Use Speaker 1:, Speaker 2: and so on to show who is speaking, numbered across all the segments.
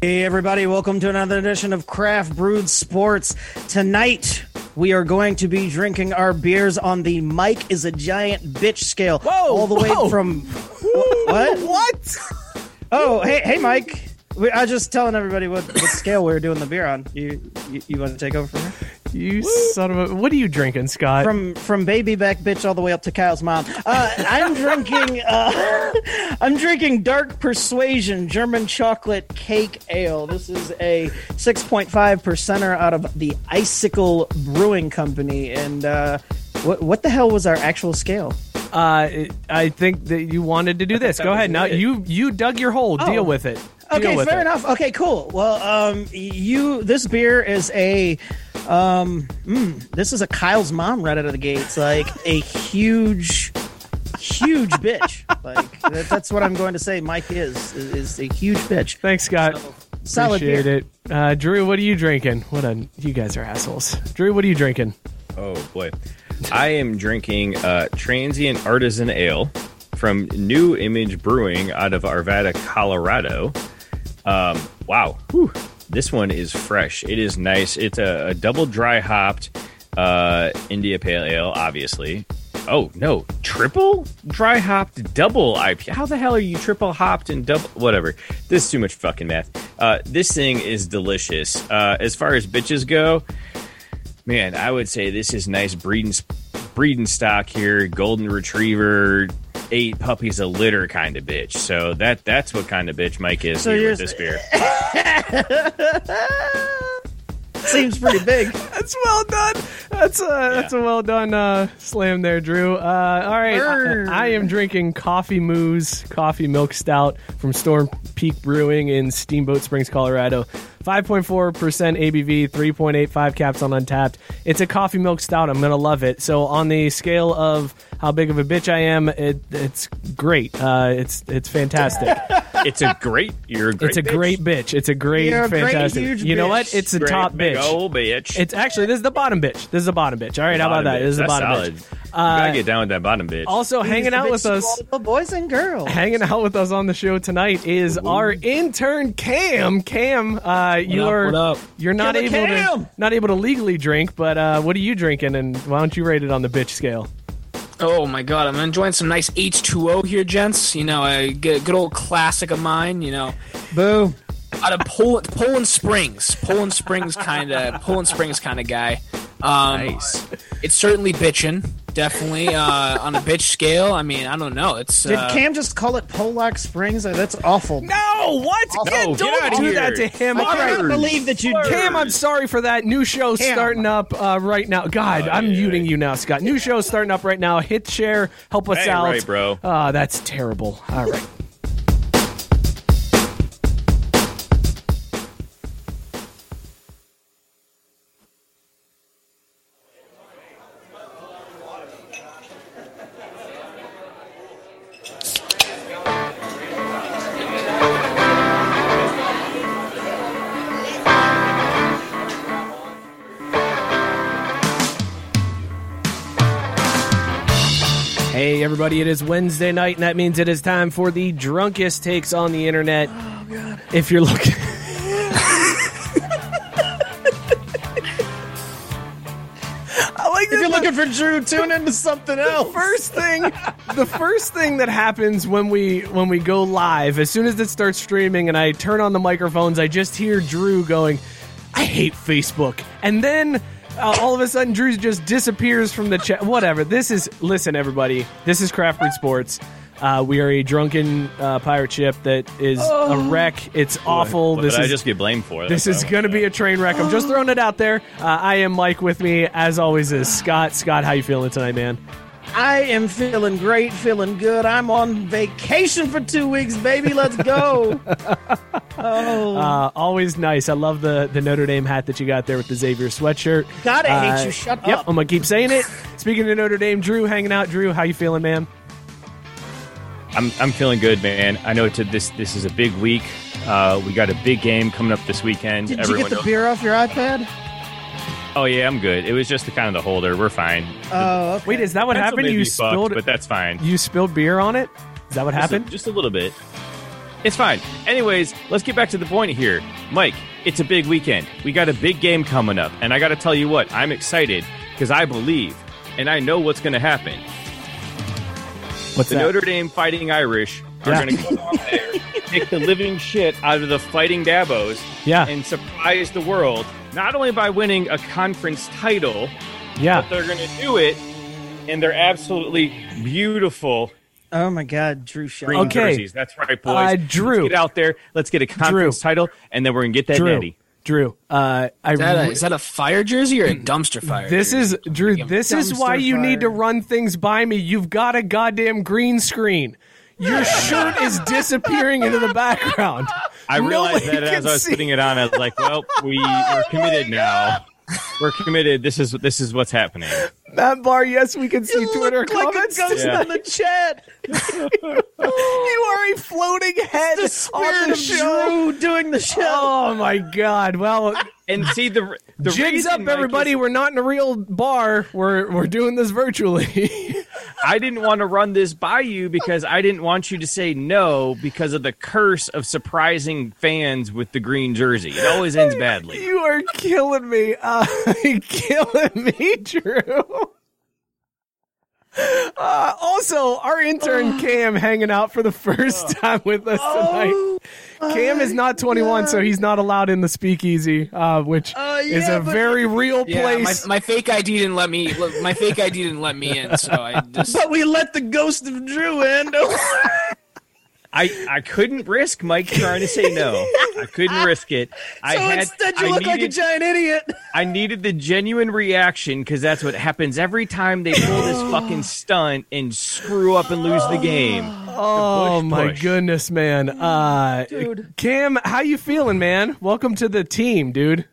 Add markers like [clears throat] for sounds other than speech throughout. Speaker 1: Hey, everybody, welcome to another edition of Craft Brewed Sports. Tonight, we are going to be drinking our beers on the Mike is a Giant Bitch scale.
Speaker 2: Whoa,
Speaker 1: All the way
Speaker 2: whoa.
Speaker 1: from.
Speaker 3: [laughs]
Speaker 1: What?
Speaker 2: What?
Speaker 1: Oh, hey, hey, Mike. We, I was just telling everybody what, what scale we were doing the beer on. You, you, you want to take over from here?
Speaker 3: You son of a! What are you drinking, Scott?
Speaker 1: from from baby back bitch all the way up to Kyle's mom. Uh, I'm drinking uh, [laughs] I'm drinking dark persuasion German chocolate cake ale. This is a 6.5 percenter out of the Icicle Brewing Company. And uh, what what the hell was our actual scale?
Speaker 3: uh, I think that you wanted to do this. Go ahead. Now you you dug your hole. Deal with it. Deal
Speaker 1: Okay,
Speaker 3: with
Speaker 1: fair
Speaker 3: it.
Speaker 1: enough. Okay, cool. Well, um, you this beer is a um, mm, this is a Kyle's mom right out of the gates, like a huge, huge bitch. Like that, that's what I'm going to say. Mike is is, is a huge bitch.
Speaker 3: Thanks, Scott.
Speaker 1: Solid
Speaker 3: Appreciate
Speaker 1: beer.
Speaker 3: it. Uh, Drew, what are you drinking? What a you guys are assholes. Drew, what are you drinking?
Speaker 2: Oh boy, I am drinking uh, transient artisan ale from New Image Brewing out of Arvada, Colorado. Um, wow, Whew. this one is fresh. It is nice. It's a, a double dry hopped uh, India Pale Ale, obviously. Oh no, triple dry hopped double IPA. How the hell are you triple hopped and double? Whatever. This is too much fucking math. Uh, this thing is delicious. Uh, as far as bitches go, man, I would say this is nice breeding breeding stock here. Golden retriever, eight puppies a litter kind of bitch. So that that's what kind of bitch Mike is
Speaker 1: So
Speaker 2: here
Speaker 1: you're-
Speaker 2: with this beer.
Speaker 1: Seems pretty big.
Speaker 3: That's well done. That's a that's a well done uh, slam there, Drew. Uh, all right,
Speaker 1: Brr.
Speaker 3: I, I am drinking coffee moose coffee milk stout from Storm Peak Brewing in Steamboat Springs, Colorado. 5.4% ABV, 3.85 caps on Untapped. It's a coffee milk stout. I'm gonna love it. So on the scale of how big of a bitch I am, it, it's great. Uh, it's
Speaker 1: [laughs]
Speaker 3: it's fantastic.
Speaker 2: It's a great. You're a great.
Speaker 3: it's a
Speaker 2: bitch.
Speaker 3: great bitch. It's a great
Speaker 1: You're a great,
Speaker 3: fantastic.
Speaker 1: huge
Speaker 3: you know
Speaker 1: bitch.
Speaker 3: what? It's a
Speaker 2: Great
Speaker 3: top
Speaker 2: big
Speaker 3: bitch.
Speaker 2: old bitch.
Speaker 3: It's actually this is the bottom bitch. This is the bottom bitch. All right, how about
Speaker 2: Bottom
Speaker 3: that?
Speaker 2: bitch.
Speaker 3: This is the
Speaker 2: That's
Speaker 3: bottom
Speaker 2: solid.
Speaker 3: bitch. Uh,
Speaker 2: You gotta get down with that bottom bitch.
Speaker 3: Also hanging out with us,
Speaker 1: Little boys and girls.
Speaker 3: hanging out with us on the show tonight is our intern Cam. Cam, uh, you're
Speaker 4: what up?
Speaker 3: you're not
Speaker 1: Killer
Speaker 3: able
Speaker 1: Cam!
Speaker 3: to not able to legally drink, but uh, what are you drinking? And why don't you rate it on the bitch scale?
Speaker 4: Oh my god, I'm enjoying some nice H2O here, gents. You know, a g- good old classic of mine, you know,
Speaker 1: Boo.
Speaker 4: out of Poland, Poland Springs. Poland Springs kind of, [laughs] Poland Springs kind of guy. Um,
Speaker 2: Nice.
Speaker 4: It's certainly bitching, definitely.
Speaker 3: [laughs]
Speaker 4: Uh, on a bitch scale, I mean, I don't know. It's
Speaker 1: Did
Speaker 4: uh,
Speaker 1: Cam just call it Pollock Springs? Uh, That's awful.
Speaker 3: No, what?
Speaker 2: Cam,
Speaker 3: Cam,
Speaker 2: get
Speaker 3: don't
Speaker 2: outta
Speaker 3: do
Speaker 2: here.
Speaker 3: that to him.
Speaker 1: I
Speaker 3: All
Speaker 1: cannot
Speaker 3: right.
Speaker 1: believe that you.
Speaker 3: Cam, I'm sorry for that. New show
Speaker 1: Cam.
Speaker 3: starting up uh, right now. God, I'm muting you now, Scott. New show starting up right now. Hit share, help us
Speaker 2: Hey,
Speaker 3: out,
Speaker 2: right, bro.
Speaker 3: Uh, that's terrible. All right. Hey, everybody, it is Wednesday night, and that means it is time for the drunkest takes on the internet. Oh, God. If you're looking. [laughs] I like
Speaker 1: If
Speaker 3: that
Speaker 1: you're
Speaker 3: the-
Speaker 1: looking for Drew, tune into something else.
Speaker 3: first thing the first thing that happens when we when we go live as soon as it starts streaming and i turn on the microphones i just hear drew going i hate facebook and then uh, all of a sudden drew just disappears from the chat whatever this is listen everybody this is craftford sports uh, we are a drunken uh, pirate ship that is a wreck it's awful
Speaker 2: What
Speaker 3: this
Speaker 2: did I
Speaker 3: is
Speaker 2: just get blamed for?
Speaker 3: this
Speaker 2: That's
Speaker 3: is going to be a train wreck. I'm just throwing it out there. Uh, I am Mike. With me, as always, is Scott. Scott, how you feeling tonight, man?
Speaker 1: I am feeling
Speaker 2: [laughs]
Speaker 1: great, feeling good. I'm on vacation for two weeks, baby. Let's go.
Speaker 3: Uh, always nice. I love the, the Notre Dame hat that you got there with the Xavier sweatshirt.
Speaker 1: God, I hate
Speaker 3: Uh,
Speaker 1: you. Shut
Speaker 3: yep,
Speaker 1: up.
Speaker 3: I'm gonna keep saying it. Speaking of Notre Dame, Drew hanging out. Drew, how you feeling, man?
Speaker 2: I'm, I'm feeling good, man. I know to this this is a big week. Uh, we got a big game coming up this weekend.
Speaker 1: Did you
Speaker 2: Everyone
Speaker 1: get the
Speaker 2: knows-
Speaker 1: beer off your iPad?
Speaker 2: Oh yeah, I'm good. It was just the kind of the holder. We're fine.
Speaker 1: Oh, okay.
Speaker 3: Wait, is that what
Speaker 2: Pencil
Speaker 3: happened?
Speaker 2: may
Speaker 3: You
Speaker 2: be fucked,
Speaker 3: spilled
Speaker 2: but that's fine.
Speaker 3: you spilled beer on it. Is that what
Speaker 2: Just a-
Speaker 3: happened?
Speaker 2: Just a little bit. It's fine. Anyways, let's get back to the point here. Mike, it's a big weekend. We got a big game coming up. And I got to tell you what, I'm excited because I believe and I know what's going to happen.
Speaker 3: What's
Speaker 2: The Notre Dame Fighting Irish are
Speaker 3: Yeah.
Speaker 2: going to come on
Speaker 3: [laughs]
Speaker 2: there, kick the living shit out of the Fighting Dabos,
Speaker 3: Yeah.
Speaker 2: and surprise the world, not only by winning a conference title,
Speaker 3: yeah.
Speaker 2: but they're going to do it in their absolutely beautiful
Speaker 1: Oh my God, Drew Shaw.
Speaker 2: green
Speaker 3: Okay.
Speaker 2: jerseys. That's right, boys.
Speaker 3: Uh, Drew.
Speaker 2: Let's get out there. Let's get a conference title, and then we're gonna get that
Speaker 3: Drew.
Speaker 2: natty.
Speaker 3: Drew. Uh, I
Speaker 4: Is that, a,
Speaker 3: re-
Speaker 4: is that a fire jersey or a dumpster fire?
Speaker 3: Mm, This
Speaker 4: jersey?
Speaker 3: is Drew. This is
Speaker 1: Dumpster
Speaker 3: why you
Speaker 1: fire.
Speaker 3: need to run things by me. You've got a goddamn green screen. Your shirt is disappearing into the background.
Speaker 2: I realized
Speaker 3: Nobody
Speaker 2: that as
Speaker 3: can
Speaker 2: I was
Speaker 3: see.
Speaker 2: putting it on, I was like, "Well, we
Speaker 3: [laughs]
Speaker 2: we're committed now. We're committed. This is this is what's happening."
Speaker 3: Matt Bar, yes, we can see
Speaker 1: You
Speaker 3: Twitter
Speaker 1: look like
Speaker 3: comments.
Speaker 1: a ghost
Speaker 2: Yeah.
Speaker 1: in the [laughs] chat.
Speaker 3: [laughs] you are a floating head
Speaker 1: The
Speaker 3: on
Speaker 1: spirit
Speaker 3: the
Speaker 1: of
Speaker 3: show.
Speaker 1: Drew doing the show.
Speaker 3: Oh my god! Well,
Speaker 2: And see the the
Speaker 3: jigs
Speaker 2: reason,
Speaker 3: up,
Speaker 2: Mike,
Speaker 3: everybody.
Speaker 2: is
Speaker 3: We're not in a real bar. We're we're doing this virtually. [laughs]
Speaker 2: I didn't want to run this by you because I didn't want you to say no because of the curse of surprising fans with the green jersey. It always ends badly.
Speaker 3: you are killing me. Uh, [laughs] you're killing me, Drew. Uh, also,
Speaker 1: [sighs]
Speaker 3: our intern Cam hanging out for the
Speaker 1: Uh,
Speaker 3: first time with us
Speaker 1: oh
Speaker 3: tonight. Cam is not 21, so he's not allowed in the speakeasy, uh, which
Speaker 1: Uh,
Speaker 3: is
Speaker 1: yeah,
Speaker 3: a
Speaker 1: but-
Speaker 3: very real
Speaker 4: Yeah, my,
Speaker 3: place.
Speaker 4: my fake ID didn't let me. My fake ID didn't let me in, so I just.
Speaker 1: But we let the ghost of Drew in.
Speaker 2: I, I couldn't risk Mike trying to say no. I couldn't risk it. I
Speaker 1: so
Speaker 2: had,
Speaker 1: instead, you
Speaker 2: I
Speaker 1: look like a
Speaker 2: needed-
Speaker 1: giant idiot.
Speaker 2: I needed the genuine reaction because that's what happens every time they
Speaker 1: [gasps]
Speaker 2: pull this fucking stunt and screw up and lose the game.
Speaker 3: oh
Speaker 2: push,
Speaker 3: my
Speaker 2: push.
Speaker 3: goodness, man! Uh,
Speaker 1: Mm, Dude.
Speaker 3: Cam, how you feeling, man? Welcome to the team, dude.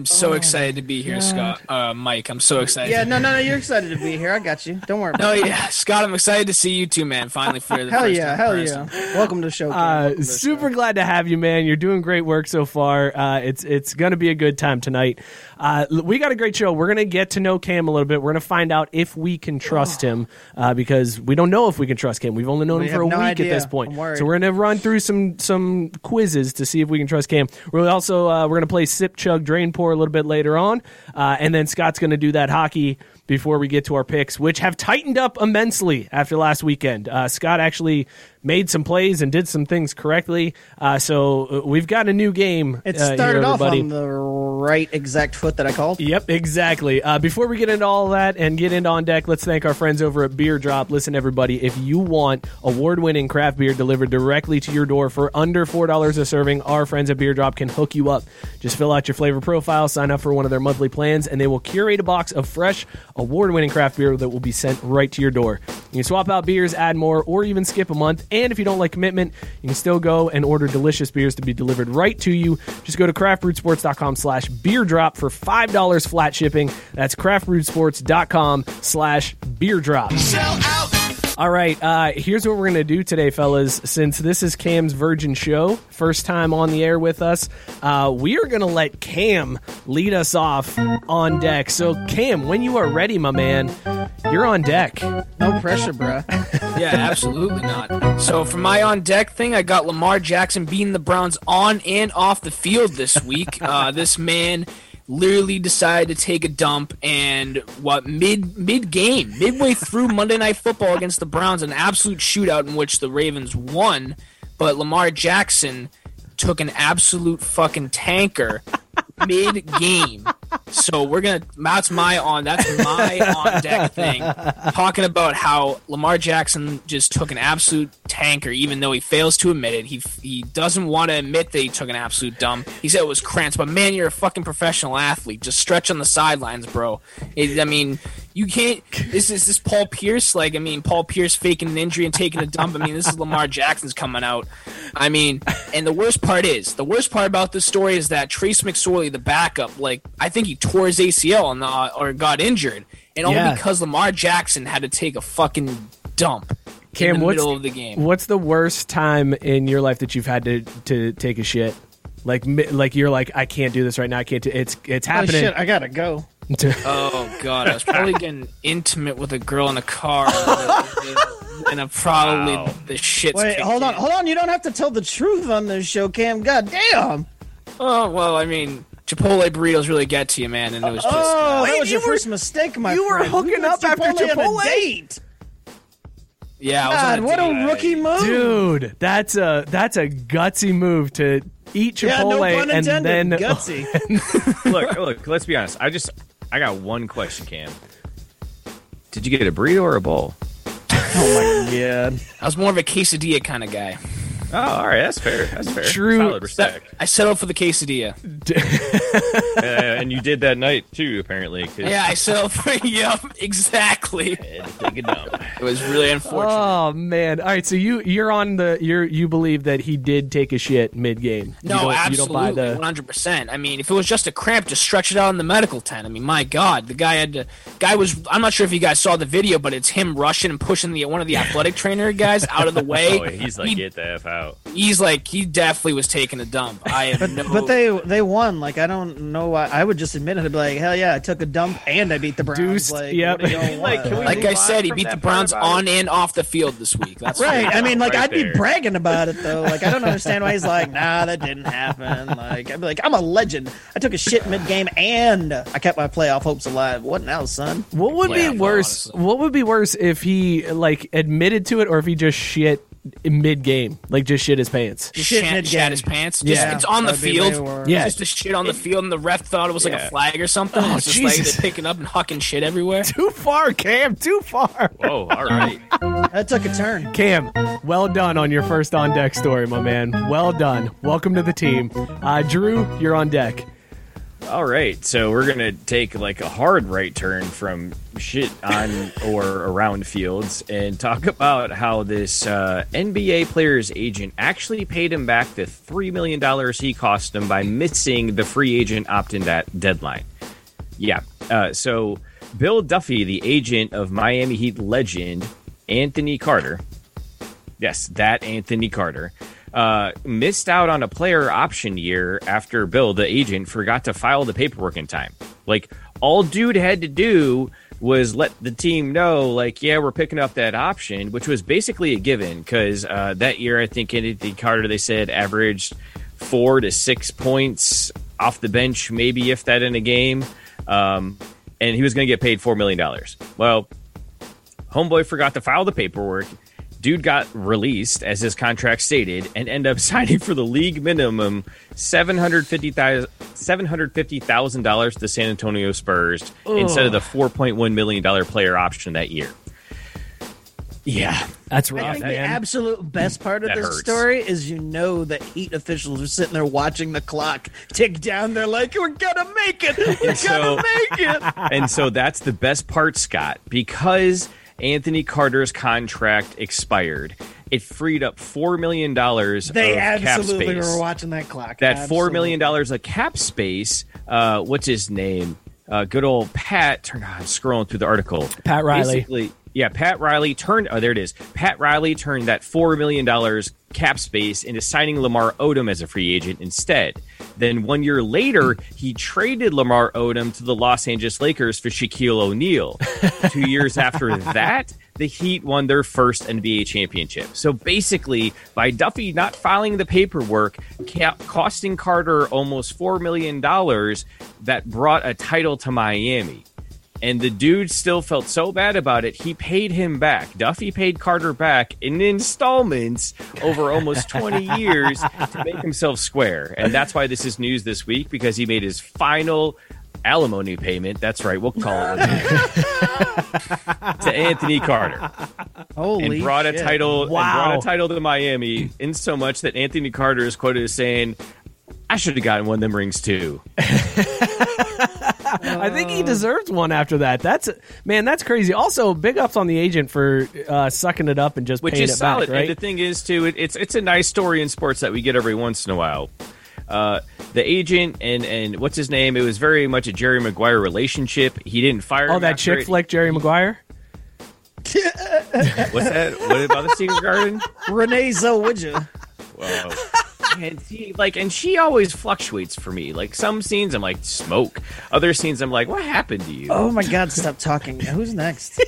Speaker 3: [laughs] Oh,
Speaker 4: so excited to be here, Scott. Uh, Mike, I'm so excited.
Speaker 1: Yeah, no, no, no. You're excited to be here. I got you. Don't
Speaker 4: [laughs]
Speaker 1: worry.
Speaker 4: No,
Speaker 1: About it.
Speaker 4: Oh, yeah, Scott, I'm excited to see you too, man. Finally, for the
Speaker 1: Hell
Speaker 4: first time
Speaker 1: yeah,
Speaker 4: in
Speaker 1: hell
Speaker 4: person.
Speaker 1: yeah. Welcome to the show. Cam. Welcome to
Speaker 3: Uh,
Speaker 1: the
Speaker 3: super glad to have you, man. You're doing great work so far. Uh, it's it's going to be a good time tonight. Uh, l- we got a great show. We're going to get to know Cam a little bit. We're going to find out if we
Speaker 1: [sighs]
Speaker 3: can trust him uh, because we don't know if we can trust Cam. We've only known
Speaker 1: We
Speaker 3: him for a
Speaker 1: have no
Speaker 3: week
Speaker 1: idea.
Speaker 3: at this point.
Speaker 1: I'm worried.
Speaker 3: So we're going to run through some some quizzes to see if we can trust Cam. We're also uh, we're going to play sip, chug, drain, pour a little bit later on, uh, and then Scott's going to do that hockey. Before we get to our picks, which have tightened up immensely after last weekend, uh, Scott actually made some plays and did some things correctly. Uh, so uh, we've got a new game.
Speaker 1: It
Speaker 3: uh, here,
Speaker 1: started off
Speaker 3: everybody.
Speaker 1: on the right exact foot that I called.
Speaker 3: Yep, exactly. Uh, before we get into all that and get into on deck, let's thank our friends over at Beer Drop. Listen, everybody, if you want award-winning craft beer delivered directly to your door for under four dollars a serving, our friends at Beer Drop can hook you up. Just fill out your flavor profile, sign up for one of their monthly plans, and they will curate a box of fresh, award-winning craft beer that will be sent right to your door. You can swap out beers, add more, or even skip a month. And if you don't like commitment, you can still go and order delicious beers to be delivered right to you. Just go to craftbrewsports.com slash beer drop for $5 flat shipping. That's craftbrewsports.com slash beer drop. All right, uh, here's what we're going to do today, fellas. Since this is Cam's Virgin Show, first time on the air with us, uh, we are going to let Cam lead us off on deck. So, Cam, when you are ready, my man, you're on deck.
Speaker 1: No pressure, bruh.
Speaker 4: Yeah, absolutely not. So for my on deck thing, I got Lamar Jackson beating the Browns on and off the field this week. Uh, this man literally decided to take a dump and what mid mid game, midway through Monday Night Football against the Browns, an absolute shootout in which the Ravens won, but Lamar Jackson took an absolute fucking tanker mid game. So we're gonna that's my on that's my on deck thing. Talking about how Lamar Jackson just took an absolute tanker, even though he fails to admit it. He he doesn't want to admit that he took an absolute dump. He said it was cramps, but man, you're a fucking professional athlete. Just stretch on the sidelines, bro. It, I mean, You can't. This is this Paul Pierce. Like, I mean, Paul Pierce faking an injury and taking a dump. I mean, this is Lamar Jackson's coming out. I mean, and the worst part is the worst part about this story is that Trace McSorley, the backup, like I think he tore his ACL on the, uh, or got injured, and all
Speaker 3: Yeah.
Speaker 4: because Lamar Jackson had to take a fucking dump
Speaker 3: Cam,
Speaker 4: in the
Speaker 3: what's
Speaker 4: middle of the game.
Speaker 3: What's the worst time in your life that you've had to to take a shit? Like mi- like you're like I can't do this right now. I can't. Do, it's it's
Speaker 1: Oh,
Speaker 3: happening.
Speaker 1: shit, I gotta go.
Speaker 4: Oh god, I was [laughs] probably getting intimate with a girl in a car, [laughs] and I probably
Speaker 2: Wow.
Speaker 4: the shits.
Speaker 1: Wait,
Speaker 4: kicked
Speaker 1: hold on,
Speaker 4: in.
Speaker 1: hold on. You don't have to tell the truth on this show, Cam. God damn.
Speaker 4: Oh well, I mean, Chipotle burritos really get to you, man, and it was just.
Speaker 1: Oh, that was
Speaker 3: you
Speaker 1: your
Speaker 3: were-
Speaker 1: first mistake, my
Speaker 3: you were
Speaker 1: friend.
Speaker 3: hooking
Speaker 1: went
Speaker 3: up after
Speaker 1: on
Speaker 3: Chipotle?
Speaker 1: a date.
Speaker 4: yeah, I was
Speaker 1: God,
Speaker 4: on a
Speaker 1: what
Speaker 4: date.
Speaker 1: a rookie move.
Speaker 3: [laughs] Dude, that's a that's a gutsy move to eat
Speaker 1: Yeah, no
Speaker 3: Chipotle
Speaker 1: pun
Speaker 3: and
Speaker 1: intended.
Speaker 3: then [laughs]
Speaker 1: Gutsy.
Speaker 2: look,
Speaker 1: [gasps]
Speaker 2: look. Let's be honest. I just, I got one question, Cam. Did you get a burrito or a bowl?
Speaker 1: oh my god.
Speaker 4: I was more of a quesadilla kind of guy.
Speaker 2: [laughs] Oh, all right. That's fair. That's fair.
Speaker 3: True.
Speaker 1: [laughs]
Speaker 2: Solid respect.
Speaker 4: I settled for the quesadilla. [laughs]
Speaker 2: Uh, and you did that night too, apparently. 'cause
Speaker 4: Yeah, I settled for. [laughs] yep, exactly.
Speaker 2: I had to Take a dump.
Speaker 4: It was really unfortunate.
Speaker 3: Oh man! All right, so you you're on the you're you believe that he did take a shit mid game. you
Speaker 4: No,
Speaker 3: don't, You don't buy
Speaker 4: absolutely,
Speaker 3: the
Speaker 4: one hundred percent. I mean, if it was just a cramp, just stretch it out in the medical tent. I mean, my God, the guy had to. Guy was. I'm not sure if you guys saw the video, but it's him rushing and pushing the one of the athletic trainer guys out
Speaker 3: [laughs]
Speaker 4: of the way.
Speaker 2: Oh, he's like,
Speaker 4: He-
Speaker 2: get the f out.
Speaker 4: he's like, he definitely was taking a dump. I have no.
Speaker 1: But they they won. Like I don't know why. I would just admit it. I'd be like, hell yeah, I took a dump and I beat the Browns.
Speaker 3: Deuced.
Speaker 1: Like,
Speaker 3: Yep.
Speaker 1: what do
Speaker 3: [laughs]
Speaker 1: y'all
Speaker 2: Like,
Speaker 1: want?
Speaker 2: can we-
Speaker 4: like I
Speaker 2: move on
Speaker 4: said, he
Speaker 2: from
Speaker 4: beat
Speaker 2: that
Speaker 4: the
Speaker 2: part
Speaker 4: Browns
Speaker 2: about it?
Speaker 4: on and off the field this week. That's
Speaker 1: Right.
Speaker 4: fine.
Speaker 1: I mean, like
Speaker 2: Right
Speaker 1: I'd
Speaker 2: there.
Speaker 1: be bragging about it though. Like I don't understand why he's
Speaker 2: [laughs]
Speaker 1: like, nah, that didn't happen. Like I'd be like, I'm a legend. I took a shit mid game and I kept my playoff hopes alive. What now, son?
Speaker 3: What would
Speaker 4: Yeah,
Speaker 3: be
Speaker 4: no,
Speaker 3: worse?
Speaker 4: honestly.
Speaker 3: What would be worse if he like admitted to it, or if he just shit mid game, like just shit his pants?
Speaker 4: [laughs] Just
Speaker 1: Shit
Speaker 4: shat-
Speaker 1: mid-game.
Speaker 4: shat his pants. Just,
Speaker 3: Yeah.
Speaker 4: it's on the
Speaker 1: That'd be way
Speaker 4: field.
Speaker 1: worse.
Speaker 3: Yeah.
Speaker 4: Just the shit on the field, and the ref thought it was like
Speaker 2: Yeah.
Speaker 4: a flag or something.
Speaker 3: Oh,
Speaker 4: it's just like
Speaker 3: Jesus.
Speaker 4: they're picking up and hucking shit everywhere.
Speaker 3: [laughs] Too far, Cam. Too far.
Speaker 2: Oh, all right.
Speaker 1: That took a turn.
Speaker 3: Cam, well done on your first on deck story, my man. Well done. Welcome to the team. Uh, Drew, you're on deck.
Speaker 2: All right, so we're gonna take like a hard right turn from shit on or around fields and talk about how this uh, NBA player's agent actually paid him back the three million dollars he cost him by missing the free agent opt-in dat- deadline. Yeah. Uh, so Bill Duffy, the agent of Miami Heat legend Anthony Carter, yes, that Anthony Carter, uh, missed out on a player option year after Bill, the agent, forgot to file the paperwork in time. Like, all dude had to do was let the team know, like, yeah, we're picking up that option, which was basically a given because uh, that year, I think Anthony Carter, they said, averaged four to six points off the bench, maybe if that in a game. Um, and he was going to get paid $4 million. Well, homeboy forgot to file the paperwork. Dude got released, as his contract stated, and ended up [laughs] signing for the league minimum $750,000 $750,000 to San Antonio Spurs instead of the $4.1 million player option that year. Yeah.
Speaker 3: That's
Speaker 1: I
Speaker 3: rough,
Speaker 1: think the
Speaker 3: man.
Speaker 1: absolute best part of
Speaker 2: That
Speaker 1: this
Speaker 2: hurts.
Speaker 1: story is you know that heat officials are sitting there watching the clock tick down. They're like, "We're gonna make it! We're gonna
Speaker 2: so-
Speaker 1: make it!"
Speaker 2: [laughs]
Speaker 1: [laughs]
Speaker 2: and so that's the best part, Scott, because Anthony Carter's contract expired. It freed up four million dollars.
Speaker 1: They
Speaker 2: of
Speaker 1: absolutely
Speaker 2: Oh, cap space.
Speaker 1: were watching that clock.
Speaker 2: that four
Speaker 1: Absolutely.
Speaker 2: million dollars of cap space. Uh, what's his name? Uh, good old Pat. Turn on. Scrolling through the article.
Speaker 3: Pat Riley.
Speaker 2: Basically, yeah, Pat Riley turned. Oh, there it is. Pat Riley turned that four million dollars cap space into signing Lamar Odom as a free agent instead. Then one year later, he traded Lamar Odom to the Los Angeles Lakers for Shaquille O'Neal. Two years after that, the Heat won their first NBA championship. So basically, by Duffy not filing the paperwork, ca- costing Carter almost $4 million, that brought a title to Miami. And the dude still felt so bad about it, he paid him back. Duffy paid Carter back in installments over
Speaker 1: [laughs]
Speaker 2: almost 20 years to make himself square. And that's why this is news this week because he made his final alimony payment. That's right, we'll call it what it
Speaker 1: [laughs]
Speaker 2: is, to Anthony Carter
Speaker 1: Holy
Speaker 2: and brought a
Speaker 1: shit.
Speaker 2: title and
Speaker 3: Wow.
Speaker 2: brought a title to Miami in so much that Anthony Carter is quoted as saying, I should have gotten one of them rings too.
Speaker 3: I think he deserved one after that. That's man, that's crazy. Also, big ups on the agent for uh, sucking it up and just
Speaker 2: which
Speaker 3: paying
Speaker 2: is
Speaker 3: it
Speaker 2: solid.
Speaker 3: back, right?
Speaker 2: And the thing is, too, it, it's it's a nice story in sports that we get every once in a while. Uh, the agent and and what's his name? It was very much a Jerry Maguire relationship. He didn't fire.
Speaker 3: oh,
Speaker 2: him
Speaker 3: that
Speaker 2: after
Speaker 3: chick
Speaker 2: it.
Speaker 3: flick, Jerry Maguire.
Speaker 2: What's that? What
Speaker 3: [laughs]
Speaker 2: about the Secret Garden?
Speaker 1: Renee Zellweger.
Speaker 2: Whoa. And he like, and she always fluctuates for me. Like some scenes, I'm like smoke. Other scenes, I'm like, what happened to you?
Speaker 1: Oh my God! Stop talking. Who's next?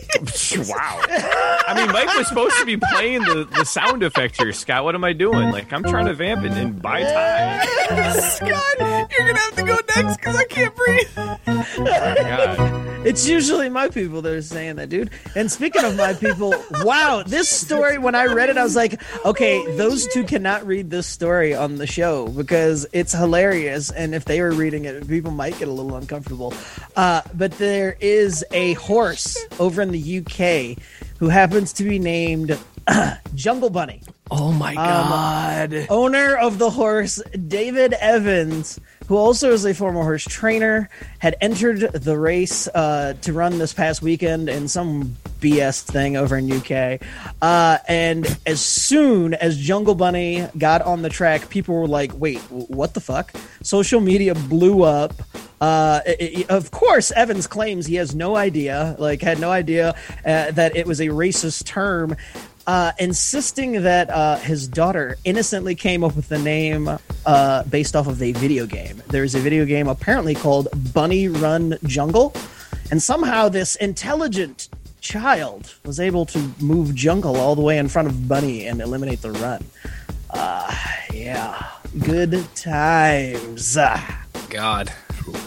Speaker 2: Wow. I mean, Mike was supposed to be playing the, the sound effect here, Scott. What am I doing? Like, I'm trying to vamp and, and buy time.
Speaker 3: [laughs] Scott, you're gonna have to go next because I can't breathe.
Speaker 2: Oh
Speaker 3: [laughs]
Speaker 2: God.
Speaker 1: It's usually my people that are saying that, dude. And speaking of my people, wow, this story, when I read it, I was like, okay, those two cannot read this story on the show because it's hilarious. And if they were reading it, people might get a little uncomfortable. Uh, but there is a horse over in the UK who happens to be named [clears throat] Jungle Bunny.
Speaker 3: Oh my god.
Speaker 1: owner of the horse, David Evans, who also is a former horse trainer, had entered the race uh, to run this past weekend in some BS thing over in UK. Uh, and as soon as Jungle Bunny got on the track, people were like, wait, w- what the fuck? Social media blew up. Uh, it- it- of course, Evans claims he has no idea, like had no idea uh, that it was a racist term, uh, insisting that uh, his daughter innocently came up with the name uh, based off of a video game. There is a video game apparently called Bunny Run Jungle, and somehow this intelligent child was able to move jungle all the way in front of Bunny and eliminate the run. Uh, yeah, good
Speaker 3: [laughs]
Speaker 1: times.
Speaker 4: God.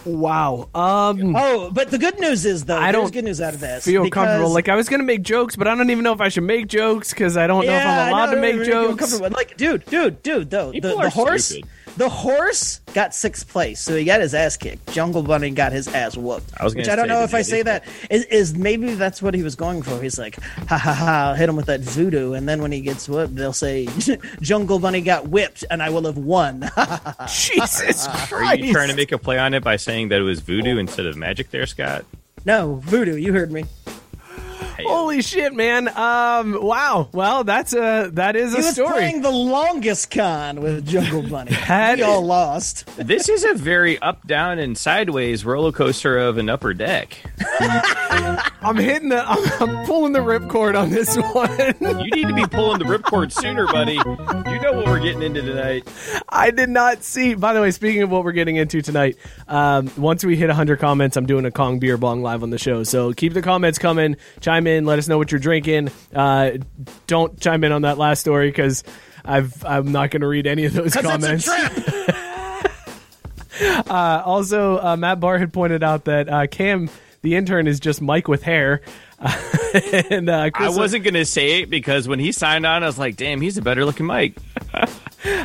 Speaker 3: Wow. Um
Speaker 1: Oh, but the good news is though,
Speaker 3: I
Speaker 1: there's
Speaker 3: don't
Speaker 1: good news out of this.
Speaker 3: feel
Speaker 1: because-
Speaker 3: comfortable. Like I was gonna make jokes, but I don't even know if I should make jokes because I don't know if
Speaker 1: Yeah,
Speaker 3: I'm
Speaker 1: I
Speaker 3: allowed
Speaker 1: know,
Speaker 3: to make
Speaker 1: you're
Speaker 3: jokes.
Speaker 1: comfortable. Like, dude, dude, dude, though the,
Speaker 2: People
Speaker 1: the
Speaker 2: are
Speaker 1: horse,
Speaker 2: stupid.
Speaker 1: the horse got sixth place, so he got his ass kicked. Jungle Bunny got his ass whooped.
Speaker 2: I was
Speaker 1: which
Speaker 2: gonna
Speaker 1: I don't
Speaker 2: say,
Speaker 1: know
Speaker 2: did
Speaker 1: if I
Speaker 2: you
Speaker 1: say
Speaker 2: do
Speaker 1: that is, is maybe that's what he was going for. He's like, ha ha ha, I'll hit him with that voodoo, and then when he gets whipped, they'll say, [laughs] Jungle Bunny got whipped, and I will have won.
Speaker 3: [laughs]
Speaker 1: [laughs]
Speaker 3: Jesus
Speaker 2: Are you
Speaker 3: Christ.
Speaker 2: trying to make a play on it by saying that it was voodoo instead of magic there, Scott?
Speaker 1: no, voodoo, you heard me.
Speaker 3: Holy shit, man. Um wow. Well that's a that is
Speaker 1: He
Speaker 3: a
Speaker 1: was
Speaker 3: story.
Speaker 1: playing the longest con with Jungle Bunny.
Speaker 3: That
Speaker 1: we all lost.
Speaker 2: This is a very up, down, and sideways roller coaster of an upper deck.
Speaker 3: I'm hitting the [laughs] I'm, I'm pulling the ripcord on this [laughs] one.
Speaker 2: You need to be pulling the ripcord sooner, buddy. You know what we're getting into tonight.
Speaker 3: I did not see. By the way, speaking of what we're getting into tonight, um, once we hit 100 comments, I'm doing a Kong beer bong live on the show. So keep the comments coming. Chime in. Let us know what you're drinking. Uh, don't chime in on that last story because I've I'm not going to read any of those comments. Uh, also, uh, Matt Barr had pointed out that uh, Cam, the intern, is just Mike with hair. [laughs] and uh,
Speaker 2: I
Speaker 3: Chris,
Speaker 2: wasn't going to say it because when he signed on, I was like, damn, he's a better looking Mike.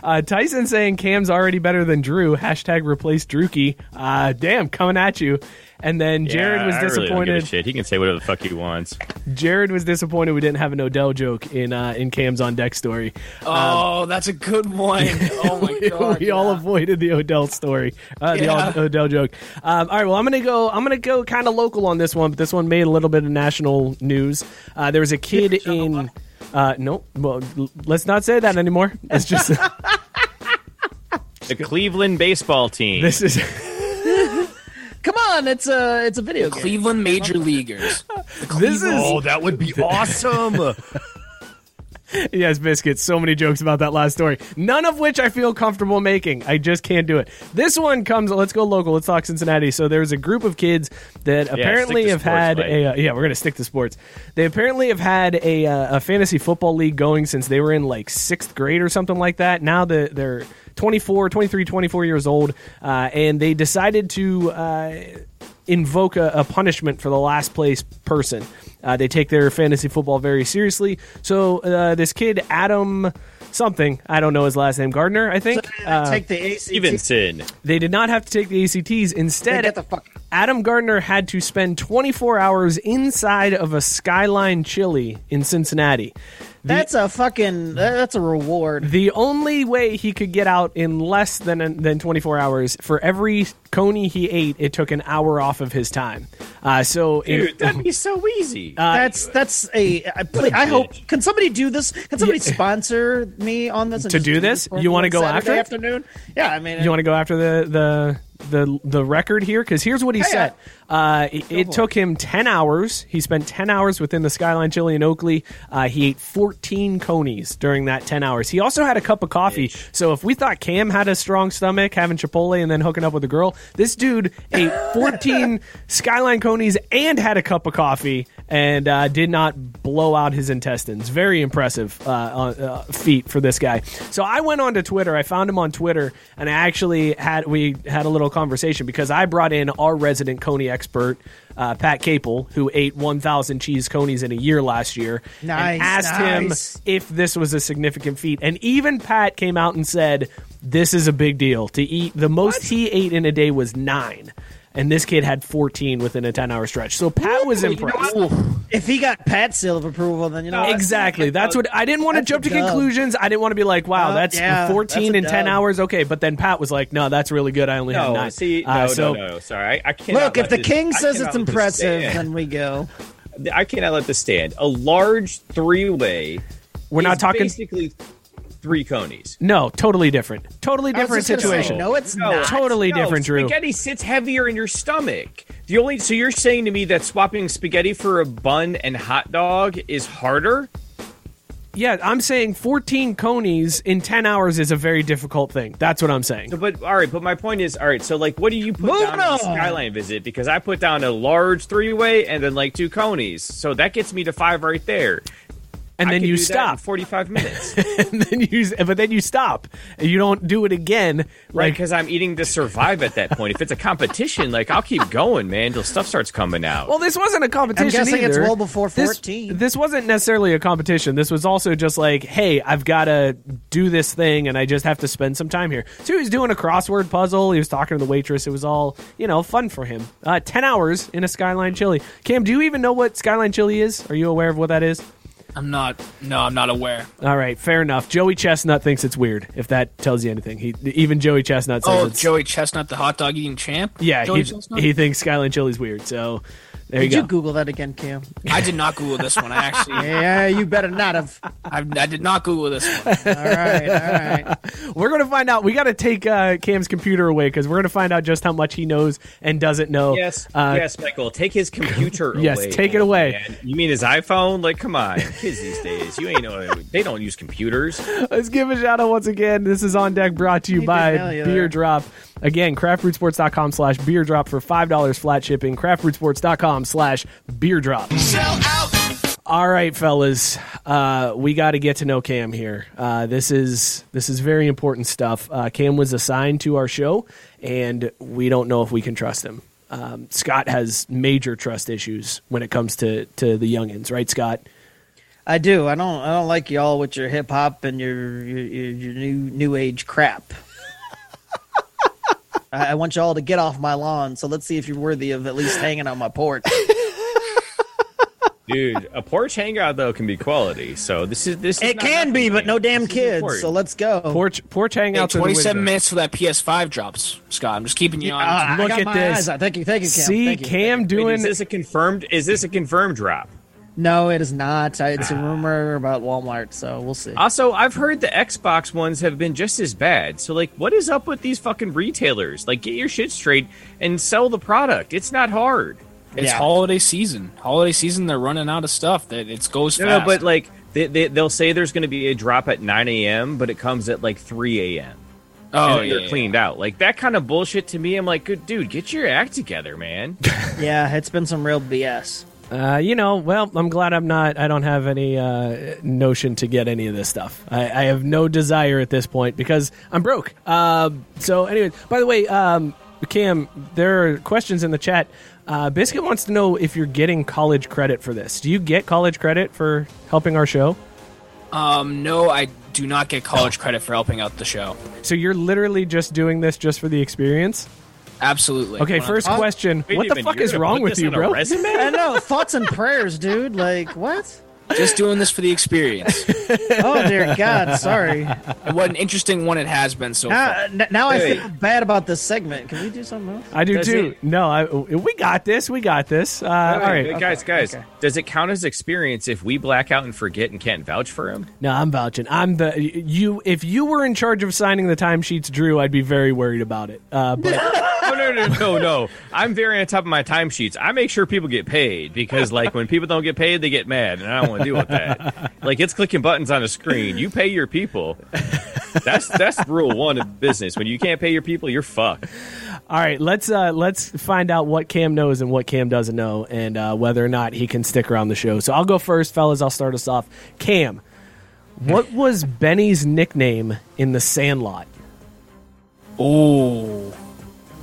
Speaker 3: Uh, Tyson saying Cam's already better than Drew. Hashtag replace Drewkey. Uh, damn, coming at you. And then Jared
Speaker 2: Yeah,
Speaker 3: was
Speaker 2: I really don't give a
Speaker 3: disappointed.
Speaker 2: shit. He can say whatever the fuck he wants.
Speaker 3: Jared was disappointed we didn't have an Odell joke in uh, in Cam's on deck story.
Speaker 4: Oh, that's a good one. [laughs] Oh [laughs] my god.
Speaker 3: we all avoided the Odell story, uh,
Speaker 4: Yeah.
Speaker 3: the Od- Odell joke. Um, all right, well, I'm gonna go. I'm gonna go kind of local on this one, but this one made a little bit of national news. Uh, there was a kid
Speaker 4: [laughs]
Speaker 3: in. Uh, no, well, l- let's not say that anymore. Let's
Speaker 4: [laughs]
Speaker 3: just.
Speaker 2: The Cleveland baseball team.
Speaker 3: this is.
Speaker 1: Come on, it's a it's a video game.
Speaker 4: Cleveland major leaguers.
Speaker 3: This is.
Speaker 2: Oh, that would
Speaker 3: [laughs]
Speaker 2: be awesome.
Speaker 3: Yes, biscuits. So many jokes about that last story, none of which I feel comfortable making. I just can't do it. This one comes. Let's go local. Let's talk Cincinnati. So there's a group of kids that apparently
Speaker 2: to
Speaker 3: have
Speaker 2: sports,
Speaker 3: had
Speaker 2: Mike.
Speaker 3: a. Uh, yeah, we're gonna stick to sports. They apparently have had a, uh, a fantasy football league going since they were in like sixth grade or something like that. Now the, they're 24, 23, 24 years old, uh, and they decided to. Uh, invoke a, a punishment for the last place person. Uh, they take their fantasy football very seriously. So uh, this kid Adam something I don't know his last name Gardner I think uh,
Speaker 1: Take the AC.
Speaker 2: Stevenson.
Speaker 3: they did not have to take the ACTs. Instead,
Speaker 1: They get the fuck-
Speaker 3: Adam Gardner had to spend 24 hours inside of a Skyline Chili in Cincinnati.
Speaker 1: That's a fucking. That's a reward.
Speaker 3: The only way he could get out in less than than 24 hours for every coney he ate, it took an hour off of his time. Uh, so it-
Speaker 2: Dude, that'd be so easy.
Speaker 3: Uh,
Speaker 1: that's that's a. I, please, I hope. Can somebody do this? Can somebody sponsor me on this? and
Speaker 3: To
Speaker 1: just
Speaker 3: do this?
Speaker 1: for
Speaker 3: You wanna
Speaker 1: me
Speaker 3: go
Speaker 1: Saturday
Speaker 3: after it?
Speaker 1: afternoon? Yeah, I mean,
Speaker 3: you want to go after the the the the record here because here's what he said. Uh, it it took him 10 hours. He spent 10 hours within the Skyline Chili in Oakley. Uh, he ate 14 conies during that 10 hours. He also had a cup of coffee. So if we thought Cam had a strong stomach having Chipotle and then hooking up with a girl, this dude ate 14 Skyline conies and had a cup of coffee and uh, did not blow out his intestines. Very impressive uh, uh, feat for this guy. So I went on to Twitter. I found him on Twitter and I actually had we had a little conversation because I brought in our resident coney expert uh, Pat Capel, who ate 1,000 cheese conies in a year last year,
Speaker 1: Nice,
Speaker 3: and asked
Speaker 1: nice.
Speaker 3: him if this was a significant feat. And even Pat came out and said, This is a big deal. To eat the most he ate in a day was nine. And this kid had 14 within a 10 hour stretch. So Pat was impressed.
Speaker 1: if he got Pat's seal of approval, then you know what?
Speaker 3: Exactly. That's what I didn't want to
Speaker 1: That's
Speaker 3: jump
Speaker 1: a
Speaker 3: to
Speaker 1: dub.
Speaker 3: conclusions. I didn't want to be like, wow,
Speaker 1: Uh,
Speaker 3: that's
Speaker 1: yeah,
Speaker 3: 14
Speaker 1: that's a
Speaker 3: in 10
Speaker 1: dub.
Speaker 3: hours. Okay. But then Pat was like, no, that's really good. I only had
Speaker 2: no,
Speaker 3: nine.
Speaker 2: see, no,
Speaker 3: Uh,
Speaker 2: no,
Speaker 3: so
Speaker 2: no, sorry. I, I can't.
Speaker 1: Look, if the king says it's impressive, then we go.
Speaker 2: I cannot let this stand. A large three-way.
Speaker 3: we're not
Speaker 2: is
Speaker 3: talking.
Speaker 2: basically three conies.
Speaker 3: No, totally different. Totally
Speaker 1: I was
Speaker 3: different
Speaker 1: just gonna say,
Speaker 3: situation.
Speaker 1: No, it's not.
Speaker 3: Totally different, Drew.
Speaker 2: Spaghetti sits heavier in your stomach. The only so you're saying to me that swapping spaghetti for a bun and hot dog is harder?
Speaker 3: Yeah, I'm saying 14 conies in 10 hours is a very difficult thing. That's what I'm saying.
Speaker 2: But all right, but my point is, all right. So like, what do you put
Speaker 1: Moving
Speaker 2: down on. a
Speaker 1: on.
Speaker 2: skyline visit? Because I put down a large three-way and then like two conies, so that gets me to five right there.
Speaker 3: And
Speaker 2: I
Speaker 3: then
Speaker 2: could
Speaker 3: you
Speaker 2: do that in
Speaker 3: stop.
Speaker 2: forty-five
Speaker 3: [laughs]
Speaker 2: minutes,
Speaker 3: And then you but then you stop. You don't do it again.
Speaker 2: right?
Speaker 3: Like
Speaker 2: Because I'm eating to survive at that point. If it's a competition, like I'll keep going, man, till stuff starts coming out.
Speaker 3: Well, this wasn't a competition.
Speaker 1: guessing it's
Speaker 3: either.
Speaker 1: well before
Speaker 3: This-
Speaker 1: 14.
Speaker 3: This, wasn't necessarily a competition. This was also just like, hey, I've got to do this thing, and I just have to spend some time here. So he was doing a crossword puzzle. He was talking to the waitress. It was all you know, fun for him. Uh, Ten hours in a Skyline Chili. Cam, do you even know what Skyline Chili is? Are you aware of what that is?
Speaker 4: I'm not. No, I'm not aware.
Speaker 3: All right, fair enough. Joey Chestnut thinks it's weird. If that tells you anything, he even Joey Chestnut says
Speaker 4: Oh,
Speaker 3: it's
Speaker 4: Joey Chestnut, the hot dog eating champ.
Speaker 3: yeah. He,
Speaker 4: Joey Chestnut?
Speaker 3: he thinks Skyline Chili's weird. So there
Speaker 1: Did
Speaker 3: you
Speaker 1: you
Speaker 3: go.
Speaker 1: Google that again, Cam?
Speaker 4: I did not Google this one.
Speaker 1: [laughs]
Speaker 4: I actually,
Speaker 1: Yeah, you better not have.
Speaker 4: I, I did not Google this one.
Speaker 1: All right, all right.
Speaker 3: We're gonna find out. We gotta take uh, Cam's computer away because we're gonna find out just how much he knows and doesn't know.
Speaker 2: Yes,
Speaker 3: Uh,
Speaker 2: yes, Michael. Take his computer
Speaker 3: [laughs] Yes,
Speaker 2: away.
Speaker 3: take it away.
Speaker 2: man. You mean his iPhone? Like, come on, kids these days. You ain't know they don't use computers.
Speaker 3: Let's give a shout out once again. This is On Deck brought to you by
Speaker 1: nail you
Speaker 3: Beer
Speaker 1: there.
Speaker 3: Drop. Again, craftbrewsports.com slash beer drop for $5 flat shipping. Craftbrewsports.com slash beer drop. Sell out. All right, fellas, uh, we got to get to know Cam here. Uh, this is this is very important stuff. Uh, Cam was assigned to our show, and we don't know if we can trust him. Um, Scott has major trust issues when it comes to to the youngins, right, Scott?
Speaker 1: I do. I don't. I don't like y'all with your hip hop and your your, your your new new age crap. [laughs] I I want y'all to get off my lawn. So let's see if you're worthy of at least hanging on my
Speaker 3: [laughs]
Speaker 1: porch.
Speaker 2: Dude, a porch hangout though can be quality. So this is this. is
Speaker 1: It
Speaker 2: not
Speaker 1: can be,
Speaker 2: nothing.
Speaker 1: but no damn
Speaker 2: This is
Speaker 1: kids.
Speaker 2: important.
Speaker 1: So let's go.
Speaker 3: Porch porch
Speaker 4: Hey,
Speaker 3: hangouts. are the way to
Speaker 4: 27
Speaker 3: go.
Speaker 4: minutes for that PS5 drops, Scott. I'm just keeping you on.
Speaker 1: Ah,
Speaker 3: Look
Speaker 1: I got
Speaker 3: at
Speaker 1: my
Speaker 3: this.
Speaker 1: eyes out. Thank you, thank you, Cam.
Speaker 3: See
Speaker 1: Thank you.
Speaker 3: Cam
Speaker 2: Wait,
Speaker 3: doing
Speaker 2: is this a confirmed? Is this a confirmed drop?
Speaker 1: No, it is not. I-
Speaker 3: Ah.
Speaker 1: It's a rumor about Walmart. So we'll see.
Speaker 2: Also, I've heard the Xbox ones have been just as bad. So, like, what is up with these fucking retailers? Like, get your shit straight and sell the product. It's not hard.
Speaker 4: It's
Speaker 1: Yeah.
Speaker 4: holiday season. Holiday season, they're running out of stuff. That it goes
Speaker 2: No,
Speaker 4: fast.
Speaker 2: no, but like they, they they'll say there's going to be a drop at 9 a.m., but it comes at like 3 a.m.
Speaker 4: oh,
Speaker 2: and
Speaker 4: yeah,
Speaker 2: you're cleaned out. Like that kind of bullshit to me. I'm like, good dude, get your act together, [laughs] man.
Speaker 1: Yeah, it's been some real BS.
Speaker 3: Uh, you know, well, I'm glad I'm not. I don't have any uh, notion to get any of this stuff. I, I have no desire at this point because I'm broke. Um, so, anyway, by the way, um, Cam, there are questions in the chat. Uh, Biscuit wants to know if you're getting college credit for this. Do you get college credit for helping our show?
Speaker 4: Um, no, I do not get college credit for helping out the show.
Speaker 3: So you're literally just doing this just for the experience.
Speaker 4: Absolutely.
Speaker 3: Okay,
Speaker 4: One
Speaker 3: first
Speaker 4: hundred-
Speaker 3: question:
Speaker 2: Wait
Speaker 3: What
Speaker 2: a
Speaker 3: the
Speaker 2: minute,
Speaker 3: fuck
Speaker 2: you're
Speaker 3: is
Speaker 2: gonna
Speaker 3: wrong
Speaker 2: [laughs] put
Speaker 3: with
Speaker 2: this
Speaker 3: you,
Speaker 2: on a
Speaker 3: bro?
Speaker 2: resume?
Speaker 1: I know. Thoughts and prayers, dude. Like what?
Speaker 4: Just doing this for the experience.
Speaker 1: Oh dear God! Sorry.
Speaker 4: And what an interesting one it has been so
Speaker 1: Now,
Speaker 4: far.
Speaker 1: n- now I
Speaker 2: Hey.
Speaker 1: feel bad about this segment. Can we do something else?
Speaker 3: I do
Speaker 2: Does
Speaker 3: too.
Speaker 2: it-
Speaker 3: No, I, we got this. We got this. Uh, all right.
Speaker 2: Hey, guys, guys, does it count as experience if we black out and forget and can't vouch for him?
Speaker 3: No, I'm vouching. I'm the you. If you were in charge of signing the timesheets, Drew, I'd be very worried about it. Uh, but
Speaker 2: No, no, no, no, no. I'm very on top of my timesheets. I make sure people get paid because, like, when people don't get paid, they get mad, and I don't want to deal with that. Like, it's clicking buttons on a screen. You pay your people. That's that's rule one of business. When you can't pay your people, you're fucked.
Speaker 3: all right, let's uh, let's find out what Cam knows and what Cam doesn't know, and uh, whether or not he can stick around the show. So I'll go first, fellas. I'll start us off. Cam, what was Benny's nickname in The Sandlot?
Speaker 4: Oh,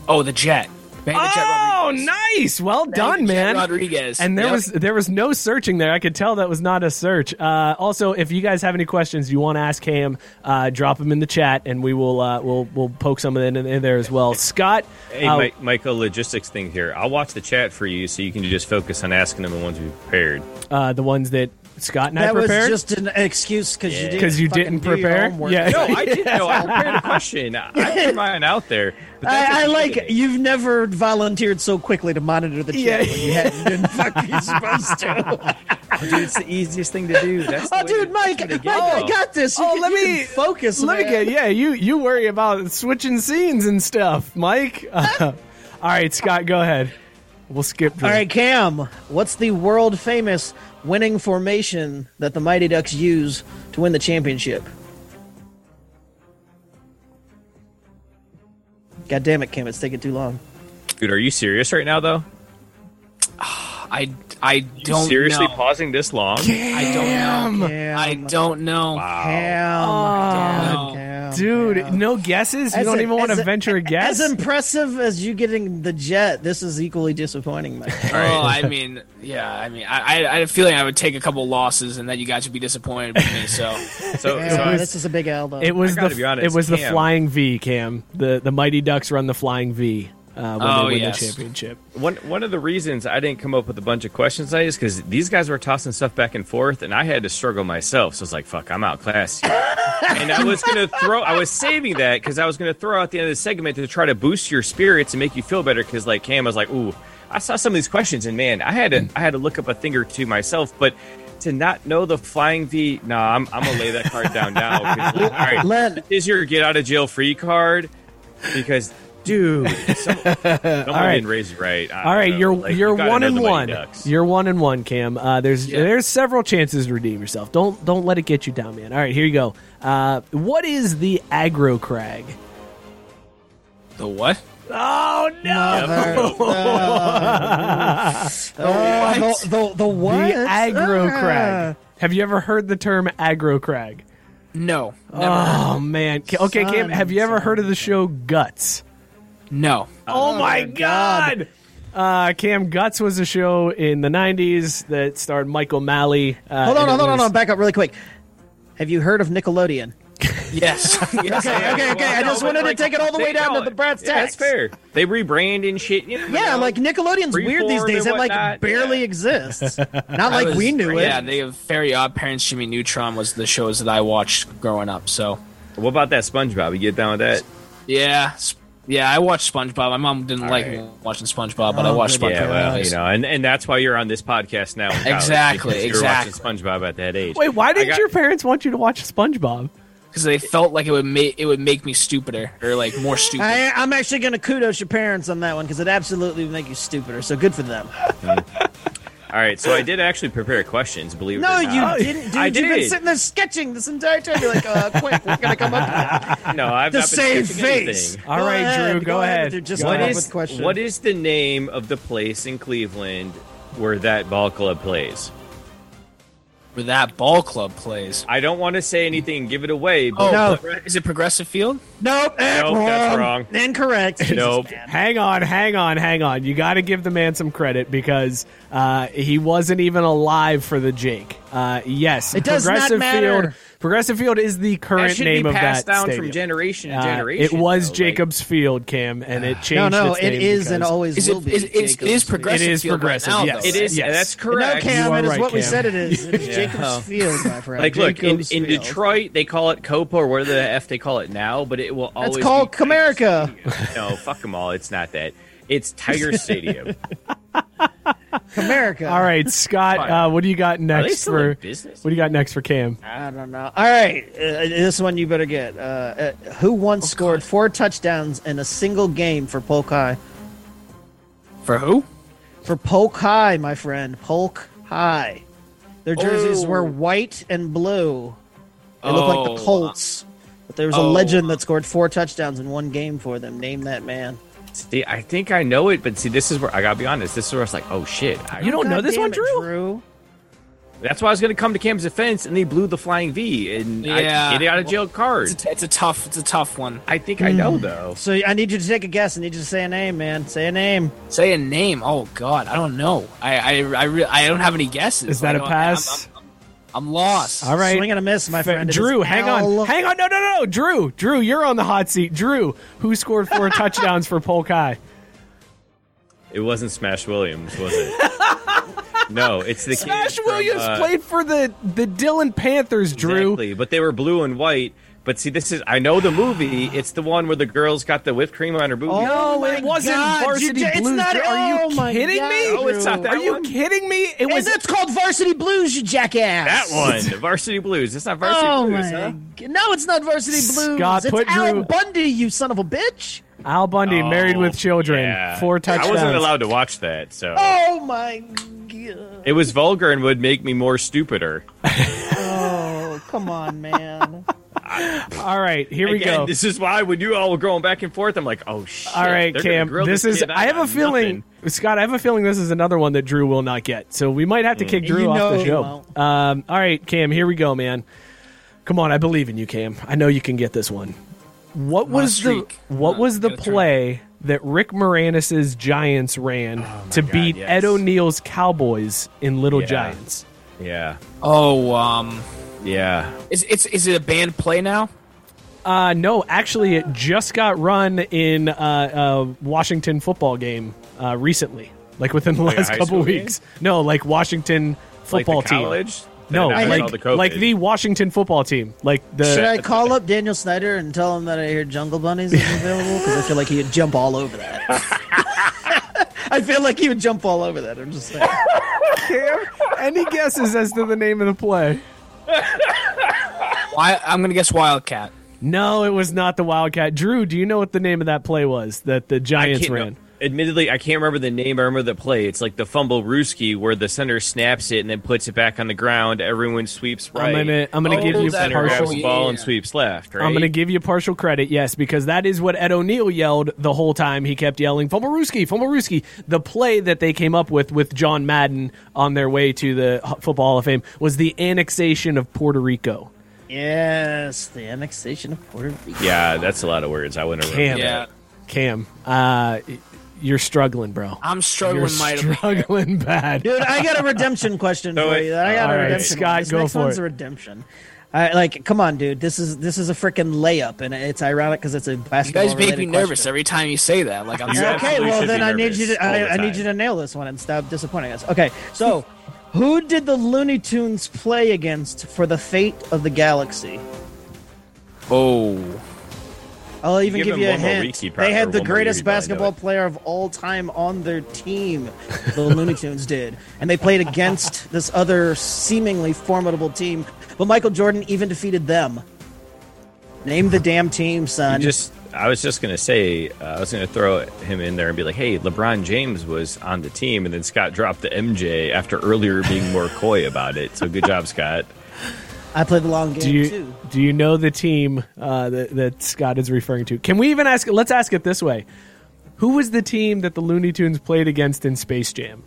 Speaker 4: oh, the jet. Bang the jet
Speaker 3: Oh, nice! Well done,
Speaker 4: the Jet
Speaker 3: man.
Speaker 4: Rodriguez.
Speaker 3: And there
Speaker 4: Yep.
Speaker 3: was there was no searching there. I could tell that was not a search. Uh, also, if you guys have any questions you want to ask Cam, uh, drop them in the chat, and we will uh, we'll we'll poke some of them in, in there as well. Scott,
Speaker 2: Hey,
Speaker 3: uh,
Speaker 2: Mike, Mike, a logistics thing here. I'll watch the chat for you so you can just focus on asking them the ones we prepared.
Speaker 3: uh, the ones that Scott and I
Speaker 1: that was
Speaker 3: prepared.
Speaker 1: just an excuse because you didn't
Speaker 3: 'Cause you
Speaker 1: fucking
Speaker 3: didn't
Speaker 1: do your
Speaker 3: prepare?
Speaker 1: homework.
Speaker 3: Yeah.
Speaker 2: No, I did. No, I prepared a question. I threw mine out there. But
Speaker 1: [laughs]
Speaker 2: that's
Speaker 1: I, I
Speaker 2: okay.
Speaker 1: like you've never volunteered so quickly to monitor the chat
Speaker 3: Yeah.
Speaker 1: when you [laughs] hadn't been fucking supposed to.
Speaker 2: Dude, it's the easiest thing to do. That's the
Speaker 1: Oh,
Speaker 2: way
Speaker 1: dude,
Speaker 2: to-
Speaker 1: Mike,
Speaker 2: that's the way
Speaker 1: Mike,
Speaker 2: to get
Speaker 1: I
Speaker 2: it.
Speaker 1: got this. You
Speaker 3: Oh,
Speaker 1: can-
Speaker 3: let
Speaker 1: you
Speaker 3: me-
Speaker 1: can focus.
Speaker 3: Let me
Speaker 1: man.
Speaker 3: get yeah. You you worry about switching scenes and stuff, Mike. [laughs] Uh, all right, Scott, go ahead. We'll skip.
Speaker 1: All right, Cam, what's the world famous winning formation that the Mighty Ducks use to win the championship? God damn it, Cam, it's taking too long.
Speaker 2: Dude, are you serious right now, though?
Speaker 4: I I
Speaker 2: You
Speaker 4: don't
Speaker 2: seriously
Speaker 4: know.
Speaker 2: pausing this long?
Speaker 4: I don't know.
Speaker 1: Cam,
Speaker 4: I don't know.
Speaker 1: Oh. Cam,
Speaker 4: Don't know.
Speaker 1: Cam,
Speaker 3: Oh, dude.
Speaker 1: Cam.
Speaker 3: No guesses. You
Speaker 1: As
Speaker 3: don't
Speaker 1: a-
Speaker 3: even want
Speaker 1: as
Speaker 3: to
Speaker 1: a-
Speaker 3: venture a guess.
Speaker 1: As impressive as you getting the jet, this is equally disappointing, Mike.
Speaker 2: [laughs]
Speaker 4: Oh, I mean, yeah. I mean, I, I, I had a feeling I would take a couple losses, and then you guys would be disappointed with me. So,
Speaker 2: So, so
Speaker 1: Yeah,
Speaker 2: I,
Speaker 1: this is a big L, though.
Speaker 3: It was
Speaker 2: I
Speaker 3: the
Speaker 2: gotta be honest,
Speaker 3: it was the
Speaker 2: Cam.
Speaker 3: flying V, Cam. The the Mighty Ducks run the flying V uh, when
Speaker 4: Oh,
Speaker 3: they win
Speaker 4: yes.
Speaker 3: the championship.
Speaker 2: one one of the reasons I didn't come up with a bunch of questions tonight is because these guys were tossing stuff back and forth, and I had to struggle myself. So I was like, "Fuck, I'm outclassed." here." and I was gonna throw, I was saving that because I was gonna throw out the end of the segment to try to boost your spirits and make you feel better. Because like Cam, I was like, "Ooh, I saw some of these questions, and man, I had to, I had to look up a thing or two myself." But to not know the flying V, nah, I'm, I'm gonna lay that card down now. 'cause, Like, all right,
Speaker 1: Len,
Speaker 2: is your get out of jail free card because dude some, someone
Speaker 3: right.
Speaker 2: didn't raise it right
Speaker 3: [laughs]
Speaker 2: I
Speaker 3: All
Speaker 2: don't
Speaker 3: right,
Speaker 2: know.
Speaker 3: you're
Speaker 2: Like,
Speaker 3: you're
Speaker 2: you gotta
Speaker 3: one
Speaker 2: know
Speaker 3: and
Speaker 2: the Mighty
Speaker 3: one.
Speaker 2: Ducks.
Speaker 3: You're one and one, Cam. Uh, there's
Speaker 4: Yeah.
Speaker 3: there's several chances to redeem yourself. Don't don't let it get you down, man. All right, here you go. Uh, what is the aggro crag?
Speaker 4: the what?
Speaker 3: Oh no!
Speaker 1: oh, the, the, the
Speaker 3: The
Speaker 1: what?
Speaker 3: aggro
Speaker 1: Ah.
Speaker 3: crag. Have you ever heard the term aggro crag?
Speaker 4: No, never.
Speaker 3: Oh man. Ca- Okay, Cam.
Speaker 1: Son,
Speaker 3: Have you ever
Speaker 1: son.
Speaker 3: heard of the show Guts?
Speaker 4: no.
Speaker 3: Oh, my god. Uh, Cam Guts was a show in the 90s that starred Michael Malley. Uh,
Speaker 1: Hold on,
Speaker 3: and it
Speaker 1: hold on, hold
Speaker 3: was-
Speaker 1: on. Back up really quick. Have you heard of Nickelodeon?
Speaker 4: Yes. yes.
Speaker 1: Okay, okay, okay. I
Speaker 2: No,
Speaker 1: just
Speaker 2: but,
Speaker 1: wanted
Speaker 2: like,
Speaker 1: to take it all the
Speaker 2: they
Speaker 1: way down to
Speaker 2: know
Speaker 1: the
Speaker 2: it.
Speaker 1: Bratz
Speaker 2: Yeah,
Speaker 1: tax.
Speaker 2: that's fair they rebrand and shit you know,
Speaker 1: Yeah, like Nickelodeon's weird these
Speaker 2: Freeform
Speaker 1: days.
Speaker 2: and
Speaker 1: It like
Speaker 2: whatnot,
Speaker 1: barely
Speaker 2: yeah. [laughs]
Speaker 1: exists. Not
Speaker 4: I
Speaker 1: like
Speaker 4: was-
Speaker 1: we knew
Speaker 4: Yeah,
Speaker 1: it.
Speaker 4: they have Very Odd Parents, Jimmy Neutron was the shows that I watched growing up. So,
Speaker 2: what about that spongebob you get down with that
Speaker 4: yeah, sp- yeah, I watched SpongeBob. My mom didn't like me watching
Speaker 3: Oh,
Speaker 4: SpongeBob, but I watched SpongeBob.
Speaker 2: yeah well
Speaker 4: anyways.
Speaker 2: you know and, and that's why you're on this podcast now in college,
Speaker 4: Exactly,
Speaker 2: because you were
Speaker 4: exactly.
Speaker 2: watching spongebob at that age
Speaker 3: Wait, why
Speaker 2: I
Speaker 3: didn't
Speaker 2: got-
Speaker 3: your parents want you to watch SpongeBob?
Speaker 4: because they felt like it would make it would make me stupider or like more stupid.
Speaker 1: I, I'm actually going to kudos your parents on that one because it absolutely would make you stupider. So good for
Speaker 2: [laughs]
Speaker 1: them.
Speaker 2: all right so i did actually prepare questions believe
Speaker 1: No,
Speaker 2: it or not.
Speaker 1: you didn't, dude.
Speaker 2: I
Speaker 1: You've been
Speaker 2: did.
Speaker 1: sitting there sketching this entire time. You're like, uh, quick, we're going to come up with
Speaker 2: no i've
Speaker 1: the
Speaker 2: not
Speaker 1: same
Speaker 2: been sketching
Speaker 1: face.
Speaker 2: anything.
Speaker 3: All right, Drew, go ahead.
Speaker 1: with your just
Speaker 3: Go
Speaker 1: come up
Speaker 2: What
Speaker 3: ahead.
Speaker 2: is
Speaker 1: with question.
Speaker 2: what is the name of the place in Cleveland where that ball club plays?
Speaker 4: where that ball club plays.
Speaker 2: I don't want to say anything, and give it away,
Speaker 4: Oh,
Speaker 2: but
Speaker 1: No.
Speaker 4: Pro- is it Progressive Field?
Speaker 1: Nope, eh,
Speaker 2: Nope, that's wrong.
Speaker 1: [laughs] Incorrect. Jesus,
Speaker 2: Nope.
Speaker 1: man.
Speaker 3: Hang on, hang on, hang on. You got to give the man some credit because uh, he wasn't even alive for the Jake. Uh, yes,
Speaker 1: It does not
Speaker 3: Progressive
Speaker 1: matter.
Speaker 3: Field. Progressive Field is the current
Speaker 2: that should
Speaker 3: name
Speaker 2: be
Speaker 3: of that
Speaker 2: passed down
Speaker 3: stadium.
Speaker 2: from generation to
Speaker 3: Uh,
Speaker 2: generation.
Speaker 3: it was
Speaker 2: though, like-
Speaker 3: Jacob's Field, Cam, and it changed.
Speaker 1: No, no,
Speaker 3: its
Speaker 1: it
Speaker 3: name
Speaker 1: is and
Speaker 3: because-
Speaker 1: always
Speaker 4: Is
Speaker 1: will
Speaker 4: it,
Speaker 1: be.
Speaker 4: is, it's, it is
Speaker 1: Jacob's
Speaker 4: progressive.
Speaker 3: It is
Speaker 4: field right
Speaker 3: progressive,
Speaker 4: now,
Speaker 3: yes.
Speaker 4: though,
Speaker 2: It is.
Speaker 3: Yes.
Speaker 2: That's
Speaker 1: No,
Speaker 2: correct.
Speaker 3: You
Speaker 1: Cam,
Speaker 3: are
Speaker 1: it is
Speaker 3: right,
Speaker 1: what we
Speaker 3: Cam.
Speaker 1: said it is. It is
Speaker 2: Yeah. Oh.
Speaker 1: Jacob's Field, my friend.
Speaker 2: Like, look, in,
Speaker 1: Jacob's
Speaker 2: in
Speaker 1: Field.
Speaker 2: Detroit, they call it Copa or whatever the F they call it now, but it will always.
Speaker 1: That's called
Speaker 2: be Tiger
Speaker 1: Comerica.
Speaker 2: Stadium. No, fuck them all. It's not that. It's Tiger
Speaker 1: [laughs]
Speaker 2: Stadium.
Speaker 1: Comerica.
Speaker 3: All [laughs] right, Scott. Uh,
Speaker 2: Fine.
Speaker 3: what do you got
Speaker 2: Are they
Speaker 3: next
Speaker 2: still in
Speaker 3: for?
Speaker 2: business?
Speaker 3: What do you got next for Cam?
Speaker 1: I don't know. All right, uh, this one you better get. Uh, uh, who once scored four touchdowns in a single game for Polk High?
Speaker 4: For who?
Speaker 1: For Polk High, my friend, Polk High. Their jerseys
Speaker 4: Oh.
Speaker 1: were white and blue. They look like the
Speaker 4: Oh.
Speaker 1: Colts. But there was a
Speaker 4: Oh.
Speaker 1: legend that scored four touchdowns in one game for them. Name that man.
Speaker 2: See, I think I know it, but see, this is where I gotta be honest. This is where I was like, oh shit. I,
Speaker 3: You don't know this
Speaker 1: damn
Speaker 3: one,
Speaker 1: it,
Speaker 3: Drew?
Speaker 2: that's why I was gonna come to Cam's defense, and they blew the flying V, and
Speaker 4: Yeah.
Speaker 2: I get it out of jail card.
Speaker 4: It's a, it's a tough. It's a tough one.
Speaker 2: I think I
Speaker 3: Mm.
Speaker 2: know though.
Speaker 1: So I need you to take a guess. I need you to say a name, man. Say a name.
Speaker 4: Say a name. Oh God, I don't know. I I I, re- I don't have any guesses.
Speaker 3: Is that
Speaker 4: I
Speaker 3: a
Speaker 4: don't-
Speaker 3: pass?
Speaker 4: I'm, I'm, I'm lost.
Speaker 3: All right,
Speaker 1: Swing and a miss, my friend. It is
Speaker 3: Drew, hang
Speaker 1: Al-
Speaker 3: on, hang on. No, no, no, no, Drew, Drew, you're on the hot seat. Drew, who scored [laughs] four touchdowns for Polk High?
Speaker 2: It wasn't Smash Williams, was it?
Speaker 3: [laughs]
Speaker 2: no, it's the
Speaker 3: Smash
Speaker 2: kid from,
Speaker 3: Williams
Speaker 2: uh,
Speaker 3: played for the the Dillon Panthers. Drew,
Speaker 2: Exactly, but they were blue and white. But see, this is—I know the movie. It's the one where the girl's got the whipped cream on her boob.
Speaker 1: Oh,
Speaker 3: it wasn't varsity
Speaker 1: you, did-
Speaker 3: blues.
Speaker 1: It's not,
Speaker 3: Drew. Are
Speaker 1: oh my
Speaker 3: you kidding
Speaker 1: God,
Speaker 3: me?
Speaker 2: No, it's not
Speaker 1: Drew.
Speaker 2: that
Speaker 3: Are you
Speaker 2: one?
Speaker 3: kidding me? It
Speaker 1: And
Speaker 3: was
Speaker 1: that's called Varsity Blues, you jackass.
Speaker 2: That one, the Varsity Blues. It's not Varsity
Speaker 1: Oh
Speaker 2: Blues,
Speaker 1: my!
Speaker 2: huh?
Speaker 1: g- No, it's not Varsity Blues.
Speaker 3: Scott,
Speaker 1: it's
Speaker 3: put
Speaker 1: Al
Speaker 3: Drew-
Speaker 1: Bundy, you son of a bitch.
Speaker 3: Al Bundy,
Speaker 2: Oh,
Speaker 3: married with children,
Speaker 2: yeah.
Speaker 3: four touchdowns.
Speaker 2: I wasn't allowed to watch that, so
Speaker 1: Oh my god!
Speaker 2: it was vulgar and would make me more stupider.
Speaker 1: Oh, come on, man.
Speaker 3: All right, here we
Speaker 2: Again,
Speaker 3: go.
Speaker 2: This is why when you all were going back and forth, I'm like, oh shit.
Speaker 3: All right,
Speaker 2: they're gonna
Speaker 3: Cam.
Speaker 2: grill
Speaker 3: This is.
Speaker 2: kid out
Speaker 3: I have a
Speaker 2: on
Speaker 3: feeling,
Speaker 2: nothing.
Speaker 3: Scott. I have a feeling this is another one that Drew will not get. So we might
Speaker 2: Mm.
Speaker 3: have to kick Drew
Speaker 1: You
Speaker 3: off
Speaker 1: know
Speaker 3: the
Speaker 1: he
Speaker 3: show.
Speaker 1: won't.
Speaker 3: Um, all right, Cam. Here we go, man. Come on, I believe in you, Cam. I know you can get this one. What
Speaker 4: on a
Speaker 3: was the
Speaker 4: streak.
Speaker 3: What
Speaker 4: Come on,
Speaker 3: was the
Speaker 4: gotta turn it.
Speaker 3: play that Rick Moranis's Giants ran to beat
Speaker 2: Oh yes.
Speaker 3: Ed O'Neill's Cowboys in Little
Speaker 2: Yeah.
Speaker 3: Giants?
Speaker 2: Yeah,
Speaker 4: Oh, um,
Speaker 2: yeah.
Speaker 4: is it's is it a band play now?
Speaker 3: Uh, no, actually, it just got run in uh, a Washington football game uh, recently, like within the
Speaker 2: Like a
Speaker 3: last
Speaker 2: Oh, high
Speaker 3: couple
Speaker 2: school game?
Speaker 3: weeks. No, like Washington football
Speaker 2: like the
Speaker 3: team.
Speaker 2: college.
Speaker 3: No,
Speaker 2: Then I
Speaker 3: like
Speaker 2: saw the
Speaker 3: like
Speaker 2: COVID.
Speaker 3: the Washington football team, like
Speaker 1: Should
Speaker 3: the
Speaker 1: I call up Daniel Snyder and tell him that I hear Jungle Bunnies is available? Because I feel like he would jump all over that. [laughs] I feel like he would jump all over that. I'm just saying.
Speaker 3: any guesses as to the name of the play?
Speaker 4: Why I'm gonna guess Wildcat.
Speaker 3: No, it was not the Wildcat. Drew, do you know what the name of that play was that the
Speaker 2: I
Speaker 3: Giants
Speaker 2: can't-
Speaker 3: ran?
Speaker 2: Admittedly, I can't remember the name. I remember the play. It's like the fumble Rooski where the center snaps it and then puts it back on the ground. Everyone sweeps
Speaker 3: I'm
Speaker 2: right.
Speaker 3: gonna- I'm gonna
Speaker 4: give you
Speaker 2: center
Speaker 4: partial-
Speaker 2: grabs the ball and
Speaker 4: yeah.
Speaker 2: sweeps left. Right.
Speaker 3: I'm going to give you partial credit, yes, because that is what Ed O'Neill yelled the whole time. He kept yelling, Fomaruski, Fomaruski. The play that they came up with with John Madden on their way to the H- Football Hall of Fame was the annexation of Puerto Rico.
Speaker 1: Yes, the annexation of Puerto Rico.
Speaker 2: Yeah, that's a lot of words. I wouldn't remember.
Speaker 3: Cam,
Speaker 4: Yeah.
Speaker 3: Cam, uh, y- you're struggling, bro.
Speaker 4: I'm
Speaker 3: You're
Speaker 4: struggling mightily.
Speaker 3: struggling [laughs] bad.
Speaker 1: Dude, I got a redemption
Speaker 3: [laughs]
Speaker 1: question
Speaker 2: Oh,
Speaker 1: for
Speaker 2: wait.
Speaker 1: you. I got
Speaker 3: All
Speaker 1: a
Speaker 3: right,
Speaker 1: redemption.
Speaker 3: Scott,
Speaker 1: one. This
Speaker 3: go
Speaker 1: next
Speaker 3: for
Speaker 1: one's
Speaker 3: it.
Speaker 1: a redemption. I, like, come on, dude. This is this is a freaking layup, and it's ironic because it's a
Speaker 4: You
Speaker 1: basketball.
Speaker 4: guys make me
Speaker 1: related
Speaker 4: nervous
Speaker 1: question.
Speaker 4: every time you say that. Like I'm
Speaker 2: You
Speaker 4: sorry.
Speaker 1: Okay,
Speaker 2: absolutely
Speaker 1: well
Speaker 2: should
Speaker 1: then
Speaker 2: be
Speaker 1: I need you
Speaker 2: nervous
Speaker 1: to
Speaker 2: all
Speaker 1: I,
Speaker 2: the
Speaker 1: I need
Speaker 2: time.
Speaker 1: you to nail this one and stop disappointing us. Okay,
Speaker 2: [laughs]
Speaker 1: so who did the Looney Tunes play against for the fate of the galaxy?
Speaker 4: Oh,
Speaker 1: I'll even
Speaker 2: Give
Speaker 1: give,
Speaker 2: him
Speaker 1: you a
Speaker 2: one more
Speaker 1: hint.
Speaker 2: week, he'd probably-
Speaker 1: they had
Speaker 2: or
Speaker 1: the
Speaker 2: one more year,
Speaker 1: greatest
Speaker 2: he'd probably know
Speaker 1: basketball
Speaker 2: it.
Speaker 1: player of all time on their team. The Looney Tunes did, and they played
Speaker 2: [laughs]
Speaker 1: against this other seemingly formidable team. But Michael Jordan even defeated them. Name the damn team,
Speaker 2: You
Speaker 1: son.
Speaker 2: Just, I was just gonna say, uh, I was gonna throw him in there and be like, "Hey, LeBron James was on the team," and then Scott dropped the MJ after earlier being more coy about it. So good job, Scott.
Speaker 1: I played the long game
Speaker 3: Do you,
Speaker 1: too.
Speaker 3: do you know the team uh, that, that Scott is referring to? Can we even ask? Let's ask it this way. Who was the team that the Looney Tunes played against in Space Jam?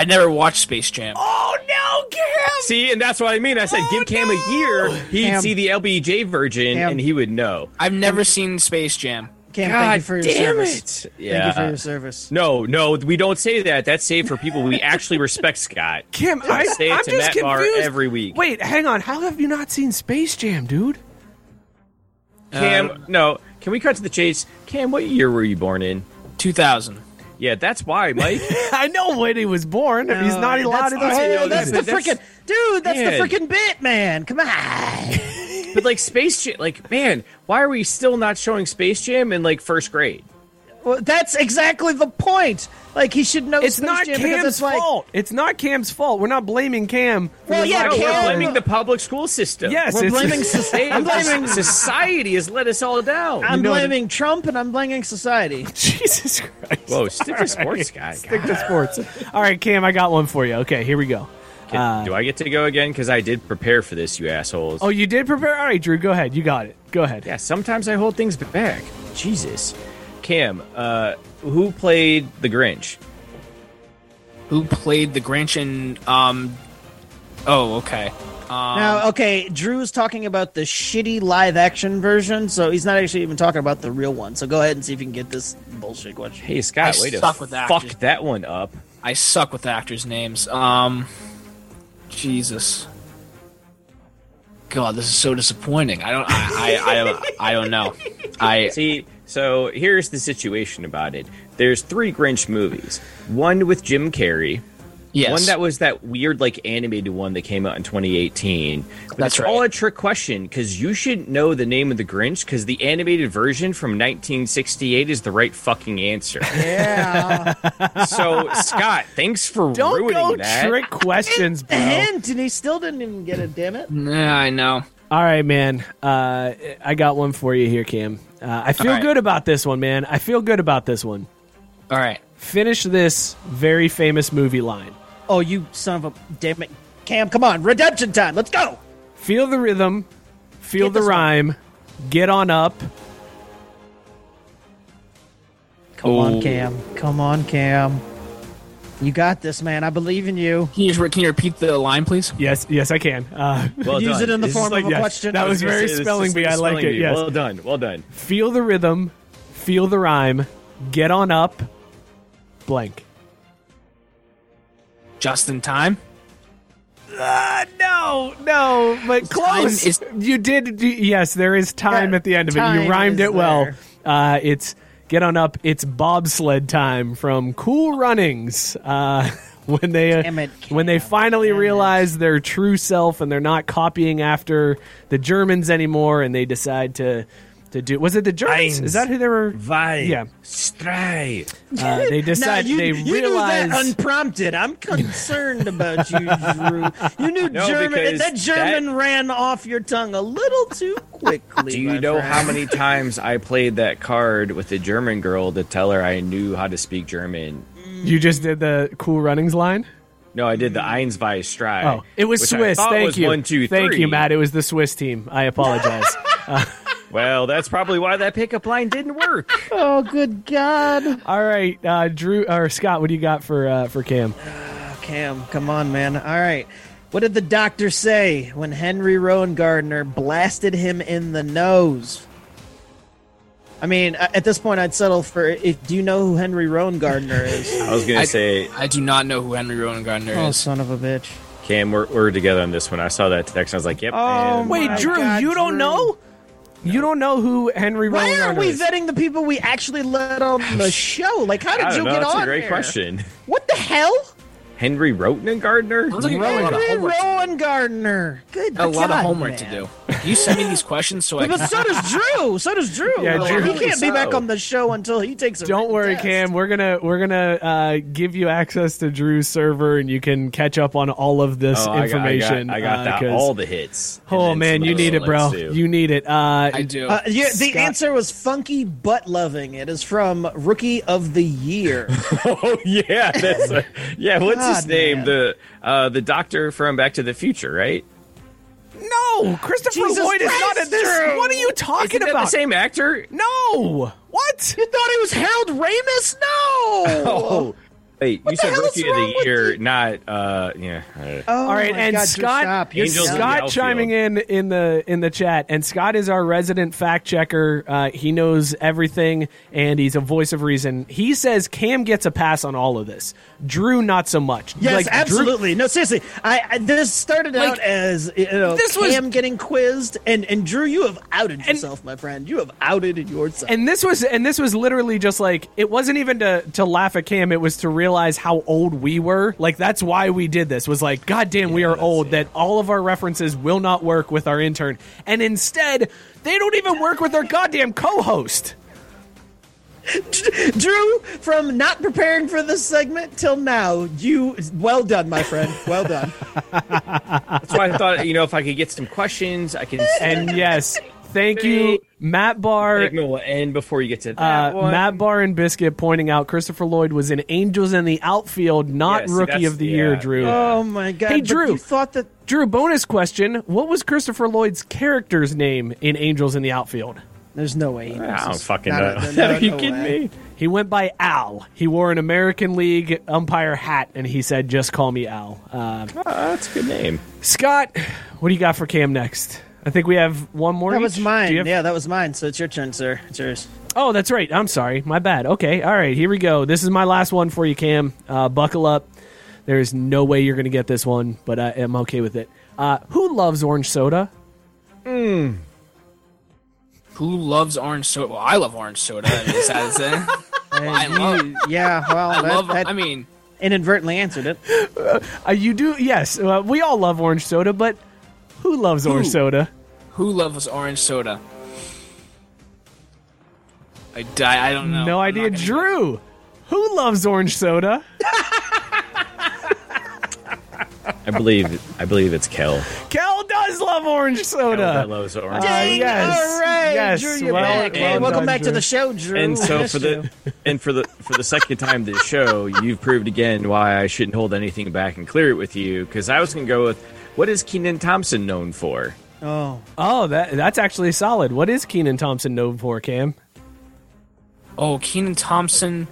Speaker 4: I never watched Space Jam.
Speaker 3: Oh no, Cam!
Speaker 2: See, and that's what I mean. I said, give Cam a year, he'd
Speaker 1: Cam.
Speaker 2: see the LBJ virgin,
Speaker 1: Cam.
Speaker 2: and he would know.
Speaker 4: I've never seen Space Jam.
Speaker 1: Cam,
Speaker 2: God
Speaker 1: thank you for your
Speaker 2: damn
Speaker 1: service.
Speaker 2: it.
Speaker 1: Thank you for
Speaker 2: Yeah.
Speaker 1: your service.
Speaker 2: No, no, we don't say that. That's saved for people we actually respect, Scott.
Speaker 3: Kim, I,
Speaker 2: say it
Speaker 3: I'm
Speaker 2: to
Speaker 3: just
Speaker 2: Matt Barr
Speaker 3: confused.
Speaker 2: every week.
Speaker 3: Wait, hang on. How have you not seen Space
Speaker 1: [laughs]
Speaker 3: Jam, dude?
Speaker 2: Cam, no. Can we cut to the chase? Cam, what year were you born in?
Speaker 4: 2000.
Speaker 2: Yeah, that's why,
Speaker 3: [laughs]
Speaker 2: Mike.
Speaker 3: I know when he was born. He's not allowed
Speaker 1: that's,
Speaker 3: in
Speaker 1: the-
Speaker 3: the
Speaker 2: I
Speaker 1: hey,
Speaker 2: know
Speaker 1: that's
Speaker 2: that,
Speaker 1: the
Speaker 2: but
Speaker 1: freaking
Speaker 2: that's-
Speaker 1: dude. That's
Speaker 2: Man.
Speaker 1: the freaking bit, man. Come on.
Speaker 2: but like Space Jam, like man, why are we still not showing Space Jam in like first grade?
Speaker 1: Well, that's exactly the point. Like he should know.
Speaker 3: It's
Speaker 1: Space
Speaker 3: not
Speaker 1: Jam because
Speaker 3: Cam's
Speaker 1: it's like,
Speaker 3: fault. It's not Cam's fault. We're not blaming Cam. for
Speaker 1: Well,
Speaker 3: his
Speaker 1: yeah,
Speaker 3: lack
Speaker 2: No,
Speaker 3: of
Speaker 1: Cam-
Speaker 2: we're
Speaker 3: effort.
Speaker 2: blaming the public school system.
Speaker 3: Yes,
Speaker 1: We're
Speaker 3: it's- [laughs]
Speaker 1: blaming society. I'm blaming.
Speaker 2: [laughs] society has let us all down.
Speaker 1: I'm
Speaker 3: You know
Speaker 1: blaming Trump and I'm blaming society.
Speaker 3: [laughs] Jesus Christ.
Speaker 2: Whoa, stick to sports
Speaker 3: [laughs]
Speaker 2: guy.
Speaker 3: Stick to
Speaker 2: [laughs]
Speaker 3: sports. All right, Cam, I got one for you. Okay, here we go.
Speaker 2: God. Do I get to go again? Because I did prepare for this, you assholes.
Speaker 3: Oh, you did prepare? All right, Drew, go ahead. You got it. Go ahead.
Speaker 2: Yeah, sometimes I hold things back. Jesus. Cam, uh, who played the Grinch?
Speaker 4: Who played the Grinch and um Oh, okay.
Speaker 3: Um,
Speaker 1: now, okay, Drew's talking about the shitty live action version, so he's not actually even talking about the real one. So go ahead and see if you can get this bullshit question.
Speaker 2: Hey, Scott,
Speaker 4: I
Speaker 2: way to
Speaker 4: suck with that,
Speaker 2: fuck
Speaker 4: dude.
Speaker 2: that one up.
Speaker 4: I suck with actors' names. Um Jesus. God, this is so disappointing. I don't I
Speaker 2: [laughs]
Speaker 4: uh, I, I, I don't know. I
Speaker 2: See, so here's the situation about it. There's three Grinch movies. One with Jim Carrey.
Speaker 4: yes.
Speaker 2: One that was that weird, like animated one that came out in 2018. But
Speaker 4: That's
Speaker 2: it's
Speaker 4: right.
Speaker 2: all a trick question because you should know the name of the Grinch because the animated version from 1968 is the right fucking answer.
Speaker 1: Yeah.
Speaker 2: [laughs] so Scott, thanks for
Speaker 3: Don't
Speaker 2: ruining
Speaker 3: go
Speaker 2: that. [laughs]
Speaker 3: trick questions, bro.
Speaker 1: and, and he still didn't even get it, damn it.
Speaker 4: yeah, I know.
Speaker 3: All right, man. Uh, I got one for you here, Cam. Uh, I feel
Speaker 4: All right.
Speaker 3: good about this one, man. I feel good about this one.
Speaker 4: All right.
Speaker 3: Finish this very famous movie line.
Speaker 1: Oh, you son of a damn it. Cam, come on. Redemption time. Let's go.
Speaker 3: Feel the rhythm, feel
Speaker 1: Get
Speaker 3: the
Speaker 1: this one.
Speaker 3: rhyme, get on up.
Speaker 1: Come
Speaker 4: Oh.
Speaker 1: on, Cam. Come on, Cam. You got this, man. I believe in you.
Speaker 4: Can you, can you repeat the line, please?
Speaker 3: Yes, yes, I can. Uh, [laughs]
Speaker 2: Well
Speaker 1: Use
Speaker 2: done.
Speaker 1: it in the
Speaker 2: This is
Speaker 1: form
Speaker 2: like-
Speaker 1: of a
Speaker 3: yes.
Speaker 1: question.
Speaker 3: That was
Speaker 2: I gonna
Speaker 3: very
Speaker 2: say, this is
Speaker 3: spelling bee.
Speaker 2: like
Speaker 3: I like
Speaker 2: spelling
Speaker 3: it,
Speaker 2: bee.
Speaker 3: yes.
Speaker 2: Well done. Well done.
Speaker 3: feel the rhythm, feel the rhyme, get on up. Blank.
Speaker 4: Just in time?
Speaker 3: Uh, no, no, but close.
Speaker 4: is-
Speaker 3: you did. you- Yes, there is time
Speaker 1: Yeah,
Speaker 3: at the end of it. You
Speaker 1: time
Speaker 3: rhymed
Speaker 1: is
Speaker 3: it well.
Speaker 1: there.
Speaker 3: Uh, it's get on up. It's bobsled time from Cool Runnings. Uh, [laughs] when they uh,
Speaker 1: Damn it,
Speaker 3: when they
Speaker 1: Cam.
Speaker 3: finally
Speaker 1: Damn it.
Speaker 3: realize their true self and they're not copying after the Germans anymore, and they decide to to do. Was it the Germans?
Speaker 2: Eins,
Speaker 3: Is that who they were?
Speaker 2: Vai.
Speaker 3: Yeah.
Speaker 2: Stray.
Speaker 3: Uh,
Speaker 1: [laughs]
Speaker 3: they
Speaker 1: Now,
Speaker 3: decide.
Speaker 1: you,
Speaker 3: they
Speaker 1: you
Speaker 3: realize.
Speaker 1: knew that unprompted. I'm concerned about
Speaker 2: [laughs]
Speaker 1: you, Drew. You knew
Speaker 2: No,
Speaker 1: German.
Speaker 2: because
Speaker 1: That German ran off your tongue a little too quickly.
Speaker 2: Do you
Speaker 1: my
Speaker 2: know
Speaker 1: friend.
Speaker 2: how
Speaker 4: [laughs]
Speaker 2: many times I played that card with a German girl to tell her I knew how to speak German?
Speaker 3: you just did the Cool Runnings line.
Speaker 2: No, I did the Eins by Stray.
Speaker 3: Oh, it was
Speaker 2: which I
Speaker 3: Swiss.
Speaker 2: thought
Speaker 3: Thank
Speaker 2: was
Speaker 3: you.
Speaker 2: One, two,
Speaker 3: Thank
Speaker 2: three.
Speaker 3: you, Matt. It was the Swiss team. I apologize.
Speaker 2: [laughs] Well, that's probably why that pickup line didn't work.
Speaker 1: Oh, good God.
Speaker 3: All right, uh, Drew or Scott, what do you got for uh, for Cam?
Speaker 1: Oh Ah, Cam, come on, man. All right. What did the doctor say when Henry Rowan Gardner blasted him in the nose? I mean, a- at this point, I'd settle for if. Do you know who Henry Rowan Gardner is?
Speaker 2: I was gonna
Speaker 4: I-
Speaker 2: say,
Speaker 4: I do not know who Henry Rowan Gardner
Speaker 1: oh,
Speaker 4: is.
Speaker 1: son of a bitch.
Speaker 2: Cam, we're, we're together on this one. I saw that text. I was like, yep.
Speaker 1: Oh,
Speaker 2: and-
Speaker 1: Wait, my Drew, God, you don't Drew. know?
Speaker 3: You don't know who Henry
Speaker 1: Why
Speaker 3: Rowan
Speaker 1: are
Speaker 3: Gardner
Speaker 1: we
Speaker 3: is?
Speaker 1: vetting the people we actually let [laughs] on the show? Like, how
Speaker 2: I
Speaker 1: did
Speaker 2: don't
Speaker 1: you
Speaker 2: know.
Speaker 1: get
Speaker 2: That's
Speaker 1: on?
Speaker 2: a great
Speaker 1: there?
Speaker 2: question.
Speaker 1: What the hell?
Speaker 2: Henry Roten and Gardner.
Speaker 4: Sounds like you got a lot of
Speaker 1: Henry
Speaker 4: homework,
Speaker 1: Rowan Gardner. Good
Speaker 4: a lot
Speaker 1: God,
Speaker 4: of homework
Speaker 1: man.
Speaker 4: to do. You send me these questions so I
Speaker 1: But
Speaker 4: can.
Speaker 1: so does Drew. So does Drew.
Speaker 3: Yeah,
Speaker 1: Like,
Speaker 3: Drew-
Speaker 1: He can't be back
Speaker 2: So.
Speaker 1: on the show until he takes a.
Speaker 3: Don't
Speaker 1: written
Speaker 3: worry,
Speaker 1: test.
Speaker 3: Cam. We're gonna we're gonna uh, give you access to Drew's server, and you can catch up on all of this
Speaker 2: Oh, I got- I got-
Speaker 3: information.
Speaker 2: I got,
Speaker 3: uh,
Speaker 2: that.
Speaker 3: 'cause-
Speaker 2: All the hits. And
Speaker 3: Oh
Speaker 2: then
Speaker 3: man,
Speaker 2: some
Speaker 3: you
Speaker 2: other
Speaker 3: need it, bro.
Speaker 2: ones, too. [laughs]
Speaker 3: You need it. Uh,
Speaker 4: I do.
Speaker 1: Uh, yeah, the
Speaker 3: Scott-
Speaker 1: answer was funky butt loving. It is from Rookie of the Year.
Speaker 2: oh yeah, that's a, yeah. What's his
Speaker 1: God,
Speaker 2: name?
Speaker 1: man.
Speaker 2: The uh, the doctor from Back to the Future, right?
Speaker 3: no, Christopher
Speaker 1: Jesus
Speaker 3: Lloyd is not in
Speaker 1: Christ,
Speaker 3: this.
Speaker 1: Drew!
Speaker 3: What are you talking
Speaker 2: Isn't that
Speaker 3: about?
Speaker 2: the same actor?
Speaker 3: No, what?
Speaker 1: you thought it was Harold Ramis? No.
Speaker 2: Oh, Wait, you said
Speaker 1: hell is
Speaker 2: rookie of
Speaker 1: wrong
Speaker 2: the
Speaker 1: with
Speaker 2: year, not uh, yeah. uh,
Speaker 1: Oh,
Speaker 3: All right,
Speaker 1: my
Speaker 3: and
Speaker 1: God, just
Speaker 3: Scott,
Speaker 1: stop. You're
Speaker 2: Angels in the
Speaker 3: Scott
Speaker 2: outfield.
Speaker 3: chiming in in the in the chat, and Scott is our resident fact checker. Uh, he knows everything, and he's a voice of reason. He says Cam gets a pass on all of this. Drew, not so much.
Speaker 1: Yes,
Speaker 3: Like, Drew-
Speaker 1: absolutely. No, seriously. I, I this started
Speaker 4: Like,
Speaker 1: out as you know,
Speaker 4: this
Speaker 1: this
Speaker 4: was-
Speaker 1: Cam getting quizzed, and and Drew, you have outed yourself, my friend. You have outed yourself.
Speaker 3: and this was and this was literally just like it wasn't even to to laugh at Cam. It was to realize how old we were. Like that's why we did this. Was like, God damn, we are old. That all of our references will not work with our intern, and instead they don't even work with our goddamn co-host.
Speaker 1: Drew, from not preparing for this segment till now, you well done, my friend. Well done.
Speaker 2: that's why I thought you know if I could get some questions, I can. [laughs]
Speaker 3: And yes, thank you, Matt Barr.
Speaker 2: segment will end before you get to
Speaker 3: Uh,
Speaker 2: that one.
Speaker 3: Matt Barr and Biscuit pointing out Christopher Lloyd was in Angels in the Outfield, not
Speaker 2: Yeah, see,
Speaker 3: Rookie
Speaker 2: that's-
Speaker 3: of the
Speaker 2: yeah,
Speaker 3: Year, Drew.
Speaker 1: [laughs]
Speaker 2: yeah.
Speaker 1: oh my God.
Speaker 3: Hey,
Speaker 1: but
Speaker 3: Drew.
Speaker 1: you thought that
Speaker 3: Drew, bonus question. What was Christopher Lloyd's character's name in Angels in the Outfield?
Speaker 1: there's no way. He knows
Speaker 2: I don't
Speaker 1: this.
Speaker 2: fucking
Speaker 1: No,
Speaker 2: know.
Speaker 1: no,
Speaker 2: [laughs]
Speaker 1: no,
Speaker 2: Are you
Speaker 1: no
Speaker 2: kidding
Speaker 1: way.
Speaker 2: me?
Speaker 3: He went by Al. He wore an American League umpire hat, and he said, just call me Al. Uh,
Speaker 2: Ah, that's a good name.
Speaker 3: Scott, what do you got for Cam next? I think we have one more.
Speaker 1: That
Speaker 3: each.
Speaker 1: was
Speaker 3: Do
Speaker 1: mine.
Speaker 3: you have-
Speaker 1: Yeah, that was mine. So it's your turn, sir. It's yours.
Speaker 3: Oh, that's right. I'm sorry. My bad. Okay. All right. Here we go. This is my last one for you, Cam. Uh, buckle up. There is no way you're going to get this one, but I am okay with it. Uh, who loves orange soda?
Speaker 4: Who loves orange soda? Well, I love orange soda. I mean, is that-
Speaker 1: [laughs]
Speaker 4: is that- Well, I love.
Speaker 2: [laughs]
Speaker 1: Yeah, well,
Speaker 4: I
Speaker 1: that,
Speaker 4: love.
Speaker 1: that
Speaker 4: I mean,
Speaker 1: inadvertently answered it.
Speaker 3: Uh, you do. Yes. Uh, we all love orange soda, but who loves orange soda?
Speaker 4: who loves orange soda? I die. I don't know.
Speaker 3: No,
Speaker 4: I'm
Speaker 3: idea.
Speaker 4: not gonna-
Speaker 3: Drew, who loves orange soda?
Speaker 2: I believe I believe it's Kel.
Speaker 3: Kel does love orange soda.
Speaker 2: Kel that loves orange.
Speaker 3: Uh, yes.
Speaker 1: All right,
Speaker 3: Yes.
Speaker 1: Drew, you're
Speaker 3: Well-
Speaker 1: back. Hey,
Speaker 3: well
Speaker 1: welcome
Speaker 3: done,
Speaker 1: back
Speaker 3: Drew.
Speaker 1: to the show, Drew.
Speaker 2: uh, and so
Speaker 1: Missed
Speaker 2: for the and for the for the second time this show, you've proved again why I shouldn't hold anything back and clear it with you because I was going to go with what is Keenan Thompson known for?
Speaker 1: you. oh,
Speaker 3: Oh, that that's actually solid. What is Keenan Thompson known for, Cam?
Speaker 4: Oh, Keenan Thompson.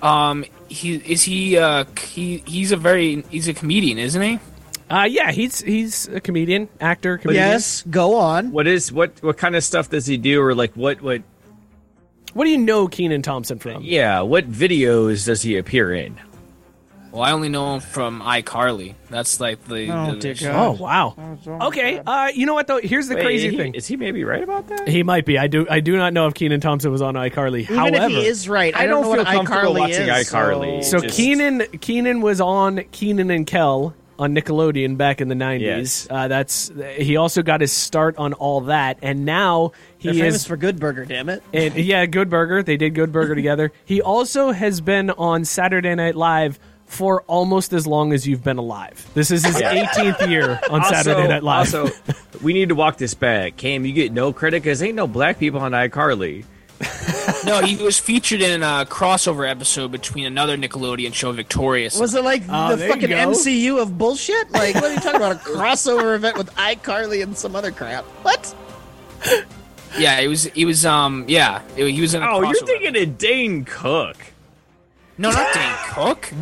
Speaker 4: Um, he is he. Uh, he he's a very he's a comedian, isn't he?
Speaker 3: Uh, yeah, he's he's a comedian, actor, comedian.
Speaker 1: yes, go on.
Speaker 2: What is what what kind of stuff does he do or like what what
Speaker 3: What do you know Keenan Thompson from?
Speaker 2: yeah what videos does he appear in?
Speaker 4: Well, I only know him from iCarly. That's like the.
Speaker 1: Oh,
Speaker 4: the-
Speaker 1: dear
Speaker 3: Oh
Speaker 1: God.
Speaker 3: wow.
Speaker 1: my
Speaker 3: Okay. Uh, you know what though? Here's the
Speaker 2: Wait,
Speaker 3: crazy
Speaker 2: is he-
Speaker 3: thing.
Speaker 2: is he maybe right about that?
Speaker 3: He might be. I do. I do not know if Keenan Thompson was on iCarly.
Speaker 1: Even
Speaker 3: However,
Speaker 1: if he is right, I,
Speaker 2: I
Speaker 1: don't,
Speaker 2: don't
Speaker 1: know
Speaker 2: feel
Speaker 1: what
Speaker 2: comfortable
Speaker 1: iCarly
Speaker 2: watching
Speaker 1: is,
Speaker 2: iCarly.
Speaker 3: so
Speaker 1: So,
Speaker 2: just-
Speaker 3: Keenan Keenan was on Keenan and Kel on Nickelodeon back in the nineties.
Speaker 2: Yes.
Speaker 3: Uh, that's he also got his start on all that, and now
Speaker 1: they're
Speaker 3: he
Speaker 1: famous
Speaker 3: is
Speaker 1: for Good Burger. Damn it!
Speaker 3: And yeah, Good Burger. They did Good Burger
Speaker 2: [laughs]
Speaker 3: together. He also has been on Saturday Night Live for almost as long as you've been alive. This is his 18th year on Saturday Night Live. [laughs]
Speaker 2: Also, we need to walk this back. Cam, you get no credit because ain't no black people on iCarly.
Speaker 4: No, he was featured in a crossover episode between another Nickelodeon show, Victorious.
Speaker 1: Was it like
Speaker 3: Oh,
Speaker 1: the
Speaker 3: there you
Speaker 1: fucking
Speaker 3: go.
Speaker 1: MCU of bullshit? Like, what are you talking about? A crossover event with iCarly and some other crap? What?
Speaker 4: yeah, it was. It was. Um, yeah, it- he was in. A
Speaker 2: Oh, you're
Speaker 4: crossover.
Speaker 2: thinking of Dane Cook.
Speaker 4: No, not Dane Cook.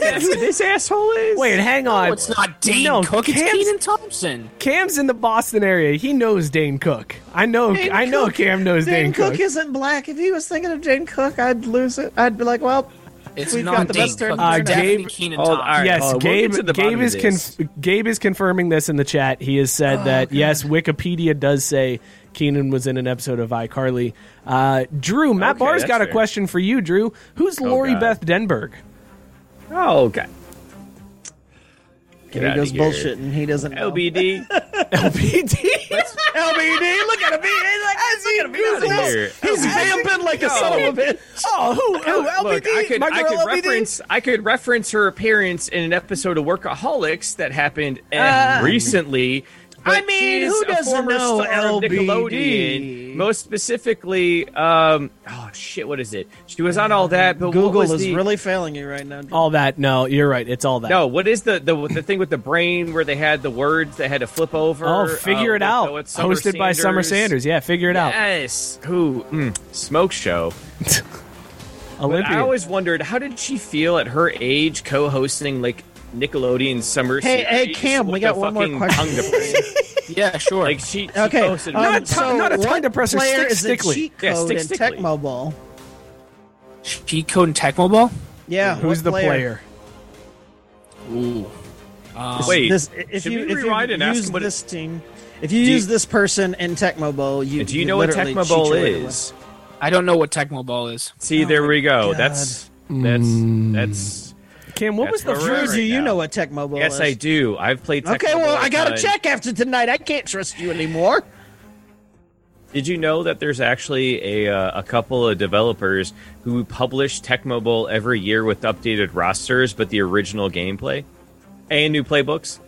Speaker 2: That's who this asshole is.
Speaker 3: Wait, hang on.
Speaker 4: No, it's not Dane
Speaker 3: No,
Speaker 4: Cook. It's
Speaker 3: Cam's-
Speaker 4: Keenan Thompson.
Speaker 3: Cam's in the Boston area. He knows Dane Cook. I know.
Speaker 1: Dane
Speaker 3: I know.
Speaker 1: Cook-
Speaker 3: Cam knows
Speaker 1: Dane,
Speaker 3: Dane,
Speaker 1: Cook, isn't black. If he was thinking of Jane Cook, I'd lose it. I'd be like, well,
Speaker 4: It's
Speaker 1: We've
Speaker 4: not
Speaker 1: got the
Speaker 4: Dane
Speaker 1: best turn
Speaker 4: Cook.
Speaker 1: of
Speaker 4: It's
Speaker 3: events.
Speaker 4: definitely
Speaker 3: Gabe-
Speaker 4: Keenan
Speaker 2: Hold- all
Speaker 4: Thompson.
Speaker 2: right,
Speaker 3: Yes,
Speaker 2: hold on, we'll
Speaker 3: Gabe.
Speaker 2: get to the
Speaker 3: Gabe
Speaker 2: bottom
Speaker 3: is
Speaker 2: of this.
Speaker 3: conf- Gabe is confirming this in the chat. He has
Speaker 4: Oh,
Speaker 3: said that yes, Wikipedia does say Keenan was in an episode of iCarly. Uh, Drew, Matt
Speaker 2: Okay,
Speaker 3: Barr's
Speaker 2: that's
Speaker 3: got a
Speaker 2: fair. Oh,
Speaker 3: question for you. Drew, who's Lori
Speaker 2: God.
Speaker 3: Beth Denberg? [laughs]
Speaker 2: Oh, God. Get
Speaker 1: here
Speaker 2: outta
Speaker 1: he goes
Speaker 2: here.
Speaker 1: bullshit, and he doesn't. know.
Speaker 2: [laughs] LBD.
Speaker 3: LBD.
Speaker 1: LBD, look at him. He's like, look at him. He's,
Speaker 2: outta
Speaker 1: he's-
Speaker 2: here.
Speaker 1: he's vamping like a son of a bitch.
Speaker 3: oh, who? who LBD.
Speaker 2: Look, I could,
Speaker 3: My
Speaker 2: I
Speaker 3: girl
Speaker 2: could
Speaker 3: LBD?
Speaker 2: reference I could reference her appearance in an episode of Workaholics that happened uh, recently. but
Speaker 1: I mean,
Speaker 2: she's
Speaker 1: who
Speaker 2: a
Speaker 1: doesn't
Speaker 2: former
Speaker 1: know
Speaker 2: star of
Speaker 1: LBD?
Speaker 2: Nickelodeon. Most specifically, um, oh shit, what is it? She was on all that, but what
Speaker 1: Google
Speaker 2: was
Speaker 1: is
Speaker 2: the-
Speaker 1: really failing you right now.
Speaker 3: All that. No, you're right. It's all that.
Speaker 2: no. What is the, the the thing with the brain where they had the words that had to flip over?
Speaker 3: Oh, figure it
Speaker 2: uh, with-
Speaker 3: out.
Speaker 2: uh, with Summer
Speaker 3: Hosted by Summer Sanders. Yeah, figure it out.
Speaker 2: Yes, who mm, smoke show? But
Speaker 3: Olympian.
Speaker 2: I always wondered how did she feel at her age co-hosting like Nickelodeon summer
Speaker 1: Hey, hey,
Speaker 2: series
Speaker 1: Cam, we
Speaker 2: with
Speaker 1: got
Speaker 2: a
Speaker 1: one more
Speaker 2: fucking
Speaker 1: question.
Speaker 2: tongue depressor?
Speaker 1: [laughs]
Speaker 4: Yeah, sure.
Speaker 2: like she, she
Speaker 1: Okay,
Speaker 2: hosted
Speaker 1: um,
Speaker 2: one-
Speaker 3: a ton- not a ton
Speaker 1: what
Speaker 3: depressor,
Speaker 1: player
Speaker 3: Stick
Speaker 1: is the
Speaker 3: Stickley.
Speaker 1: cheat
Speaker 2: Yeah,
Speaker 1: code
Speaker 2: Stick
Speaker 1: in
Speaker 2: Stickley.
Speaker 1: Tecmo Bowl?
Speaker 4: Cheat code in Tecmo Bowl?
Speaker 1: Yeah,
Speaker 3: Who's
Speaker 1: what
Speaker 3: the player?
Speaker 4: Ooh. Um,
Speaker 2: wait,
Speaker 1: This, if
Speaker 2: should
Speaker 1: you
Speaker 2: we
Speaker 1: if you
Speaker 2: rewind and ask
Speaker 1: use
Speaker 2: what it-
Speaker 1: this team, if you
Speaker 2: Do you-
Speaker 1: use this person in Tecmo Bowl, you
Speaker 2: do you know what
Speaker 1: literally
Speaker 2: Tecmo
Speaker 1: cheat
Speaker 2: Bowl
Speaker 1: your way to win.
Speaker 2: is?
Speaker 4: I don't know what Tecmo Bowl is.
Speaker 2: See, there we
Speaker 1: Oh,
Speaker 2: go. That's that's that's.
Speaker 3: Cam, what was the
Speaker 2: That's where we're at
Speaker 3: first?
Speaker 1: Drew, do
Speaker 2: right
Speaker 1: you
Speaker 2: now.
Speaker 1: know what Tecmo Bowl
Speaker 2: Yes,
Speaker 1: is?
Speaker 2: I do. I've played. Tecmo
Speaker 1: Okay, well,
Speaker 2: Bowl a
Speaker 1: I gotta
Speaker 2: ton.
Speaker 1: check after tonight. I can't trust you anymore.
Speaker 2: Did you know that there's actually a uh, a couple of developers who publish Tecmo Bowl every year with updated rosters, but the original gameplay and new playbooks?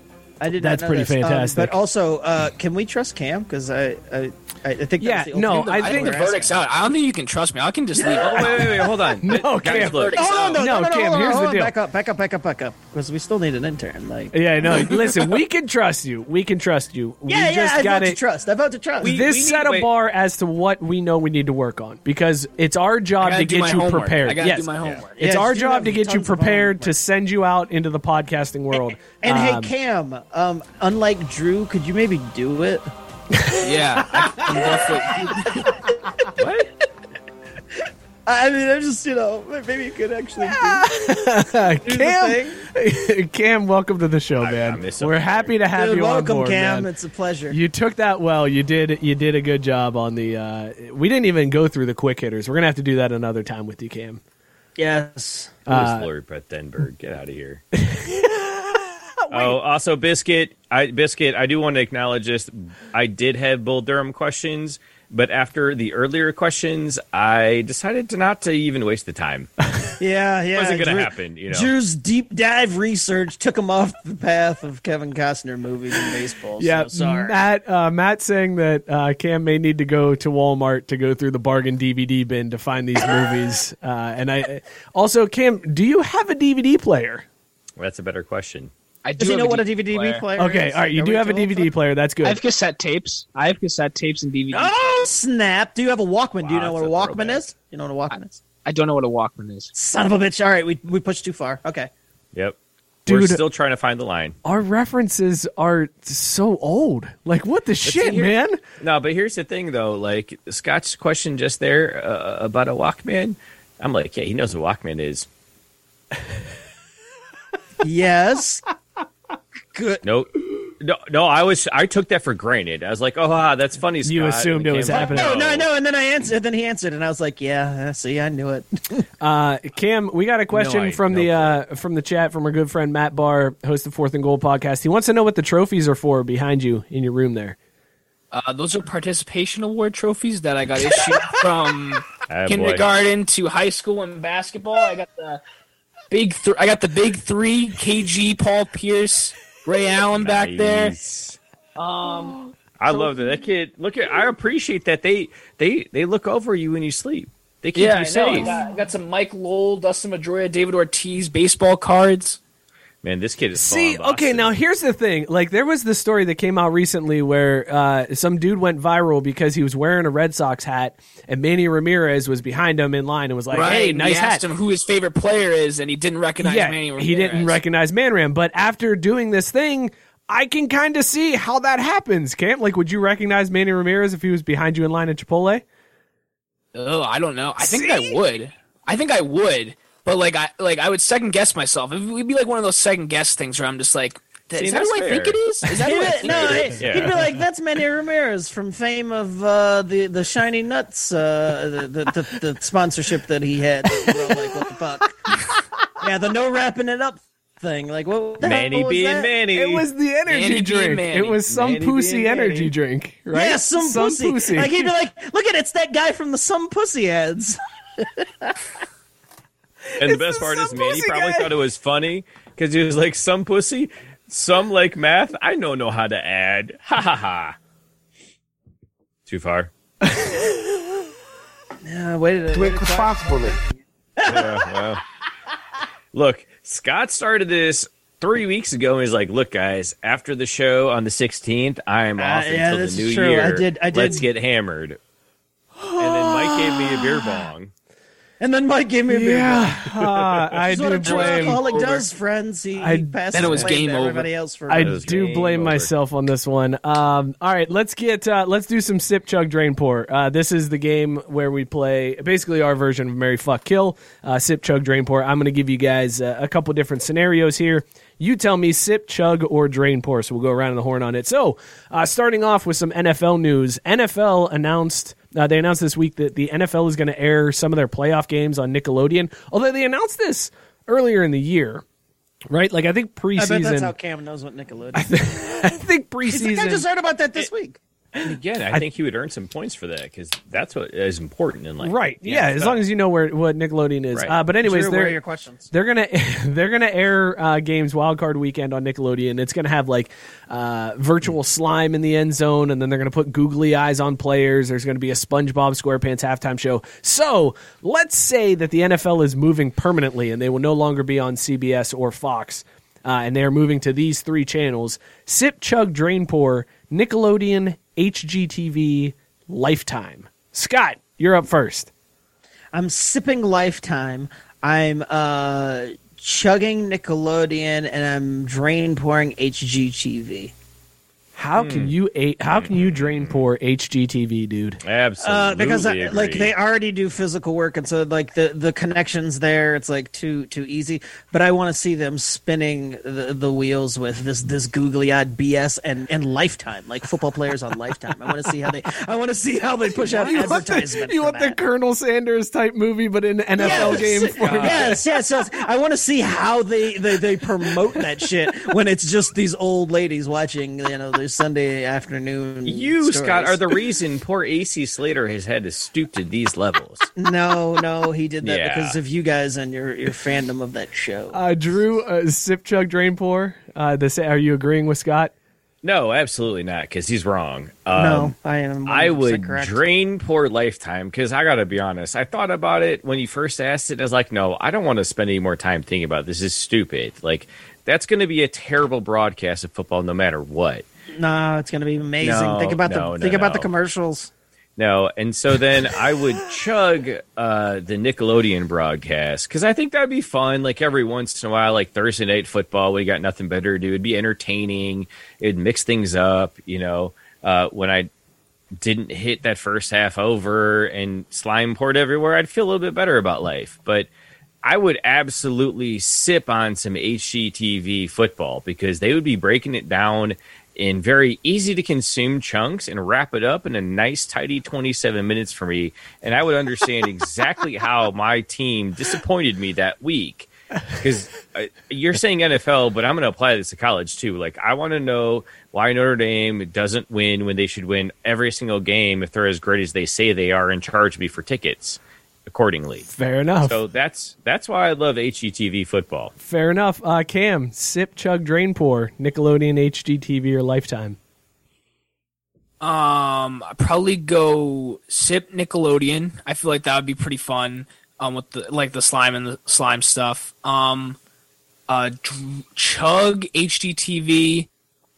Speaker 1: I did.
Speaker 3: That's
Speaker 1: not know
Speaker 3: pretty
Speaker 1: this. Um,
Speaker 3: fantastic.
Speaker 1: but also, uh, can we trust Cam? Because I, I, I I think.
Speaker 3: Yeah,
Speaker 1: that was the
Speaker 3: no,
Speaker 1: ultimate
Speaker 3: I
Speaker 4: I
Speaker 3: think
Speaker 4: think the
Speaker 1: question we're
Speaker 4: verdict's out. I don't think you can trust me. I can just leave.
Speaker 2: Oh, wait, wait, wait, hold on.
Speaker 3: No,
Speaker 2: Guys,
Speaker 3: Cam.
Speaker 2: look.
Speaker 1: asking.
Speaker 4: out.
Speaker 1: Hold on,
Speaker 3: No,
Speaker 1: no, no,
Speaker 3: Cam,
Speaker 1: hold on,
Speaker 3: here's
Speaker 1: hold
Speaker 3: the
Speaker 1: on,
Speaker 3: deal.
Speaker 1: Back up, back up, back up, back up. Because we still need an intern. Like,
Speaker 3: Yeah, no. Listen, we can trust you. We can trust you.
Speaker 1: yeah,
Speaker 3: we
Speaker 1: yeah.
Speaker 3: just
Speaker 1: I vote
Speaker 3: got
Speaker 1: to
Speaker 3: it.
Speaker 1: trust. I vote to trust.
Speaker 2: We-
Speaker 3: This
Speaker 2: need-
Speaker 3: set a
Speaker 2: wait.
Speaker 3: bar as to what we know we need to work on because it's our
Speaker 4: I
Speaker 3: job
Speaker 4: gotta
Speaker 3: to
Speaker 4: do my
Speaker 3: get you
Speaker 4: homework.
Speaker 3: prepared.
Speaker 4: I gotta
Speaker 3: yes.
Speaker 4: do my homework.
Speaker 3: It's
Speaker 1: Yes,
Speaker 3: our
Speaker 1: you
Speaker 3: job
Speaker 1: have
Speaker 3: to get you
Speaker 1: tons of
Speaker 3: prepared to
Speaker 1: homework.
Speaker 3: send you out into the podcasting world.
Speaker 1: and
Speaker 3: Um,
Speaker 1: hey, Cam. Um, unlike Drew, could you maybe do it?
Speaker 4: Yeah. I can definitely-
Speaker 2: What?
Speaker 1: I I mean, I'm just you know maybe you could actually. do
Speaker 3: [laughs] Cam, Cam, uh, welcome to the show,
Speaker 2: I
Speaker 3: man.
Speaker 2: miss it.
Speaker 3: We're happy to have
Speaker 1: Dude,
Speaker 3: you
Speaker 1: welcome,
Speaker 3: on board,
Speaker 1: Cam.
Speaker 3: man.
Speaker 1: It's a pleasure.
Speaker 3: You took that well. You did. You did a good job on the. Uh, we didn't even go through the quick hitters. We're gonna have to do that another time with you, Cam.
Speaker 1: yes.
Speaker 2: Who is Lori Brett Denberg? Get out of here. oh, also biscuit. I biscuit. I do want to acknowledge this. I did have Bull Durham questions, but after the earlier questions, I decided to not to even waste the time. [laughs]
Speaker 1: Yeah, yeah.
Speaker 2: wasn't gonna happen, you know.
Speaker 1: Drew's deep dive research took him off the path of Kevin Costner movies and baseball.
Speaker 3: Yeah,
Speaker 1: so sorry.
Speaker 3: Matt. Uh, Matt saying that uh, Cam may need to go to Walmart to go through the bargain DVD bin to find [laughs] these movies. Uh, and I also, Cam, do you have a DVD player?
Speaker 2: That's a better question.
Speaker 4: I do
Speaker 1: Does he
Speaker 4: have
Speaker 1: know what a
Speaker 4: DVD
Speaker 1: DVD player?
Speaker 3: Okay,
Speaker 1: is?
Speaker 3: all right. You
Speaker 1: Are
Speaker 3: do
Speaker 1: we
Speaker 3: have a
Speaker 1: told?
Speaker 3: DVD player. That's
Speaker 4: I
Speaker 3: good.
Speaker 4: have cassette tapes. I have cassette tapes and DVDs.
Speaker 1: Oh snap! Do you have a Walkman? do you
Speaker 3: Ah,
Speaker 2: Wow,
Speaker 1: know what a
Speaker 2: that's a
Speaker 1: Walkman
Speaker 2: throwback.
Speaker 1: is? You know what a Walkman is?
Speaker 4: I don't know what a Walkman is.
Speaker 1: Son of a bitch! All right, we we pushed too far. [laughs] Okay.
Speaker 2: Yep. We're
Speaker 3: Dude.
Speaker 2: still trying to find the line.
Speaker 3: Our references are so old. Like, what the shit,
Speaker 2: here.
Speaker 3: man?
Speaker 2: No, but here's the thing, though. Like Scott's question just there uh, about a Walkman. I'm like, yeah, he knows what Walkman is.
Speaker 1: Yes. Good.
Speaker 2: No, no, no. I was, I took that for granted. I was like, oh, ah, that's funny. Scott.
Speaker 3: You assumed
Speaker 2: And
Speaker 3: it was
Speaker 2: Cam's
Speaker 3: happening.
Speaker 1: No, no, no. And then I answered. Then he answered, and I was like, "Yeah, uh, see, I knew it."
Speaker 3: Uh, Cam, we got a question
Speaker 2: No, I-
Speaker 3: from
Speaker 2: no
Speaker 3: the uh, from the chat from our good friend Matt Barr, host of Fourth and Gold podcast. He wants to know what the trophies are for behind you in your room there.
Speaker 4: Uh, those are participation award trophies that I
Speaker 2: [laughs]
Speaker 4: got issued from
Speaker 2: Ah, boy.
Speaker 4: kindergarten to high school in basketball. I got the big. Th- I got the big three: KG, Paul Pierce, Ray Allen back there.
Speaker 2: Nice. I love that. That kid. Look at. I appreciate that they they they look over you when you sleep. They keep you
Speaker 4: Yeah, I know. I
Speaker 2: safe.
Speaker 4: got, I got some Mike Lowell, Dustin Pedroia, David Ortiz baseball cards.
Speaker 2: Man, this kid is. full
Speaker 3: See,
Speaker 2: on
Speaker 3: okay,
Speaker 2: Boston.
Speaker 3: now here's the thing. Like, there was this story that came out recently where uh, some dude went viral because he was wearing a Red Sox hat, and Manny Ramirez was behind him in line and was like, "Hey,
Speaker 4: and
Speaker 3: nice
Speaker 4: we asked
Speaker 3: hat."
Speaker 4: him who his favorite player is, and he didn't recognize
Speaker 3: yeah,
Speaker 4: Manny Ramirez.
Speaker 3: he didn't recognize Manram, but after doing this thing, I can kind of see how that happens. Cam, like, would you recognize Manny Ramirez if he was behind you in line at Chipotle?
Speaker 4: Oh, I don't know. I think I would. I think I would. But like I like I would second guess myself. It would be like one of those second guess things where I'm just like,
Speaker 2: See,
Speaker 4: is that
Speaker 2: that's
Speaker 4: who I
Speaker 2: fair.
Speaker 4: think it is? Is that
Speaker 1: He'd
Speaker 2: [laughs]
Speaker 4: who I
Speaker 1: be, [laughs]
Speaker 4: think
Speaker 1: no,
Speaker 4: it is?
Speaker 1: hey,
Speaker 2: Yeah.
Speaker 1: he'd be like, "That's Manny Ramirez from fame of uh, the the shiny nuts, uh, the, the, the the sponsorship that he had." We're all like, what the fuck? [laughs] yeah, the no wrapping it up thing. Like, what? The
Speaker 2: Manny
Speaker 1: hell was
Speaker 2: being
Speaker 1: that?
Speaker 2: Manny.
Speaker 3: It was the energy
Speaker 4: Manny being
Speaker 3: drink.
Speaker 4: Manny.
Speaker 3: It was some
Speaker 2: Manny
Speaker 3: pussy
Speaker 2: being Manny.
Speaker 3: energy drink, right?
Speaker 1: Yeah, some, pussy.
Speaker 3: [laughs]
Speaker 1: Like he'd be like, "Look at it's that guy from the some pussy ads." [laughs]
Speaker 2: And the
Speaker 3: It's
Speaker 2: best
Speaker 3: the
Speaker 2: part
Speaker 3: some
Speaker 2: is Manny
Speaker 3: pussy
Speaker 2: probably
Speaker 3: guy.
Speaker 2: thought it was funny because he was like, some pussy, some like math. I don't know how to add. Ha ha ha. Too far.
Speaker 1: Yeah, Uh, wait a
Speaker 5: Drink responsibly.
Speaker 2: Look, Scott started this three weeks ago and he's like, look, guys, after the show on the 16th, I am off
Speaker 1: Uh, yeah,
Speaker 2: until
Speaker 1: this
Speaker 2: the
Speaker 1: is
Speaker 2: new
Speaker 1: true. I
Speaker 2: year.
Speaker 1: did- I did-
Speaker 2: Let's get hammered. And then Mike gave me a beer bong.
Speaker 1: And then Mike gave me a beer.
Speaker 3: Yeah, [laughs] uh, I
Speaker 1: That's what
Speaker 3: do
Speaker 1: a true
Speaker 3: blame.
Speaker 1: alcoholic does, friends. He,
Speaker 3: I-
Speaker 1: he passes
Speaker 4: Then it was
Speaker 1: blame
Speaker 4: game
Speaker 1: to
Speaker 4: over.
Speaker 1: everybody else for
Speaker 3: I
Speaker 1: it.
Speaker 2: That was
Speaker 3: do
Speaker 2: game
Speaker 3: blame
Speaker 2: over.
Speaker 3: myself on this one. Um, all right, let's get uh, let's do some sip, chug, drain, pour. Uh, this is the game where we play basically our version of Mary Fuck Kill. Uh, sip, chug, drain, pour. I'm going to give you guys uh, a couple different scenarios here. You tell me sip, chug, or drain pour. So we'll go around the horn on it. So uh, starting off with some NFL news. NFL announced. Uh, they announced this week that the NFL is going to air some of their playoff games on Nickelodeon. Although they announced this earlier in the year, right? Like I think
Speaker 1: I
Speaker 3: preseason.
Speaker 1: bet that's how Cam knows what Nickelodeon. is.
Speaker 3: I think
Speaker 1: He's like, I just
Speaker 3: preseason.
Speaker 1: heard about that this week.
Speaker 2: And again, I, think he would earn some points for that because that's what is important in life.
Speaker 3: Right. Yeah. as long as you know where what Nickelodeon is.
Speaker 2: Right.
Speaker 3: Uh, but anyways,
Speaker 1: Drew, where are
Speaker 3: they're
Speaker 1: your questions?
Speaker 3: they're gonna [laughs] they're gonna air uh, games Wild Card Weekend on Nickelodeon. It's gonna have like uh, virtual slime in the end zone, and then they're gonna put googly eyes on players. There's gonna be a SpongeBob SquarePants halftime show. So let's say that the NFL is moving permanently, and they will no longer be on CBS or Fox. Uh, and they are moving to these three channels: Sip, Chug, Drain, Pour, Nickelodeon, HGTV, Lifetime. Scott, you're up first.
Speaker 1: I'm sipping Lifetime. I'm uh, chugging Nickelodeon, and I'm drain pouring HGTV.
Speaker 3: How can you a- how can you drain poor HGTV, dude?
Speaker 2: absolutely,
Speaker 1: Uh, because I, like
Speaker 2: agree.
Speaker 1: they already do physical work, and so like the the connections there, it's like too too easy. But I want to see them spinning the, the wheels with this this googly eyed BS and and Lifetime, like football players on Lifetime. I want to see how they I want to see how they [laughs] push out
Speaker 3: You want the,
Speaker 1: advertisement.
Speaker 3: you
Speaker 1: for
Speaker 3: want the
Speaker 1: that.
Speaker 3: Colonel Sanders type movie, but in NFL game
Speaker 1: [laughs]
Speaker 3: format.
Speaker 1: Yes, yes, yes. I want to see how they, they, they promote that shit when it's just these old ladies watching, you know, their Sunday afternoon.
Speaker 2: you,
Speaker 1: stories.
Speaker 2: Scott, are the reason poor AC Slater has had to stoop to these levels.
Speaker 1: No, no, he did that
Speaker 2: Yeah.
Speaker 1: because of you guys and your, your fandom of that show.
Speaker 3: Uh, Drew, uh, sip chug drain pour. Uh, the, sa- are you agreeing with Scott?
Speaker 2: no, absolutely not, because he's wrong. Um,
Speaker 1: no, I am.
Speaker 2: I
Speaker 1: 100%
Speaker 2: would
Speaker 1: Mm, correct.
Speaker 2: drain poor lifetime because I gotta be honest. I thought about it when you first asked it. and I was like, no, I don't want to spend any more time thinking about this. This is stupid. Like that's going to be a terrible broadcast of football, no matter what.
Speaker 1: No, it's gonna be amazing.
Speaker 2: No,
Speaker 1: think about
Speaker 2: no,
Speaker 1: the
Speaker 2: no,
Speaker 1: think about the
Speaker 2: no.
Speaker 1: commercials.
Speaker 2: No, and so then I would chug uh, the Nickelodeon broadcast because I think that'd be fun. Like every once in a while, like Thursday night football, we got nothing better to do. It'd be entertaining. It'd mix things up. You know, uh, when I didn't hit that first half over and slime poured everywhere, I'd feel a little bit better about life. But I would absolutely sip on some HGTV football because they would be breaking it down in very easy to consume chunks and wrap it up in a nice, tidy 27 minutes for me. And I would understand exactly how my team disappointed me that week. Because uh, you're saying NFL, but I'm going to apply this to college too. Like, I want to know why Notre Dame doesn't win when they should win every single game if they're as great as they say they are and charge me for tickets accordingly.
Speaker 3: Fair enough.
Speaker 2: So that's that's why I love HGTV football.
Speaker 3: Fair enough. Uh, Cam, sip chug drain pour. Nickelodeon, HGTV, or Lifetime.
Speaker 4: Um, I probably go sip Nickelodeon. I feel like that would be pretty fun. Um, with the like the slime and the slime stuff. Um, uh, dr- chug HGTV.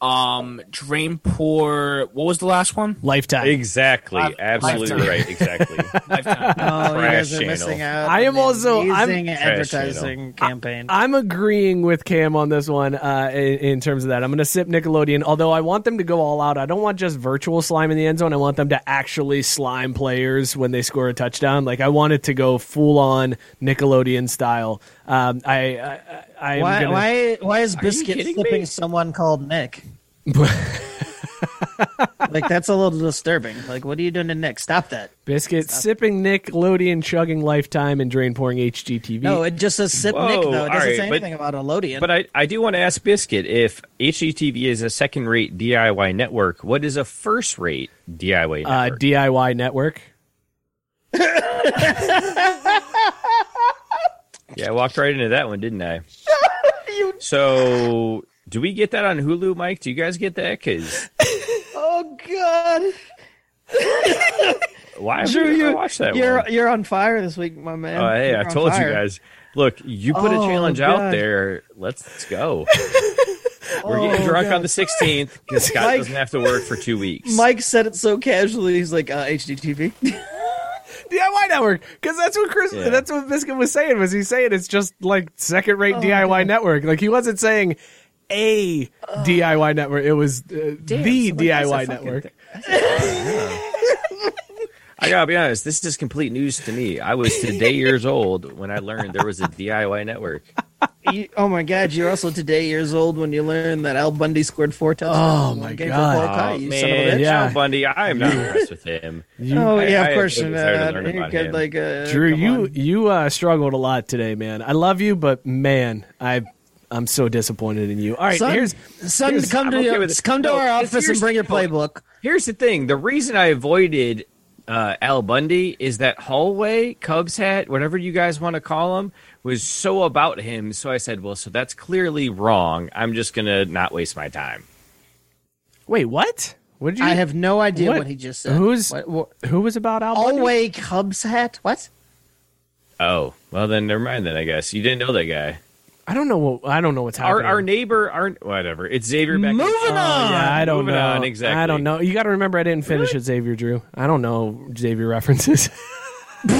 Speaker 4: Um, drain pour. What was the last one?
Speaker 3: Lifetime.
Speaker 2: Exactly,
Speaker 4: I've-
Speaker 2: absolutely
Speaker 4: I've-
Speaker 2: right. Exactly.
Speaker 4: Lifetime.
Speaker 1: Oh, you
Speaker 2: Trash
Speaker 1: guys are missing
Speaker 2: channel.
Speaker 1: out.
Speaker 3: I am
Speaker 1: on an
Speaker 3: also- I'm-
Speaker 1: amazing advertising campaign.
Speaker 3: I'm agreeing with Cam on this one uh, in, in terms of that. I'm going to sip Nickelodeon, although I want them to go all out. I don't want just virtual slime in the end zone. I want them to actually slime players when they score a touchdown. Like I want it to go full on Nickelodeon style. Um, I, I, I, I'm
Speaker 1: why,
Speaker 3: gonna,
Speaker 1: why why is Biscuit
Speaker 2: kidding
Speaker 1: flipping
Speaker 2: me?
Speaker 1: someone called
Speaker 2: [laughs]
Speaker 1: Nick? like that's a little disturbing. Like, what are you doing to Nick? Stop that.
Speaker 3: biscuit sipping Nickelodeon, chugging Lifetime, and drain pouring HGTV.
Speaker 1: No, it just says sip
Speaker 2: Whoa,
Speaker 1: Nick though. It doesn't
Speaker 2: alright,
Speaker 1: say
Speaker 2: but-
Speaker 1: anything about Elodian.
Speaker 2: but I, I do want to ask Biscuit if HGTV is a second rate DIY network, what is a first rate DIY
Speaker 3: uh,
Speaker 2: network?
Speaker 3: DIY network.
Speaker 2: yeah, I walked right into that one, didn't
Speaker 1: [laughs]
Speaker 2: I? so do we get that on Hulu, Mike? Do you guys get that? Because
Speaker 1: oh god,
Speaker 2: why have
Speaker 1: Drew,
Speaker 2: we never
Speaker 1: you-
Speaker 2: watched that
Speaker 1: you're
Speaker 2: one?
Speaker 1: you're on fire this week, my man.
Speaker 2: Oh, hey,
Speaker 1: You're
Speaker 2: I
Speaker 1: on
Speaker 2: told
Speaker 1: fire.
Speaker 2: you guys. Look, you put
Speaker 1: Oh,
Speaker 2: a challenge out
Speaker 1: God.
Speaker 2: there. Let's,
Speaker 1: [laughs]
Speaker 2: let's go. We're getting
Speaker 1: Oh,
Speaker 2: drunk
Speaker 1: God.
Speaker 2: on the 16th
Speaker 1: [laughs]
Speaker 2: because Scott
Speaker 1: Mike-
Speaker 2: doesn't have to work for two weeks. [laughs]
Speaker 1: Mike said it so casually. He's like, uh, HDTV.
Speaker 3: DIY network because that's what Chris
Speaker 2: Yeah.
Speaker 3: that's what Biscuit was saying was he saying it's just like second
Speaker 1: Oh,
Speaker 3: rate DIY network like he wasn't saying a DIY network it was uh, the
Speaker 1: somebody else said
Speaker 3: DIY
Speaker 1: fucking
Speaker 3: network
Speaker 1: thing.
Speaker 2: I gotta be honest, this is complete news to me. I was today years old when I learned there
Speaker 1: [laughs]
Speaker 2: was a DIY network.
Speaker 1: You- oh my God! You're also today years old when you learn that Al Bundy scored four touchdowns.
Speaker 3: Oh,
Speaker 1: in one
Speaker 3: my
Speaker 1: game for Paul
Speaker 3: God.
Speaker 1: Kai,
Speaker 2: Oh,
Speaker 1: you son of a
Speaker 2: man,
Speaker 1: bitch.
Speaker 3: Yeah.
Speaker 2: John Bundy, I am not impressed with him.
Speaker 1: Oh
Speaker 2: I-
Speaker 1: yeah,
Speaker 2: I
Speaker 1: of
Speaker 2: am
Speaker 1: course.
Speaker 2: so
Speaker 1: you're
Speaker 2: excited to
Speaker 1: not.
Speaker 2: learn
Speaker 1: You
Speaker 2: about
Speaker 1: get
Speaker 2: him.
Speaker 1: like a
Speaker 3: Drew
Speaker 1: come
Speaker 3: you
Speaker 1: on.
Speaker 3: you uh, struggled a lot today man I love you but man I I'm so disappointed in you all right
Speaker 1: Son,
Speaker 3: here's
Speaker 1: son,
Speaker 2: here's-
Speaker 1: come to
Speaker 2: I'm okay
Speaker 1: your-
Speaker 2: with it.
Speaker 1: come to
Speaker 2: No,
Speaker 1: our
Speaker 2: it's-
Speaker 1: office and
Speaker 2: here's-
Speaker 1: bring your
Speaker 2: no.
Speaker 1: playbook.
Speaker 2: Here's the thing: the reason I avoided uh, Al Bundy is that hallway Cubs hat, whatever you guys want to call him, was so about him. So I said, "Well, so that's clearly wrong. I'm just gonna not waste my time."
Speaker 3: wait what what did you
Speaker 1: I have no idea what,
Speaker 3: What?
Speaker 1: he just said.
Speaker 3: Who's-
Speaker 1: what, what,
Speaker 3: who was about Al Bundy?
Speaker 1: Alway Cubs hat? What?
Speaker 2: Oh, well then, never mind. Then I guess you didn't know that guy.
Speaker 3: I don't know what I don't know what's
Speaker 2: Our
Speaker 3: happening
Speaker 2: [laughs] our neighbor, our whatever. It's Xavier. Beckett.
Speaker 1: Moving
Speaker 2: Oh,
Speaker 1: on.
Speaker 3: Yeah, I don't
Speaker 2: Moving
Speaker 3: know.
Speaker 2: on, exactly.
Speaker 3: I don't know. You got to remember, I didn't finish it, Xavier Drew. I don't know Xavier references. [laughs]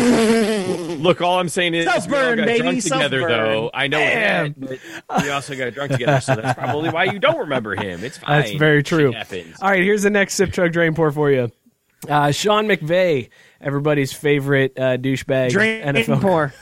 Speaker 2: Look, all I'm saying is we all
Speaker 1: Self-burn,
Speaker 2: got
Speaker 1: baby,
Speaker 2: drunk together,
Speaker 1: self-burn.
Speaker 2: though. I know that, but we also got drunk together, so that's probably why you don't remember
Speaker 1: [laughs]
Speaker 2: him. It's fine.
Speaker 3: That's very
Speaker 2: Shit
Speaker 3: true.
Speaker 2: happens.
Speaker 3: All right, here's the next sip truck drain pour for you. Uh, Sean McVay, everybody's favorite uh, douchebag
Speaker 1: Drain
Speaker 3: NFL
Speaker 1: pour.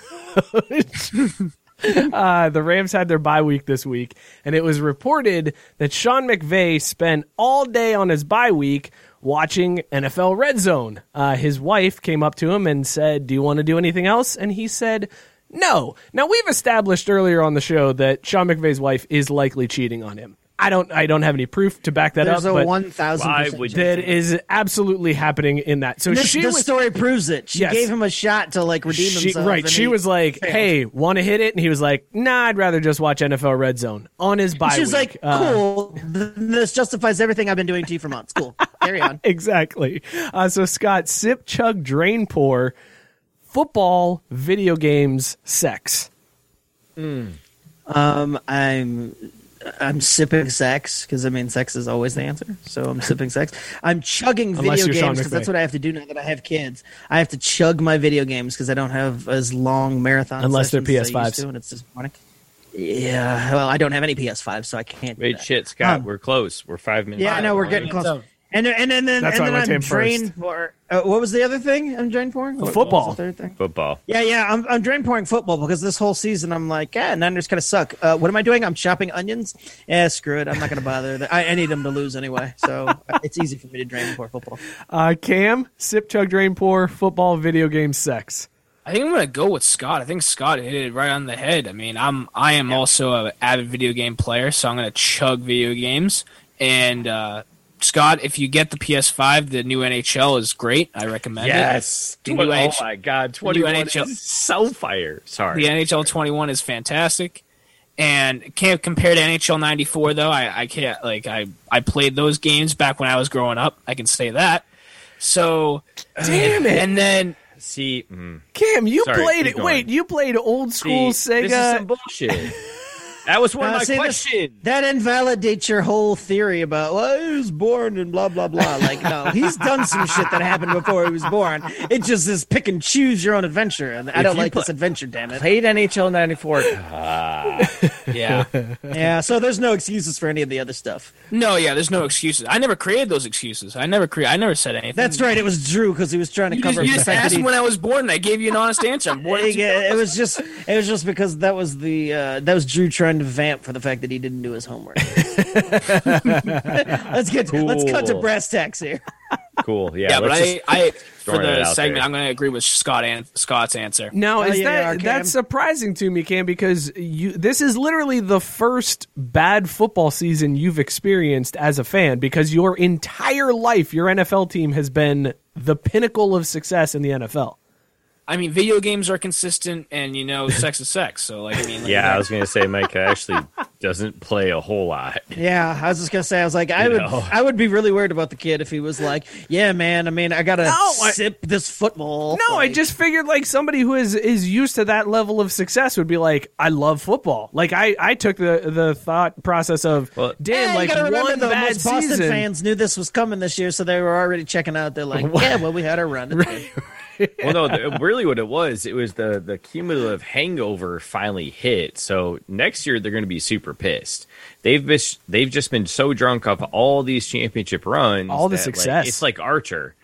Speaker 3: Uh, the Rams had their bye week this week, and it was reported that Sean McVay spent all day on his bye week watching NFL Red Zone. Uh, his wife came up to him and said, Do you want to do anything else? And he said, No. Now, we've established earlier on the show that Sean McVay's wife is likely cheating on him. I don't, I don't have any proof to back that
Speaker 1: There's
Speaker 3: up.
Speaker 1: a
Speaker 3: but
Speaker 1: one thousand.
Speaker 2: Why
Speaker 1: percent
Speaker 2: would
Speaker 1: chance.
Speaker 3: that is absolutely happening in that. So
Speaker 1: This,
Speaker 3: she
Speaker 1: this
Speaker 3: was
Speaker 1: story proves it. She
Speaker 3: Yes.
Speaker 1: gave him a shot to like redeem
Speaker 3: she,
Speaker 1: himself.
Speaker 3: right.
Speaker 1: and
Speaker 3: She
Speaker 1: he-
Speaker 3: was like,
Speaker 1: failed.
Speaker 3: "Hey, want to hit it?" And he was like, "Nah, I'd rather just watch NFL Red Zone on his bye."
Speaker 1: She was
Speaker 3: week.
Speaker 1: like,
Speaker 3: Uh,
Speaker 1: cool. th- this justifies everything I've been doing to you for months. Cool. Carry on.
Speaker 3: [laughs] exactly. Uh, so Scott, sip, chug, drain, pour, football, video games, sex.
Speaker 1: Um, I'm I'm sipping sex because I mean sex is always the answer. So
Speaker 3: [laughs]
Speaker 1: I'm sipping sex. I'm chugging
Speaker 3: Unless
Speaker 1: video
Speaker 3: you're Sean
Speaker 1: games because
Speaker 3: McVay.
Speaker 1: that's what I have to do now that I have kids. I have to chug my video games because I don't have as long marathon.
Speaker 3: Unless they're
Speaker 1: sessions as I
Speaker 3: PS5s.
Speaker 1: used to, and it's disappointing. Yeah, well, I don't have any PS5, so I can't. do
Speaker 2: Wait,
Speaker 1: that.
Speaker 2: shit, Scott,
Speaker 1: Um,
Speaker 2: we're close. We're five minutes.
Speaker 1: Yeah, I know we're
Speaker 2: Five
Speaker 1: getting
Speaker 2: minutes.
Speaker 1: close. And and and then
Speaker 3: That's
Speaker 1: and
Speaker 3: why
Speaker 1: then
Speaker 3: I went to him
Speaker 1: I'm drained
Speaker 3: first.
Speaker 1: for. Uh, what was the other thing I'm drained for? What- what was the
Speaker 3: Football.
Speaker 1: third thing.
Speaker 2: Football.
Speaker 1: Yeah, yeah, I'm, I'm drain pouring football because this whole season I'm like, ah, Niners kind of suck. Uh, what am I doing? I'm chopping onions. Yeah, screw it. I'm not going to bother. [laughs] I, I need them to lose anyway, so uh, it's easy for me to drain pour football.
Speaker 3: Uh, Cam, sip, chug, drain, pour, football, video
Speaker 1: [sighs]
Speaker 3: game, sex.
Speaker 4: I think I'm gonna go with Scott. I think Scott hit it right on the head. I mean, I'm I am also an avid video game player, so I'm gonna chug video games. And uh, Scott, if you get the PS5, the new NHL is great. I recommend
Speaker 2: Yes.
Speaker 4: The
Speaker 2: Tw-
Speaker 4: new
Speaker 2: oh
Speaker 4: NH
Speaker 2: my god,
Speaker 4: new
Speaker 2: twenty one
Speaker 4: NHL
Speaker 2: is so fire.
Speaker 4: it.
Speaker 2: Sorry.
Speaker 4: The NHL 21 is fantastic, and can't compare to NHL 94 though. I, I can't like I I played those games back when I was growing up. I can say that. So
Speaker 3: Damn it,
Speaker 4: and then
Speaker 2: See, mm,
Speaker 3: Cam, you
Speaker 2: Sorry,
Speaker 3: played
Speaker 2: keep
Speaker 3: it. Wait,
Speaker 2: going.
Speaker 3: you played old school
Speaker 2: see, This is some
Speaker 3: Sega.
Speaker 2: bullshit. that was one
Speaker 1: Now,
Speaker 2: of my
Speaker 1: Uh, see, this-
Speaker 2: questions.
Speaker 1: That invalidates your whole theory about well, he was born and blah blah blah. Like, no, he's done some shit that happened before he was born. It just is pick and choose your own adventure, and I
Speaker 2: If
Speaker 1: don't
Speaker 2: you
Speaker 1: like
Speaker 2: put-
Speaker 1: this adventure, damn it.
Speaker 2: Played NHL ninety four. Ah,
Speaker 4: yeah.
Speaker 1: Yeah, so there's no excuses for any of the other stuff.
Speaker 4: No, yeah, there's no excuses. I never created those excuses. I never cre- I never said anything.
Speaker 1: That's right. It was Drew because he was trying to
Speaker 4: you just,
Speaker 1: cover
Speaker 4: you
Speaker 1: up the
Speaker 4: just
Speaker 1: fact that
Speaker 4: asked
Speaker 1: he
Speaker 4: when I was born, and I gave you an honest answer. I'm born.
Speaker 1: [laughs]
Speaker 4: in
Speaker 1: It, it
Speaker 4: 2000.
Speaker 1: was just it was just because that was the uh, that was Drew trying to vamp for the fact that he didn't do his
Speaker 3: [laughs]
Speaker 1: homework. let's get let's cut to
Speaker 2: Cool.
Speaker 1: brass tacks here.
Speaker 2: [sighs] cool. Yeah,
Speaker 4: yeah, but
Speaker 2: let's
Speaker 4: I,
Speaker 2: just-
Speaker 4: I for
Speaker 2: throwing it
Speaker 4: the
Speaker 2: out
Speaker 4: segment,
Speaker 2: there.
Speaker 4: I'm going to agree with Scott and Scott's answer.
Speaker 3: Now
Speaker 1: Oh,
Speaker 3: is
Speaker 1: yeah, you are,
Speaker 3: that
Speaker 1: Cam.
Speaker 3: that's surprising to me, Cam, because you this is literally the first bad football season you've experienced as a fan because your entire life your NFL team has been the pinnacle of success in the NFL.
Speaker 4: I mean, video games are consistent, and you know, sex is sex. So, like, I mean, like,
Speaker 2: yeah, I was gonna say Mike actually doesn't play a whole lot.
Speaker 1: Yeah, I was just gonna say I was like I would
Speaker 2: know.
Speaker 1: I would be really worried about the kid if he was like, yeah, man. I mean, I gotta
Speaker 3: I-
Speaker 1: sip this football.
Speaker 3: No, I
Speaker 1: Like,
Speaker 3: just figured like somebody who is is used to that level of success would be like, I love football. Like I I took the the thought process of
Speaker 2: Well-
Speaker 3: damn
Speaker 1: Yeah,
Speaker 3: like
Speaker 1: you gotta remember
Speaker 3: one
Speaker 1: though,
Speaker 3: bad
Speaker 1: most Boston
Speaker 3: season. [laughs]
Speaker 1: fans knew this was coming this year, so they were already checking out. They're like, yeah, well, we had our run.
Speaker 2: [laughs] Well, no, th- really, what it was, it was the the cumulative hangover finally hit. So next year they're going to be super pissed. They've been, they've just been so drunk off all these championship runs,
Speaker 3: All the
Speaker 2: that, like,
Speaker 3: success.
Speaker 2: it's like Archer.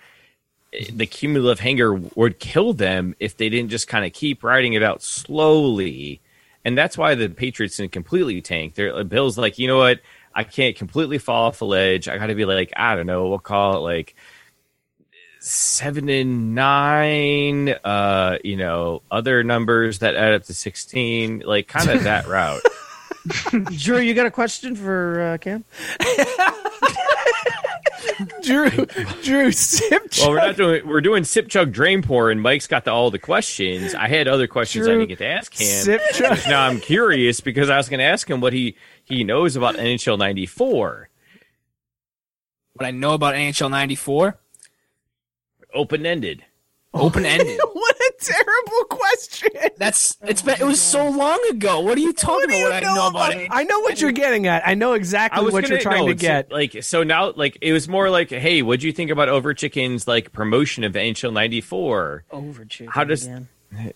Speaker 2: The cumulative hanger would kill them if they didn't just kind of keep riding it out slowly, and that's why the Patriots didn't completely tank. Their Bill's like, you know what? I can't completely fall off the ledge. I got to be like, I don't know. We'll call it like seven and nine uh you know other numbers that add up to 16 like kind of that route
Speaker 1: Drew, you got a question for uh, Cam?
Speaker 3: Drew, Drew, sip [laughs]
Speaker 2: well we're not doing we're doing sip chug drain pour and mike's got the, all the questions i had other questions i
Speaker 3: Drew,
Speaker 2: didn't get to ask him
Speaker 3: sip chug.
Speaker 2: now i'm curious because i was going to ask him what he he knows about nhl 94
Speaker 4: What I know about NHL 94,
Speaker 2: open-ended [laughs]
Speaker 4: open ended.
Speaker 3: what a terrible question.
Speaker 4: That's it's been it was so long ago. What are you talking about? What I know about it?
Speaker 3: I know what you're getting at. I know exactly what
Speaker 2: gonna-
Speaker 3: you're trying
Speaker 2: no,
Speaker 3: to
Speaker 2: it's,
Speaker 3: get.
Speaker 2: Like so now, like it was more like, hey, what'd you think about Over Chicken's like promotion of NHL '94?
Speaker 1: Over chicken.
Speaker 2: How does-
Speaker 1: again.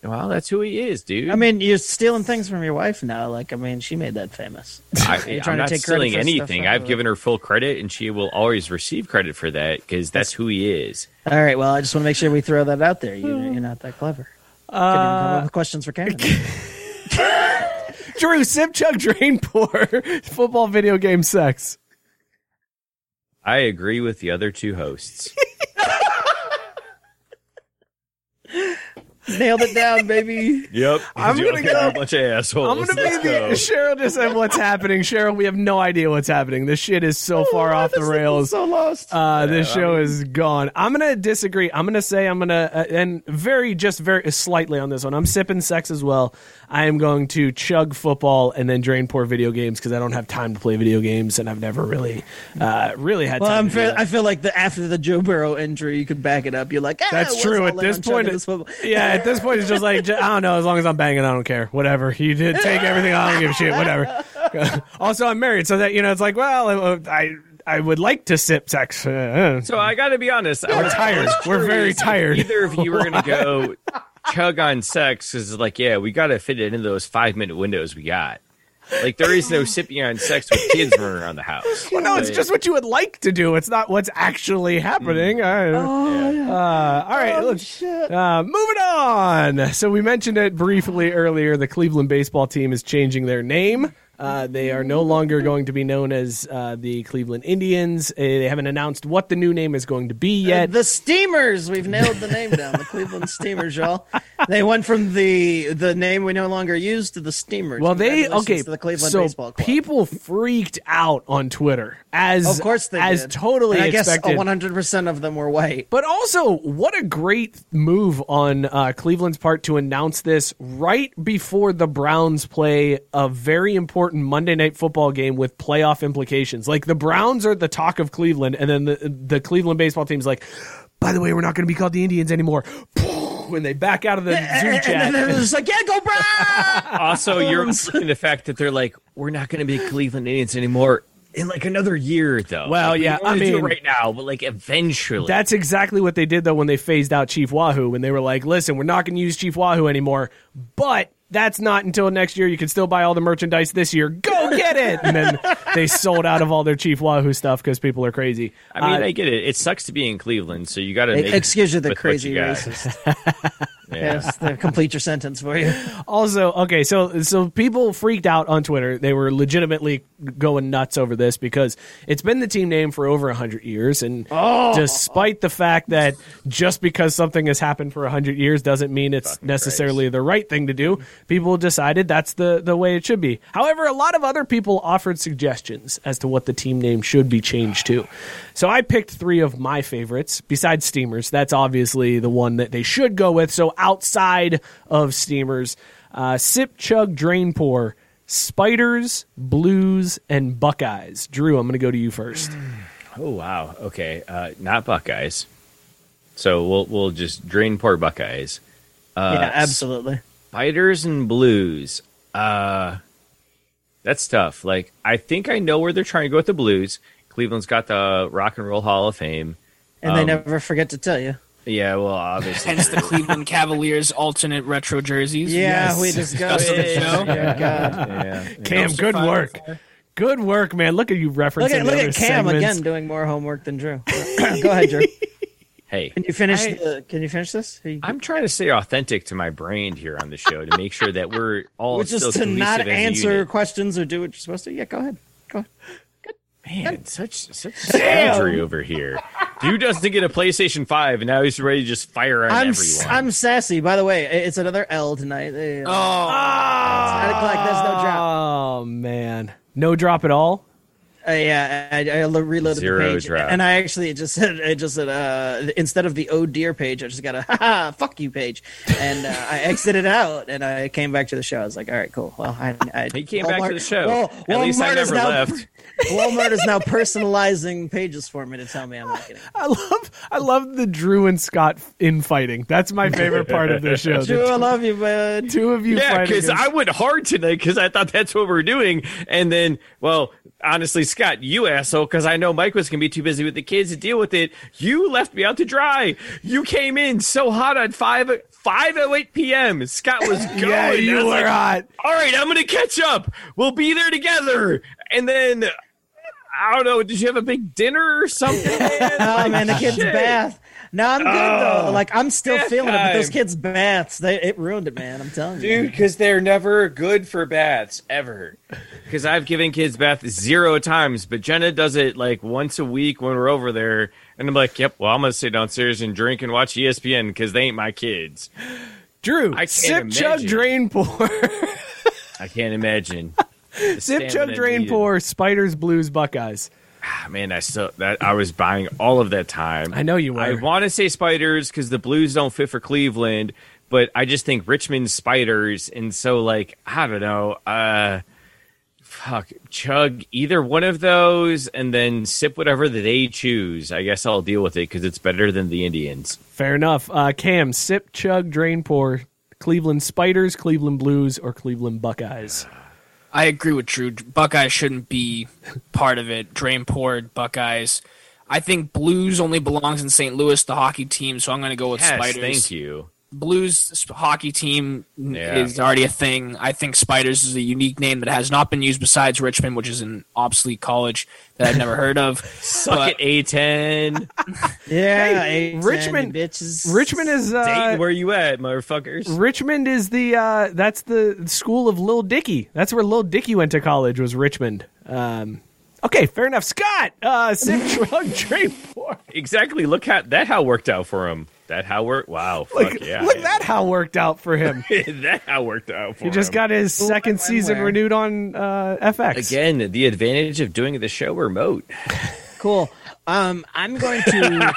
Speaker 2: Well, that's who he is, dude.
Speaker 1: I mean, you're stealing things from your wife now. Like, I mean, she made that famous.
Speaker 2: I,
Speaker 1: You're [laughs]
Speaker 2: I'm
Speaker 1: trying to
Speaker 2: not
Speaker 1: take credit
Speaker 2: stealing
Speaker 1: for stuff
Speaker 2: anything.
Speaker 1: out
Speaker 2: I've
Speaker 1: of
Speaker 2: given her full credit, and she will always receive credit for that because that's who he is.
Speaker 1: All right. Well, I just want to make sure we throw that out there. You, you're not that clever. Couldn't even come
Speaker 3: Uh,
Speaker 1: up with questions for
Speaker 3: [laughs]
Speaker 1: Cam.
Speaker 3: Drew, sip, chug, drain, pour. [laughs] Football video game sex.
Speaker 2: I agree with the other
Speaker 3: [laughs]
Speaker 2: two hosts.
Speaker 1: Nailed it down, baby.
Speaker 2: yep,
Speaker 3: I'm
Speaker 2: You
Speaker 3: gonna
Speaker 2: all got
Speaker 3: go-
Speaker 2: a bunch of assholes.
Speaker 3: I'm gonna be
Speaker 2: Let's
Speaker 3: the [laughs]
Speaker 2: go.
Speaker 3: Cheryl. Just said what's happening, Cheryl. We have no idea what's happening. This shit is so [laughs]
Speaker 1: Oh,
Speaker 3: far off the rails.
Speaker 1: So lost.
Speaker 3: Uh, this show is gone. I'm gonna disagree. I'm gonna say I'm gonna uh, and very just very uh, slightly on this one. I'm sipping sex as well. I am going to chug football and then drain poor video games because I don't have time to play video games and I've never really, uh, really had
Speaker 1: Well,
Speaker 3: time.
Speaker 1: I'm
Speaker 3: to do
Speaker 1: feel,
Speaker 3: that.
Speaker 1: I feel like the after the Joe Burrow injury, you could back it up. You're like, ah,
Speaker 3: That's
Speaker 1: what's
Speaker 3: true.
Speaker 1: all
Speaker 3: At
Speaker 1: that?
Speaker 3: this
Speaker 1: I'm chugging
Speaker 3: point,
Speaker 1: this football.
Speaker 3: yeah. At this point, it's just like ju- I don't know. As long as I'm banging, I don't care. Whatever. You did take everything. I don't give a shit. Whatever. [laughs] also, I'm married, so that you know, it's like, well, I, I, I would like to sip sex. Uh,
Speaker 2: So I got to be honest. I
Speaker 3: We're
Speaker 2: was
Speaker 3: tired. We're very tired.
Speaker 2: Either of you were gonna
Speaker 3: [laughs]
Speaker 2: go chug on sex is like, yeah, we got to fit it into those five minute windows we got. Like there is
Speaker 3: [laughs]
Speaker 2: no sipping on sex with kids running around the house.
Speaker 3: Well, no, it's just what you would like to do. It's not what's actually happening. I- uh, all
Speaker 1: Oh,
Speaker 3: right, let's- uh, moving on. So we mentioned it briefly earlier. The Cleveland baseball team is changing their name. Uh, they are no longer going to be known as uh, the Cleveland Indians. Uh, they haven't announced what the new name is going to be
Speaker 1: Uh,
Speaker 3: yet.
Speaker 1: the Steamers. We've nailed the name down.
Speaker 3: [laughs]
Speaker 1: The Cleveland Steamers, y'all. They went from the the name we no longer use to the Steamers.
Speaker 3: well, they
Speaker 1: Congratulations
Speaker 3: okay.
Speaker 1: to the Cleveland
Speaker 3: so
Speaker 1: Baseball Club.
Speaker 3: people freaked out on Twitter as
Speaker 1: of course, they
Speaker 3: as
Speaker 1: did.
Speaker 3: totally.
Speaker 1: And I guess oh,
Speaker 3: expected.
Speaker 1: one hundred percent of them were
Speaker 3: [laughs]
Speaker 1: white.
Speaker 3: But also, what a great move on uh, Cleveland's part to announce this right before the Browns play a very important Monday night football game with playoff implications. Like the Browns are the talk of Cleveland, and then the the Cleveland baseball team's like, by the way, we're not going to be called the Indians anymore. [laughs] When they back out of the Zoom
Speaker 1: And then they're
Speaker 3: chat.
Speaker 1: just like, yeah, go
Speaker 3: [laughs]
Speaker 1: Browns.
Speaker 2: also you're overlooking the fact that they're like, we're not gonna be Cleveland Indians anymore in like another year though.
Speaker 3: Well,
Speaker 2: Like, we
Speaker 3: yeah,
Speaker 2: don't wanna
Speaker 3: I
Speaker 2: do
Speaker 3: mean-
Speaker 2: it right now, but like eventually.
Speaker 3: That's exactly what they did though when they phased out Chief Wahoo when they were like, "Listen, we're not going to use Chief Wahoo anymore, but that's not until next year. You can still buy all the merchandise this year. Go get it!" And
Speaker 2: [laughs]
Speaker 3: then they sold out of all their Chief Wahoo stuff because people are crazy.
Speaker 2: I mean,
Speaker 3: Uh,
Speaker 2: I get it. It sucks to be in Cleveland, so you got to make
Speaker 1: Excuse you, the
Speaker 2: with what
Speaker 1: crazy
Speaker 2: you got.
Speaker 1: racist.
Speaker 2: Yeah.
Speaker 1: Yes, they complete your sentence for you.
Speaker 3: Uh, also, okay, so so people freaked out on Twitter. They were legitimately going nuts over this because it's been the team name for over hundred years, and
Speaker 2: Oh.
Speaker 3: despite the fact that just because something has happened for hundred years doesn't mean it's necessarily the right thing to do, people decided that's the the way it should be. However, a lot of other people offered suggestions as to what the team name should be changed to. So I picked three of my favorites besides Steamers. That's obviously the one that they should go with. So outside of Steamers uh, sip, chug, drain, pour, spiders, blues, and buckeyes. Drew, I'm going to go to you first.
Speaker 2: [laughs]
Speaker 1: Mm,
Speaker 2: Oh wow. Okay. Uh, not Buckeyes. So we'll we'll just drain poor Buckeyes.
Speaker 1: yeah, absolutely.
Speaker 2: Spiders and blues. Uh that's tough. Like I think I know where they're trying to go with the blues. Cleveland's got the Rock and Roll Hall of Fame.
Speaker 3: um,
Speaker 1: And they never forget to tell you.
Speaker 2: Yeah,
Speaker 1: [laughs]
Speaker 2: well, obviously.
Speaker 4: Hence the Cleveland Cavaliers alternate retro jerseys.
Speaker 1: Yeah,
Speaker 3: Yes.
Speaker 1: we uh, discussed
Speaker 4: Discussed on the
Speaker 1: it.
Speaker 4: show.
Speaker 1: Yeah,
Speaker 3: [laughs]
Speaker 1: God.
Speaker 2: yeah.
Speaker 3: Cam, good
Speaker 4: Final
Speaker 3: work. Good work, man. Look at you referencing
Speaker 1: Look at
Speaker 3: the
Speaker 1: look
Speaker 3: other
Speaker 1: at Cam
Speaker 3: segments.
Speaker 1: again doing more homework than Drew. [coughs] Go ahead, Drew.
Speaker 2: Hey,
Speaker 1: Can you finish?
Speaker 3: I-
Speaker 1: the, can you finish this? He-
Speaker 2: I'm trying to stay authentic to my brand here on the show to make sure that we're all
Speaker 1: which is
Speaker 2: still
Speaker 1: to
Speaker 2: cohesive
Speaker 1: not
Speaker 2: as a
Speaker 1: answer
Speaker 2: unit.
Speaker 1: questions or do what you're supposed to. Yeah, go ahead. Go ahead.
Speaker 2: Man, such such savagery over here. Dude doesn't get a PlayStation Five, and now he's ready to just fire on
Speaker 1: I'm s-
Speaker 2: everyone.
Speaker 1: I'm sassy. By the way, I- it's another L tonight.
Speaker 4: Oh,
Speaker 1: Oh, nine o'clock. There's no drop.
Speaker 3: Oh man, no drop at all.
Speaker 1: Uh, yeah, I, I lo- reloaded
Speaker 2: Zero
Speaker 1: the page,
Speaker 2: drop.
Speaker 1: and I actually it just said it just said uh, instead of the oh dear page, I just got a [laughs] ha ha fuck you page, and uh, I exited out, and I came back to the show. I was like, all right, cool. Well, I, I
Speaker 2: he came back to
Speaker 1: Walmart-
Speaker 2: the show.
Speaker 1: Well,
Speaker 2: At least I
Speaker 1: Walmart is
Speaker 2: never
Speaker 1: now-
Speaker 2: left.
Speaker 1: Walmart is now personalizing pages for me to tell me I'm not [laughs] getting.
Speaker 3: I love, I love the Drew and Scott infighting. That's my favorite part of the
Speaker 2: [laughs]
Speaker 3: show.
Speaker 1: Drew, I
Speaker 3: The
Speaker 1: love you, [laughs] bud.
Speaker 3: two of you
Speaker 2: Yeah,
Speaker 3: fighting.
Speaker 2: because
Speaker 3: is-
Speaker 2: I went hard tonight because I thought that's what we we're doing. And then, well, honestly, Scott, you asshole, because I know Mike was going to be too busy with the kids to deal with it. You left me out to dry. You came in so hot on 5 five oh eight p.m. Scott was
Speaker 3: [laughs]
Speaker 2: going.
Speaker 3: yeah,
Speaker 2: I
Speaker 3: you
Speaker 2: was
Speaker 3: were
Speaker 2: like,
Speaker 3: hot.
Speaker 2: All right, I'm going to catch up. We'll be there together. And then, I don't know, did you have a big dinner or something?
Speaker 3: [laughs]
Speaker 2: man?
Speaker 1: Oh
Speaker 2: Like,
Speaker 1: man, the kids'
Speaker 2: shit.
Speaker 1: bath. No, I'm good though. Like I'm still
Speaker 2: bath
Speaker 1: feeling it, but those
Speaker 2: time.
Speaker 1: kids' baths, they it ruined it, man. I'm telling you.
Speaker 2: dude because they're never good for baths ever because i've given kids baths zero times but jenna does it like once a week when we're over there and i'm like yep well i'm gonna sit downstairs and drink and watch E espn because they ain't my kids
Speaker 3: Drew,
Speaker 2: can't
Speaker 3: sip, chug,
Speaker 2: imagine.
Speaker 3: drain,
Speaker 2: [laughs]
Speaker 3: pour.
Speaker 2: i can't imagine
Speaker 3: [laughs] sip, chug,
Speaker 2: stamina
Speaker 3: drain,
Speaker 2: needed.
Speaker 3: pour. Spiders, blues, Buckeyes.
Speaker 2: Ah, man i still that i was buying all of that time
Speaker 3: I know you were.
Speaker 2: i want to say spiders because the blues don't fit for cleveland but i just think richmond spiders and so like i don't know uh fuck chug either one of those and then sip whatever that they choose i guess i'll deal with it because it's better than the indians
Speaker 3: Fair enough. Uh, Cam, sip, chug, drain, pour. Cleveland Spiders, Cleveland Blues, or Cleveland Buckeyes.
Speaker 4: I agree with Drew. Buckeyes shouldn't be part of it. Drain poured Buckeyes. I think Blues only belongs in St. Louis, the hockey team. So I'm going to go with
Speaker 2: yes,
Speaker 4: Spiders.
Speaker 2: thank you
Speaker 4: Blues sp- hockey team n-
Speaker 2: Yeah.
Speaker 4: is already a thing. I think Spiders is a unique name that has not been used besides Richmond, which is an obsolete college that I've never heard of.
Speaker 2: suck
Speaker 4: But-
Speaker 2: it a10
Speaker 4: [laughs]
Speaker 1: Yeah,
Speaker 3: Hey,
Speaker 1: eight, ten,
Speaker 3: Richmond-
Speaker 1: you bitches.
Speaker 3: Richmond is
Speaker 2: Dayton,
Speaker 3: uh,
Speaker 2: where you at motherfuckers
Speaker 3: Richmond is the uh, that's the school of Lil Dicky. That's where Lil Dicky went to college was Richmond. Um, okay, fair enough. Scott, uh, sip, [laughs] chug, drain, pour.
Speaker 2: exactly look how that how worked out for him that how worked wow fuck
Speaker 3: Look,
Speaker 2: yeah
Speaker 3: look that how worked out for
Speaker 2: [laughs]
Speaker 3: him.
Speaker 2: that how worked out for
Speaker 3: He just
Speaker 2: him.
Speaker 3: got his second season
Speaker 1: where?
Speaker 3: renewed on uh, FX.
Speaker 2: Again, the advantage of doing the show remote.
Speaker 1: cool. Um, I'm going to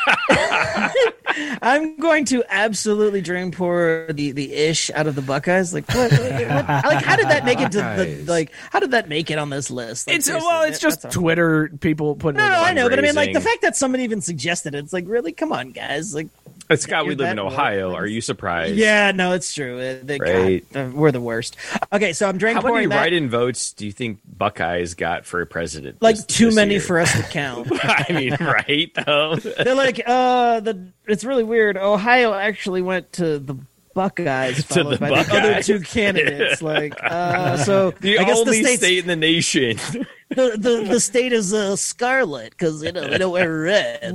Speaker 1: I'm going to absolutely drain pour the, the ish out of the Buckeyes. Like what, what- like how did that make it to the
Speaker 2: Buckeyes.
Speaker 1: like how did that make it on this list? Like,
Speaker 3: It's
Speaker 1: seriously,
Speaker 3: well, it's
Speaker 1: that-
Speaker 3: just
Speaker 1: that's all.
Speaker 3: Twitter people putting.
Speaker 1: No,
Speaker 3: it
Speaker 1: no,
Speaker 3: up.
Speaker 1: I know, but I mean, like the
Speaker 2: fundraising.
Speaker 1: fact that somebody even suggested it, it's like, really, come on, guys, like,
Speaker 2: Uh, Scott, we
Speaker 1: You're
Speaker 2: live in
Speaker 1: that
Speaker 2: Ohio.
Speaker 1: worthless.
Speaker 2: Are you surprised?
Speaker 1: Yeah, no, it's true. Uh, the-
Speaker 2: Right.
Speaker 1: God, uh, we're the worst. Okay, so I'm drain
Speaker 2: How many
Speaker 1: pouring that.
Speaker 2: write-in votes do you think Buckeyes got for president?
Speaker 1: like
Speaker 2: this-
Speaker 1: too
Speaker 2: this
Speaker 1: many
Speaker 2: year? [laughs]
Speaker 1: for us to count.
Speaker 2: I mean, right though.
Speaker 1: They're like, uh, the it's really weird. Ohio actually went to the Buckeyes, followed
Speaker 2: the
Speaker 1: by the other
Speaker 2: Buckeyes.
Speaker 1: two
Speaker 2: [laughs]
Speaker 1: candidates. Like, uh, so
Speaker 2: The
Speaker 1: I guess
Speaker 2: only
Speaker 1: the state's-
Speaker 2: state in the nation.
Speaker 1: [laughs] the, the, the state is uh, scarlet because you know they don't wear red.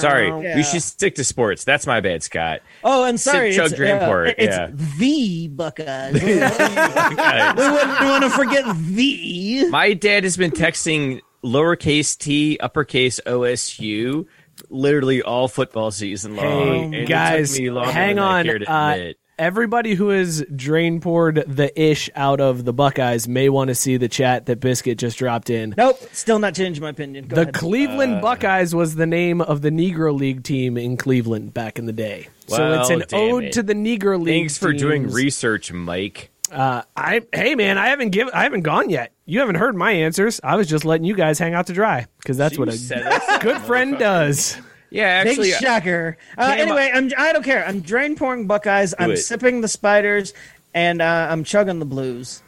Speaker 2: Sorry,
Speaker 1: Uh, Yeah.
Speaker 2: we should stick to sports. That's my bad, Scott.
Speaker 1: oh, and sorry,
Speaker 2: Chug
Speaker 1: it's,
Speaker 2: drain
Speaker 1: uh,
Speaker 2: pour it,
Speaker 1: it's
Speaker 2: yeah.
Speaker 1: the
Speaker 2: [laughs]
Speaker 1: Buckeyes.
Speaker 2: Guys,
Speaker 1: we wouldn't want to forget the.
Speaker 2: my dad has been texting lowercase t, uppercase OSU, literally all football season long. and it
Speaker 3: Hey,
Speaker 2: took
Speaker 3: guys,
Speaker 2: me longer
Speaker 3: hang
Speaker 2: than I
Speaker 3: on.
Speaker 2: care to
Speaker 3: Uh,
Speaker 2: admit.
Speaker 3: everybody who has drain poured the ish out of the Buckeyes may want to see the chat that Biscuit just dropped in.
Speaker 1: Nope, still not changing my opinion. Go
Speaker 3: the
Speaker 1: ahead.
Speaker 2: Uh,
Speaker 3: Cleveland Buckeyes was the name of the Negro League team in Cleveland back in the day. so
Speaker 2: Well,
Speaker 3: it's an
Speaker 2: damn
Speaker 3: ode
Speaker 2: it.
Speaker 3: to the Negro League.
Speaker 2: Thanks for doing
Speaker 3: teams.
Speaker 2: research, Mike.
Speaker 3: Uh, I hey man, I haven't given, I haven't gone yet. You haven't heard my answers. I was just letting you guys hang out to dry because that's
Speaker 2: You
Speaker 3: what
Speaker 2: said
Speaker 3: a
Speaker 2: us.
Speaker 3: good friend does.
Speaker 2: [laughs] Yeah, actually,
Speaker 1: Big shocker. Uh,
Speaker 2: Cam,
Speaker 1: anyway, I'm I don't care. I'm drain pouring Buckeyes. I'm
Speaker 2: it.
Speaker 1: sipping the spiders, and uh, I'm chugging the blues.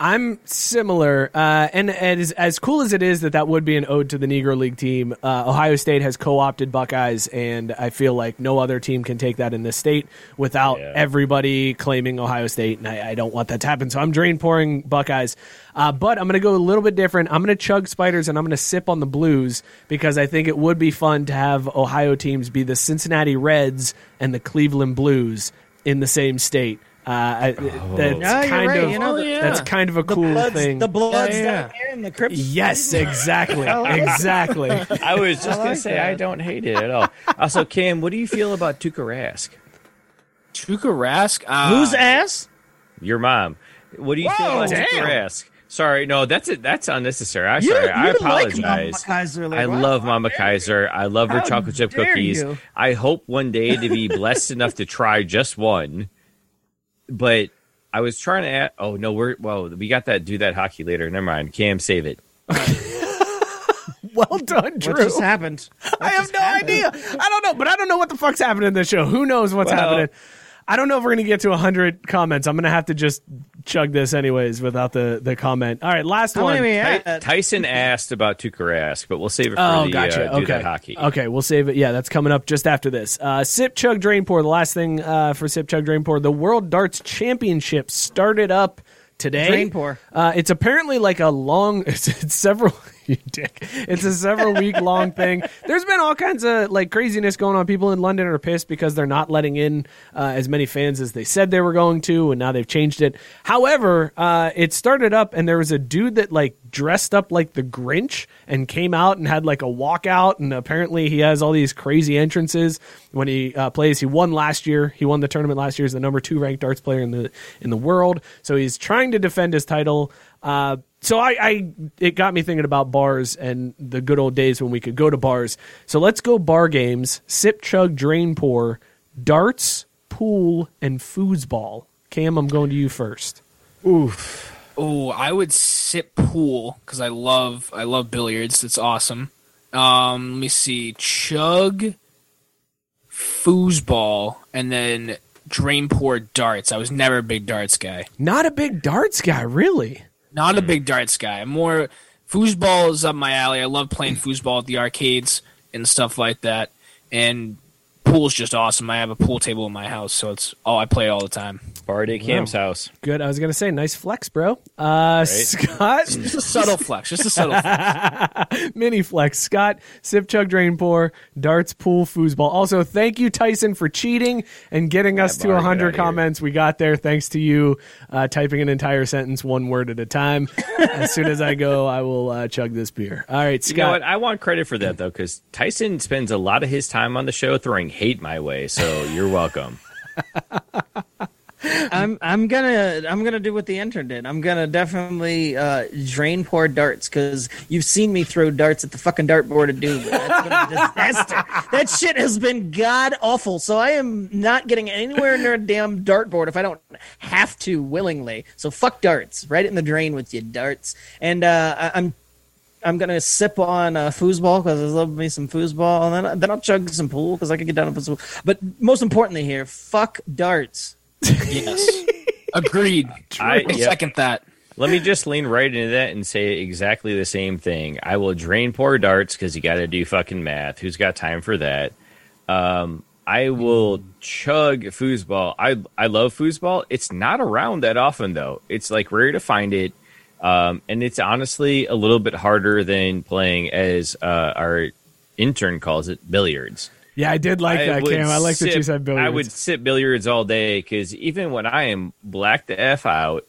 Speaker 3: I'm similar, uh, and as as cool as it is that that would be an ode to the Negro League team. Uh, Ohio State has co-opted Buckeyes, and I feel like no other team can take that in this state without
Speaker 2: Yeah.
Speaker 3: everybody claiming Ohio State, and I, I don't want that to happen. So I'm drain pouring Buckeyes, uh, but I'm going to go a little bit different. I'm going to chug spiders and I'm going to sip on the Blues because I think it would be fun to have Ohio teams be the Cincinnati Reds and the Cleveland Blues in the same state. Uh, I, that's
Speaker 1: Yeah, you're
Speaker 3: kind
Speaker 1: right,
Speaker 3: of
Speaker 1: you know, Oh, the- yeah.
Speaker 3: that's kind of a cool
Speaker 1: Bloods,
Speaker 3: thing.
Speaker 1: The bloods
Speaker 3: Yeah, yeah,
Speaker 1: down there and the crypts.
Speaker 3: Yes, exactly, [laughs] exactly.
Speaker 2: I was just gonna
Speaker 1: like
Speaker 2: say
Speaker 1: that.
Speaker 2: I don't hate it
Speaker 1: [laughs]
Speaker 2: at all. Also, Cam, what do you feel about Tuka Rask?
Speaker 4: Tuka Rask. Uh,
Speaker 1: Whose ass?
Speaker 2: Your mom. What do you feel
Speaker 3: Whoa,
Speaker 2: about Tuka
Speaker 3: damn.
Speaker 2: Rask? Sorry, no, that's it. That's unnecessary. I'm
Speaker 1: You-
Speaker 2: sorry.
Speaker 1: you
Speaker 2: I
Speaker 1: like Mama
Speaker 2: apologize.
Speaker 1: Kaiser, like,
Speaker 2: I
Speaker 1: wow,
Speaker 2: love Mama Kaiser. I love her
Speaker 1: How
Speaker 2: chocolate chip
Speaker 1: dare
Speaker 2: cookies.
Speaker 1: you.
Speaker 2: I hope one day to be blessed enough to try just one. But I was trying to. Add, oh no, we're well. We got that. Do that hockey later. Never mind. Cam, save it.
Speaker 3: Well done, Drew.
Speaker 1: What just
Speaker 2: [laughs]
Speaker 1: happened?
Speaker 3: I have no idea. I don't know, but I don't know what the fuck's happening in this show. Who knows what's
Speaker 2: Well-
Speaker 3: happening? I don't know if we're gonna get to hundred comments. I'm gonna have to just chug this anyways without the the comment. All right, last
Speaker 1: How
Speaker 3: one.
Speaker 1: many we
Speaker 3: [laughs]
Speaker 2: Ty-
Speaker 1: at?
Speaker 2: Tyson asked about Tuka Rask, but we'll save it for
Speaker 3: Oh,
Speaker 2: the
Speaker 3: gotcha.
Speaker 2: uh, do
Speaker 3: okay.
Speaker 2: that hockey.
Speaker 3: Okay, we'll save it. Yeah, that's coming up just after this. Uh, Sip Chug Drain Pour. The last thing uh, for Sip Chug Drain Pour. The World Darts Championship started up today.
Speaker 1: Drain pour.
Speaker 3: Uh, it's apparently like a long. [laughs] It's, it's several. You dick. It's a several week long thing. There's been all kinds of like craziness going on. People in London are pissed because they're not letting in uh, as many fans as they said they were going to, and now they've changed it. However, uh, it started up, and there was a dude that like dressed up like the Grinch and came out and had like a walkout, and apparently he has all these crazy entrances when he uh, plays. He won last year. He won the tournament last year. He's the number two ranked darts player in the in the world. So he's trying to defend his title. Uh, so I, I it got me thinking about bars and the good old days when we could go to bars. So let's go bar games: sip, chug, drain, pour, darts, pool, and foosball. Cam, I'm going to you first.
Speaker 4: Oh, I would sip pool because I love I love billiards. It's awesome. Um, let me see, chug, foosball, and then drain pour darts. I was never a big darts guy.
Speaker 3: Not a big darts guy, really.
Speaker 4: Not a big darts guy. I'm More foosball is up my alley. I love playing foosball at the arcades and stuff like that. And pool's just awesome. I have a pool table in my house, so it's oh I play it all the time.
Speaker 2: Party at Cam's house.
Speaker 3: Good. I was gonna say, nice flex, bro. Uh, Scott,
Speaker 4: Just a subtle flex. Just a subtle flex.
Speaker 3: mini flex. Scott, sip, chug, drain, pour, darts, pool, foosball. Also, thank you, Tyson, for cheating and getting us to
Speaker 2: Barney, get out of
Speaker 3: 100
Speaker 2: here.
Speaker 3: comments. We got there thanks to you uh, typing an entire sentence one word at a
Speaker 2: [laughs]
Speaker 3: time. as soon as I go, I will uh, chug this beer. All right,
Speaker 2: You know
Speaker 3: Scott.
Speaker 2: what? I want credit for that though, because Tyson spends a lot of his time on the show throwing hate my way. So you're welcome.
Speaker 1: I'm I'm gonna I'm gonna do what the intern did. I'm gonna definitely uh, drain pour darts because you've seen me throw darts at the fucking dartboard at Duke. That's been a disaster. that shit has been god awful. So I am not getting anywhere near a damn dartboard if I don't have to willingly. So fuck darts. Right in the drain with you darts. And uh, I- I'm I'm gonna sip on uh, foosball because I love me some foosball, and then then I'll chug some pool because I can get down with some. But most importantly here, fuck darts.
Speaker 4: yes. Agreed.
Speaker 2: I-
Speaker 4: I
Speaker 2: yeah.
Speaker 4: second that.
Speaker 2: Let me just lean right into that and say exactly the same thing. I will drain poor darts because you got to do fucking math. Who's got time for that? Um, I will chug foosball. I I love foosball. It's not around that often though. It's like rare to find it, um, and it's honestly a little bit harder than playing as uh, our intern calls it billiards.
Speaker 3: yeah, I did like that,
Speaker 2: would
Speaker 3: Cam. I like that you
Speaker 2: sip-
Speaker 3: said billiards.
Speaker 2: I would sit billiards all day because even when I am black the f out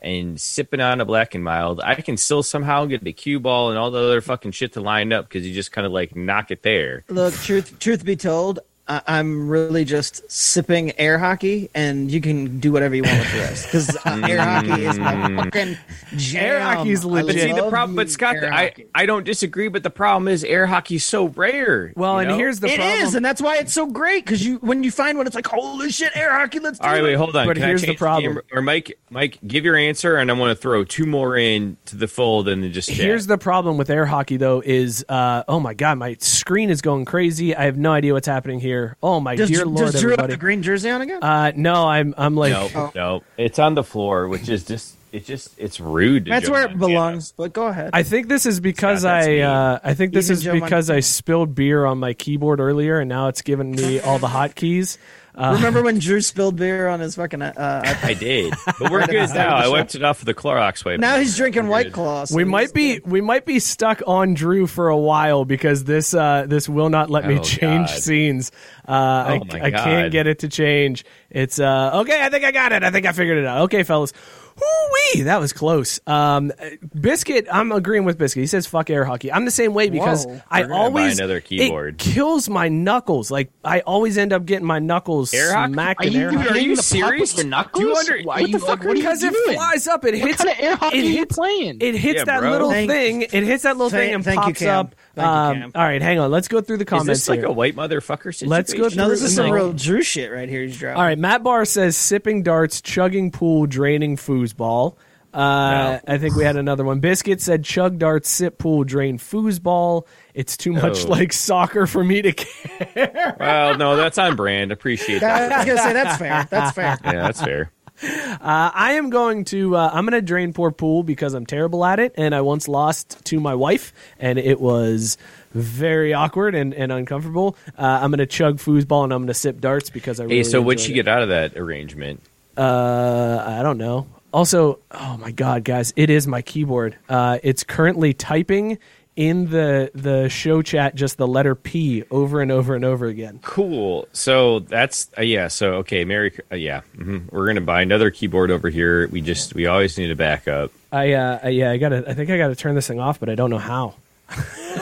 Speaker 2: and sipping on a black and mild, I can still somehow get the cue ball and all the other fucking shit to line up because you just kind of like knock it there.
Speaker 1: Look, truth truth be told, I- I'm really just sipping air hockey, and you can do whatever you want with the rest because
Speaker 2: [laughs]
Speaker 1: uh, air hockey is my fucking jam.
Speaker 3: Air hockey's
Speaker 1: I
Speaker 3: legit.
Speaker 2: Mm. But see the
Speaker 1: love
Speaker 2: problem, but
Speaker 1: me
Speaker 2: Scott,
Speaker 1: air
Speaker 2: I,
Speaker 1: hockey.
Speaker 2: I don't disagree. But the problem is air hockey's so rare.
Speaker 3: well,
Speaker 2: you
Speaker 3: and
Speaker 2: know?
Speaker 3: here's the
Speaker 1: It
Speaker 3: problem.
Speaker 1: is, and that's why it's so great because you when you find one, it's like holy shit, air hockey. Let's do
Speaker 2: all right.
Speaker 1: it.
Speaker 2: Wait, hold on.
Speaker 3: But
Speaker 2: Can I
Speaker 3: here's the
Speaker 2: change
Speaker 3: problem.
Speaker 2: camera? or Mike, Mike, give your answer, and I want to throw two more in to the fold, and then just chat.
Speaker 3: Here's the problem with air hockey, though, is uh, oh my god, my screen is going crazy. I have no idea what's happening here. Oh my
Speaker 1: Does,
Speaker 3: dear lord,
Speaker 1: does Drew have
Speaker 3: everybody!
Speaker 1: the green jersey on again?
Speaker 3: uh, no, I'm I'm like
Speaker 2: No, no, it's on the floor, which is just It's just it's rude. To
Speaker 1: That's
Speaker 2: Joe
Speaker 1: where it
Speaker 2: Montana.
Speaker 1: belongs. But go ahead.
Speaker 3: I think this is because
Speaker 2: Yeah, that's
Speaker 3: I
Speaker 2: me.
Speaker 3: uh, I think this
Speaker 1: Even
Speaker 3: is
Speaker 1: Joe Mon-
Speaker 3: because I spilled beer on my keyboard earlier, and now it's giving me all the hotkeys. uh,
Speaker 1: Remember when Drew spilled beer on his fucking? Uh, iPad?
Speaker 2: I did, but
Speaker 1: [laughs]
Speaker 2: we're good now. I wiped it off with the Clorox wipe.
Speaker 1: now he's drinking
Speaker 2: We're
Speaker 1: White
Speaker 2: good.
Speaker 1: Claws.
Speaker 3: We might be we might be stuck on Drew for a while because this uh, this will not let me
Speaker 2: Oh,
Speaker 3: change
Speaker 2: God.
Speaker 3: scenes. Uh, I,
Speaker 2: Oh, my
Speaker 3: I can't
Speaker 2: God.
Speaker 3: get it to change. It's uh, okay. I think I got it. I think I figured it out. Okay, fellas. Woo-wee, that was close. Um, Biscuit, I'm agreeing with Biscuit. He says fuck air hockey. I'm the same way because
Speaker 1: Whoa.
Speaker 3: I
Speaker 2: We're gonna buy
Speaker 3: always
Speaker 2: another
Speaker 3: it
Speaker 2: keyboard.
Speaker 3: kills my knuckles. Like I always end up getting my knuckles
Speaker 2: Air hockey?
Speaker 3: smacked
Speaker 4: Are
Speaker 3: in
Speaker 4: you,
Speaker 3: air
Speaker 4: dude,
Speaker 3: hockey.
Speaker 4: are
Speaker 5: Hitting
Speaker 4: you
Speaker 5: the puck
Speaker 4: serious?
Speaker 5: with your knuckles?
Speaker 4: Do you under,
Speaker 5: Why
Speaker 4: are
Speaker 5: what
Speaker 4: you,
Speaker 5: the
Speaker 4: like,
Speaker 5: fuck
Speaker 4: what are you
Speaker 3: because it
Speaker 4: doing?
Speaker 3: flies up. It hits.
Speaker 5: kind of air hockey
Speaker 3: it
Speaker 5: are you
Speaker 3: hits-
Speaker 5: playing?
Speaker 3: It hits
Speaker 2: Yeah,
Speaker 3: that
Speaker 2: bro.
Speaker 3: little
Speaker 1: Thank-
Speaker 3: thing. It hits that little
Speaker 1: Thank-
Speaker 3: thing and
Speaker 1: thank you,
Speaker 3: pops
Speaker 1: Cam.
Speaker 3: up.
Speaker 1: Thank you,
Speaker 3: Um,
Speaker 1: Cam.
Speaker 3: all right, hang on. Let's go through the
Speaker 2: Is
Speaker 3: comments
Speaker 2: this like
Speaker 3: here.
Speaker 2: a white motherfucker situation?
Speaker 3: Let's go
Speaker 1: No, this is some
Speaker 3: No.
Speaker 1: real Drew shit right here. He's dropping.
Speaker 3: all right, Matt Barr says sipping darts, chugging pool, draining foosball. Uh, I think we had another one. Biscuit said chug darts, sip pool, drain foosball. It's too much
Speaker 2: Oh.
Speaker 3: like soccer for me to care.
Speaker 2: Well, no, that's on brand. Appreciate
Speaker 1: I was
Speaker 2: that.
Speaker 1: gonna say that's fair. That's fair.
Speaker 2: yeah,
Speaker 1: [laughs]
Speaker 2: that's fair.
Speaker 3: I am going to uh, I'm going to drain poor pool because I'm terrible at it, and I once lost to my wife, and it was very awkward and, and uncomfortable. Uh, I'm going to chug foosball and I'm going to sip darts because I. Really
Speaker 2: Hey, so what'd
Speaker 3: enjoyed
Speaker 2: she
Speaker 3: it.
Speaker 2: get out of that arrangement?
Speaker 3: Uh, I don't know. Also, oh my god, guys, it is my keyboard. Uh, it's currently typing in the the show chat just the letter P over and over and over again.
Speaker 2: Cool. So that's uh, yeah. So okay, Mary. Uh, yeah, hmm we're gonna buy another keyboard over here. We just we always need
Speaker 1: [laughs]
Speaker 2: a backup.
Speaker 3: I uh, I- yeah, I got to I think I got to turn this thing off, but I don't know how.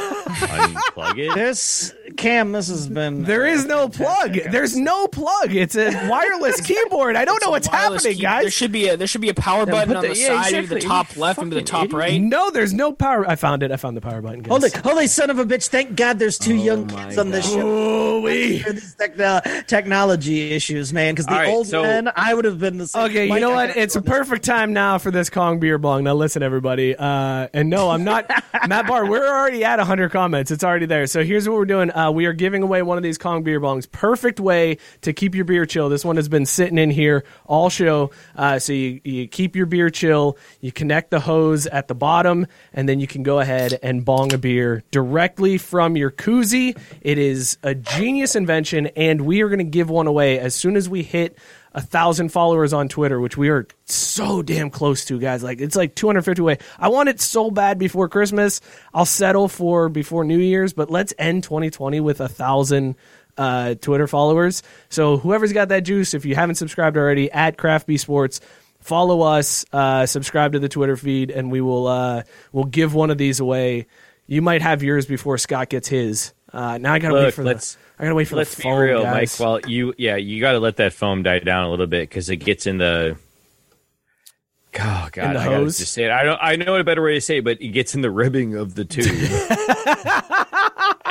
Speaker 2: Unplug it.
Speaker 1: This Cam, this has been.
Speaker 3: There is no plug. There's no plug. It's a
Speaker 4: [laughs]
Speaker 3: wireless keyboard. I don't know what's
Speaker 4: Wireless
Speaker 3: happening,
Speaker 4: key- There
Speaker 3: guys.
Speaker 4: should be a there should be a power button
Speaker 1: put
Speaker 4: on
Speaker 1: the-
Speaker 4: the
Speaker 1: yeah,
Speaker 4: side into
Speaker 1: exactly.
Speaker 4: the top left into the top right.
Speaker 3: No, there's no power. I found it. I found the power button. Guys.
Speaker 1: Holy, holy son of a bitch! Thank God, there's two young
Speaker 2: Oh
Speaker 1: kids on this show.
Speaker 3: Ooh-wee.
Speaker 1: for these tech- uh, technology issues, man. Because the
Speaker 2: All right,
Speaker 1: old
Speaker 2: so-
Speaker 1: man, I would have been the same.
Speaker 3: Okay, you
Speaker 1: Mike,
Speaker 3: know
Speaker 1: I
Speaker 3: what?
Speaker 1: gotta
Speaker 3: It's
Speaker 1: go
Speaker 3: a
Speaker 1: on this.
Speaker 3: perfect time now for this Kong beer bong. Now listen, everybody. Uh, and no,
Speaker 1: [laughs]
Speaker 3: I'm not Matt Barr. We're already at 100 comments. It's already there. So here's what we're doing. Uh, we are giving away one of these Kong beer bongs. Perfect way to keep your beer chill. This one has been sitting in here all show. Uh, so you you keep your beer chill. You connect the hose at the bottom, and then you can go ahead and bong a beer directly from your koozie. It is a genius invention, and we are going to give one away as soon as we hit a thousand followers on Twitter, which we are so damn close to, guys. Like it's like 250 away. I want it so bad before Christmas. I'll settle for before New Year's, but let's end 2020 with a thousand uh, Twitter followers. So whoever's got that juice, if you haven't subscribed already, at Craft Bee Sports. Follow us, uh, subscribe to the Twitter feed, and we will uh, we'll give one of these away. You might have yours before Scott gets his. Uh, now I gotta wait
Speaker 2: Look,
Speaker 3: for
Speaker 2: let's-
Speaker 3: the I gotta wait for
Speaker 2: Let's
Speaker 3: the
Speaker 2: be
Speaker 3: phone,
Speaker 2: real,
Speaker 3: guys.
Speaker 2: Mike. Well, you yeah, you got to let that foam die down a little bit because it gets in the. Oh God,
Speaker 3: the
Speaker 2: I gotta
Speaker 3: hose?
Speaker 2: just say it. I don't. I know a better way to say it, but it gets in the ribbing of the tube. [laughs]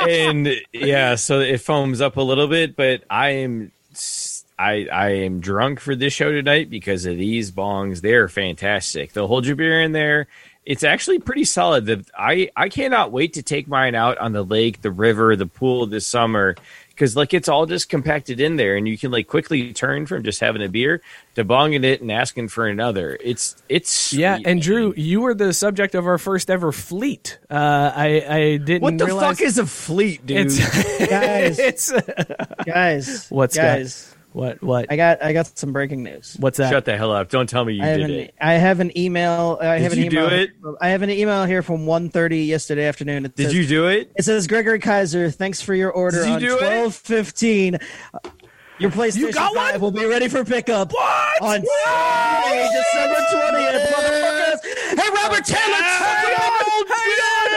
Speaker 2: and yeah, so it foams up a little bit. But I am, s- I I am drunk for this show tonight because of these bongs. They're fantastic. They'll hold your beer in there. It's actually pretty solid. That I I cannot wait to take mine out on the lake, the river, the pool this summer because like it's all just compacted in there, and you can like quickly turn from just having a beer to bonging it and asking for another. It's it's
Speaker 3: Yeah,
Speaker 2: sweet,
Speaker 3: and Drew,
Speaker 2: man.
Speaker 3: you were the subject of our first ever fleet. Uh, I I didn't
Speaker 2: What the
Speaker 3: realize
Speaker 2: fuck is a fleet, dude?
Speaker 3: [laughs] it's uh, [laughs]
Speaker 1: guys,
Speaker 3: it's
Speaker 1: guys,
Speaker 3: What's got-
Speaker 1: guys?
Speaker 3: what what
Speaker 1: I got, I got some breaking news.
Speaker 3: what's that?
Speaker 2: Shut the hell up! Don't tell me you
Speaker 1: I have,
Speaker 2: did
Speaker 1: an,
Speaker 3: e-
Speaker 2: it.
Speaker 1: I have an email. I have an
Speaker 2: you
Speaker 1: email.
Speaker 2: do it?
Speaker 1: I have an email here from 1.30 yesterday afternoon. It
Speaker 2: Did
Speaker 1: says,
Speaker 2: you do it?
Speaker 1: It says Gregory Kaiser. Thanks for your order
Speaker 2: Did you
Speaker 1: on
Speaker 2: do it?
Speaker 1: twelve fifteen. Your PlayStation
Speaker 3: got one?
Speaker 1: Five will be ready for pickup on Friday, December twentieth. Motherfuckers! Hey, Robert Taylor,
Speaker 3: Hang
Speaker 1: fuck
Speaker 3: on,
Speaker 1: it up!
Speaker 3: hang on.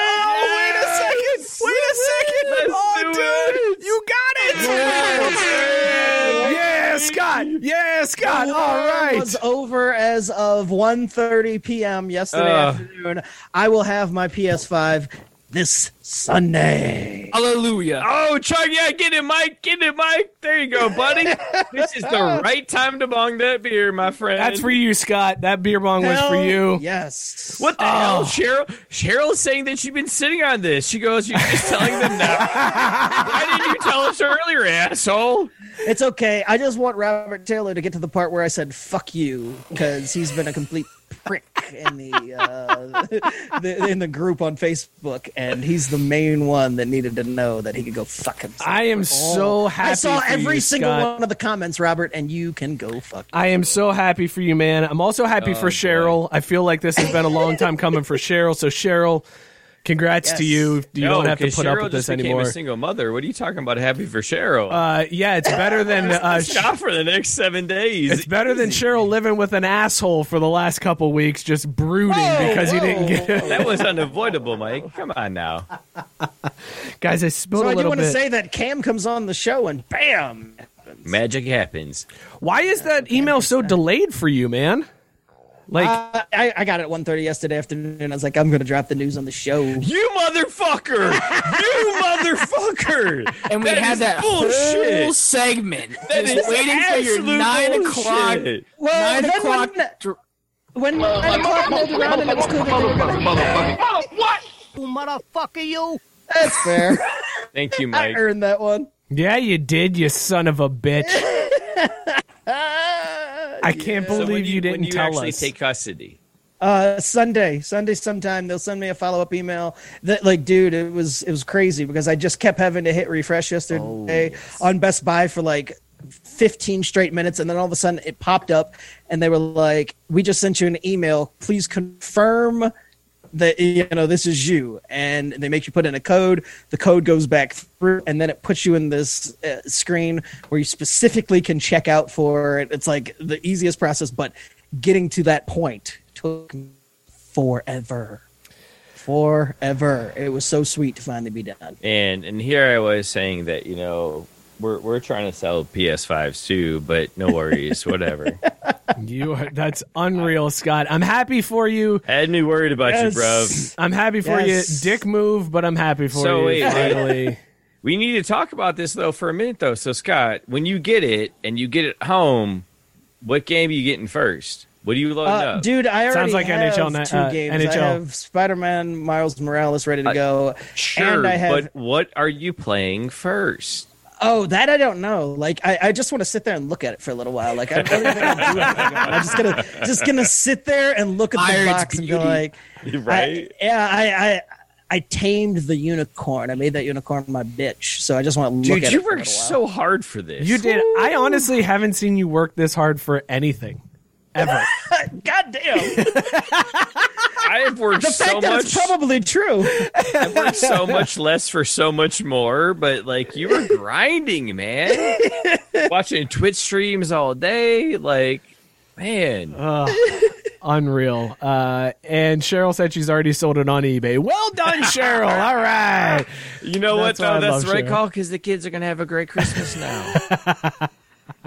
Speaker 3: Oh, wait a second! Wait a second! oh, dude, you got it! Yeah, Scott! Yeah, Scott!
Speaker 1: The
Speaker 3: All
Speaker 1: war
Speaker 3: right.
Speaker 1: Was over as of 1.30 p.m. yesterday
Speaker 2: Uh.
Speaker 1: afternoon. I will have my PS5 this Sunday.
Speaker 4: Hallelujah.
Speaker 2: Oh, Chug, yeah, get it, Mike. Get it, Mike. There you go, buddy. this
Speaker 3: [laughs]
Speaker 2: is the right time to bong that beer, my friend.
Speaker 3: That's for you, Scott. That beer bong was for
Speaker 1: Hell
Speaker 3: you.
Speaker 1: Yes.
Speaker 2: What the
Speaker 3: Oh.
Speaker 2: hell, Cheryl? Cheryl's saying that she's been sitting on this. She goes, "You're just telling them now. Why didn't you tell us earlier, asshole?"
Speaker 1: It's okay. I just want Robert Taylor to get to the part where I said "fuck you" because he's been a complete prick in the, uh, [laughs] the in the group on Facebook, and he's the main one that needed to know that he could go fuck himself.
Speaker 3: I am so happy.
Speaker 1: I saw
Speaker 3: for
Speaker 1: every
Speaker 3: you,
Speaker 1: single
Speaker 3: Scott.
Speaker 1: one of the comments, Robert, and you can go fuck.
Speaker 3: I am so happy for you, man. I'm also happy
Speaker 2: Oh,
Speaker 3: for Cheryl. I feel like this has been a long time coming for Cheryl. So Cheryl, congrats to
Speaker 1: Yes.
Speaker 3: you. You
Speaker 2: No,
Speaker 3: don't have to
Speaker 2: 'cause
Speaker 3: put
Speaker 2: Cheryl
Speaker 3: up with
Speaker 2: just
Speaker 3: this
Speaker 2: became
Speaker 3: anymore.
Speaker 2: A single mother. What are you talking about? Happy for Cheryl.
Speaker 3: Uh, yeah, it's better
Speaker 2: [laughs]
Speaker 3: than uh, Sh-
Speaker 2: Shop for the next seven days.
Speaker 3: it's better than Cheryl living with an asshole for the last couple weeks, just brooding because he didn't get.
Speaker 2: that was unavoidable, Mike. Come on now.
Speaker 3: Guys, I
Speaker 1: [laughs]
Speaker 3: spilled
Speaker 1: So
Speaker 3: a
Speaker 1: I do
Speaker 3: little
Speaker 1: want to
Speaker 3: bit.
Speaker 1: say that Cam comes on the show and bam.
Speaker 2: Magic happens.
Speaker 3: Why is that email so delayed for you, man? Like,
Speaker 1: Uh, I, I got it at 1.30 yesterday afternoon. I was like, I'm going to drop the news on the show.
Speaker 2: You motherfucker! you
Speaker 4: [laughs]
Speaker 2: motherfucker!
Speaker 4: And we had
Speaker 2: is
Speaker 4: that
Speaker 2: bullshit.
Speaker 4: whole segment
Speaker 2: That
Speaker 4: just
Speaker 2: is
Speaker 4: waiting for your
Speaker 2: absolute
Speaker 4: nine o'clock.
Speaker 2: bullshit.
Speaker 1: Well,
Speaker 4: nine
Speaker 1: then
Speaker 4: o'clock.
Speaker 1: when-
Speaker 4: dr-
Speaker 1: When nine o'clock rolled around and it was cool that they were gonna- That's fair.
Speaker 2: Thank
Speaker 1: [laughs]
Speaker 2: you,
Speaker 1: I
Speaker 2: Mike.
Speaker 1: earned that one.
Speaker 3: yeah, you did, you son of a
Speaker 2: [laughs]
Speaker 3: bitch. I can't
Speaker 2: So when
Speaker 3: believe you,
Speaker 2: when
Speaker 3: didn't
Speaker 2: you
Speaker 3: tell
Speaker 2: actually
Speaker 3: us.
Speaker 2: take custody.
Speaker 1: Uh, Sunday, Sunday, sometime they'll send me a follow up email. That like, dude, it was it was crazy because I just kept having to hit refresh yesterday on Best Buy for like. 15 straight minutes and then all of a sudden it popped up and they were like we just sent you an email please confirm that you know this is you and they make you put in a code the code goes back through and then it puts you in this uh, screen where you specifically can check out for it it's like the easiest process but getting to that point took me forever forever it was so sweet to finally be done
Speaker 2: And and here I was saying that you know we're we're trying to sell PS5s too, but no worries,
Speaker 4: [laughs]
Speaker 2: whatever.
Speaker 3: You are, that's unreal, Scott. I'm happy for you.
Speaker 2: Had me worried about you, bruv.
Speaker 1: Yes.
Speaker 3: I'm happy for
Speaker 1: Yes.
Speaker 3: you. Dick move, but I'm happy for
Speaker 2: So
Speaker 3: you.
Speaker 2: wait, wait. [laughs]
Speaker 3: finally.
Speaker 2: We need to talk about this though for a minute though. So Scott, when you get it and you get it home, what game are you getting first? What do you load
Speaker 1: Uh,
Speaker 2: up?
Speaker 1: dude, I already
Speaker 3: Sounds like
Speaker 1: have
Speaker 3: NHL na-
Speaker 1: two
Speaker 3: uh,
Speaker 1: games.
Speaker 3: NHL.
Speaker 1: I have Spider-Man, Miles Morales ready to go,
Speaker 2: sure,
Speaker 1: and I have
Speaker 2: but what are you playing first?
Speaker 1: Oh, that I don't know. Like, I, I just want to sit there and look at it for a little while. Like, I don't really think I'll do anything. I'm just gonna just gonna sit there and look at the
Speaker 4: Admire its
Speaker 1: box and go
Speaker 4: beauty.
Speaker 1: like,
Speaker 2: Right?
Speaker 1: I, yeah, I, I I tamed the unicorn. I made that unicorn my bitch. So I just want to look
Speaker 2: Dude,
Speaker 1: at
Speaker 2: you
Speaker 1: it. for a
Speaker 2: worked
Speaker 1: little while.
Speaker 2: so hard for this.
Speaker 3: you did. I honestly haven't seen you work this hard for anything ever.
Speaker 1: God damn. The
Speaker 2: [laughs] I have worked so
Speaker 1: fact that
Speaker 2: much.
Speaker 1: it's probably true.
Speaker 2: I've worked so much less for so much more, but like you were grinding, man. Watching Twitch streams all day, like man.
Speaker 3: unreal. Uh, and Cheryl said she's already sold it on eBay. Well done, Cheryl. All right.
Speaker 2: you know what
Speaker 3: that's why
Speaker 2: though?
Speaker 3: I
Speaker 2: That's
Speaker 3: love
Speaker 2: the right
Speaker 3: Sharon.
Speaker 2: call because the kids are gonna have a great Christmas now.
Speaker 1: [laughs]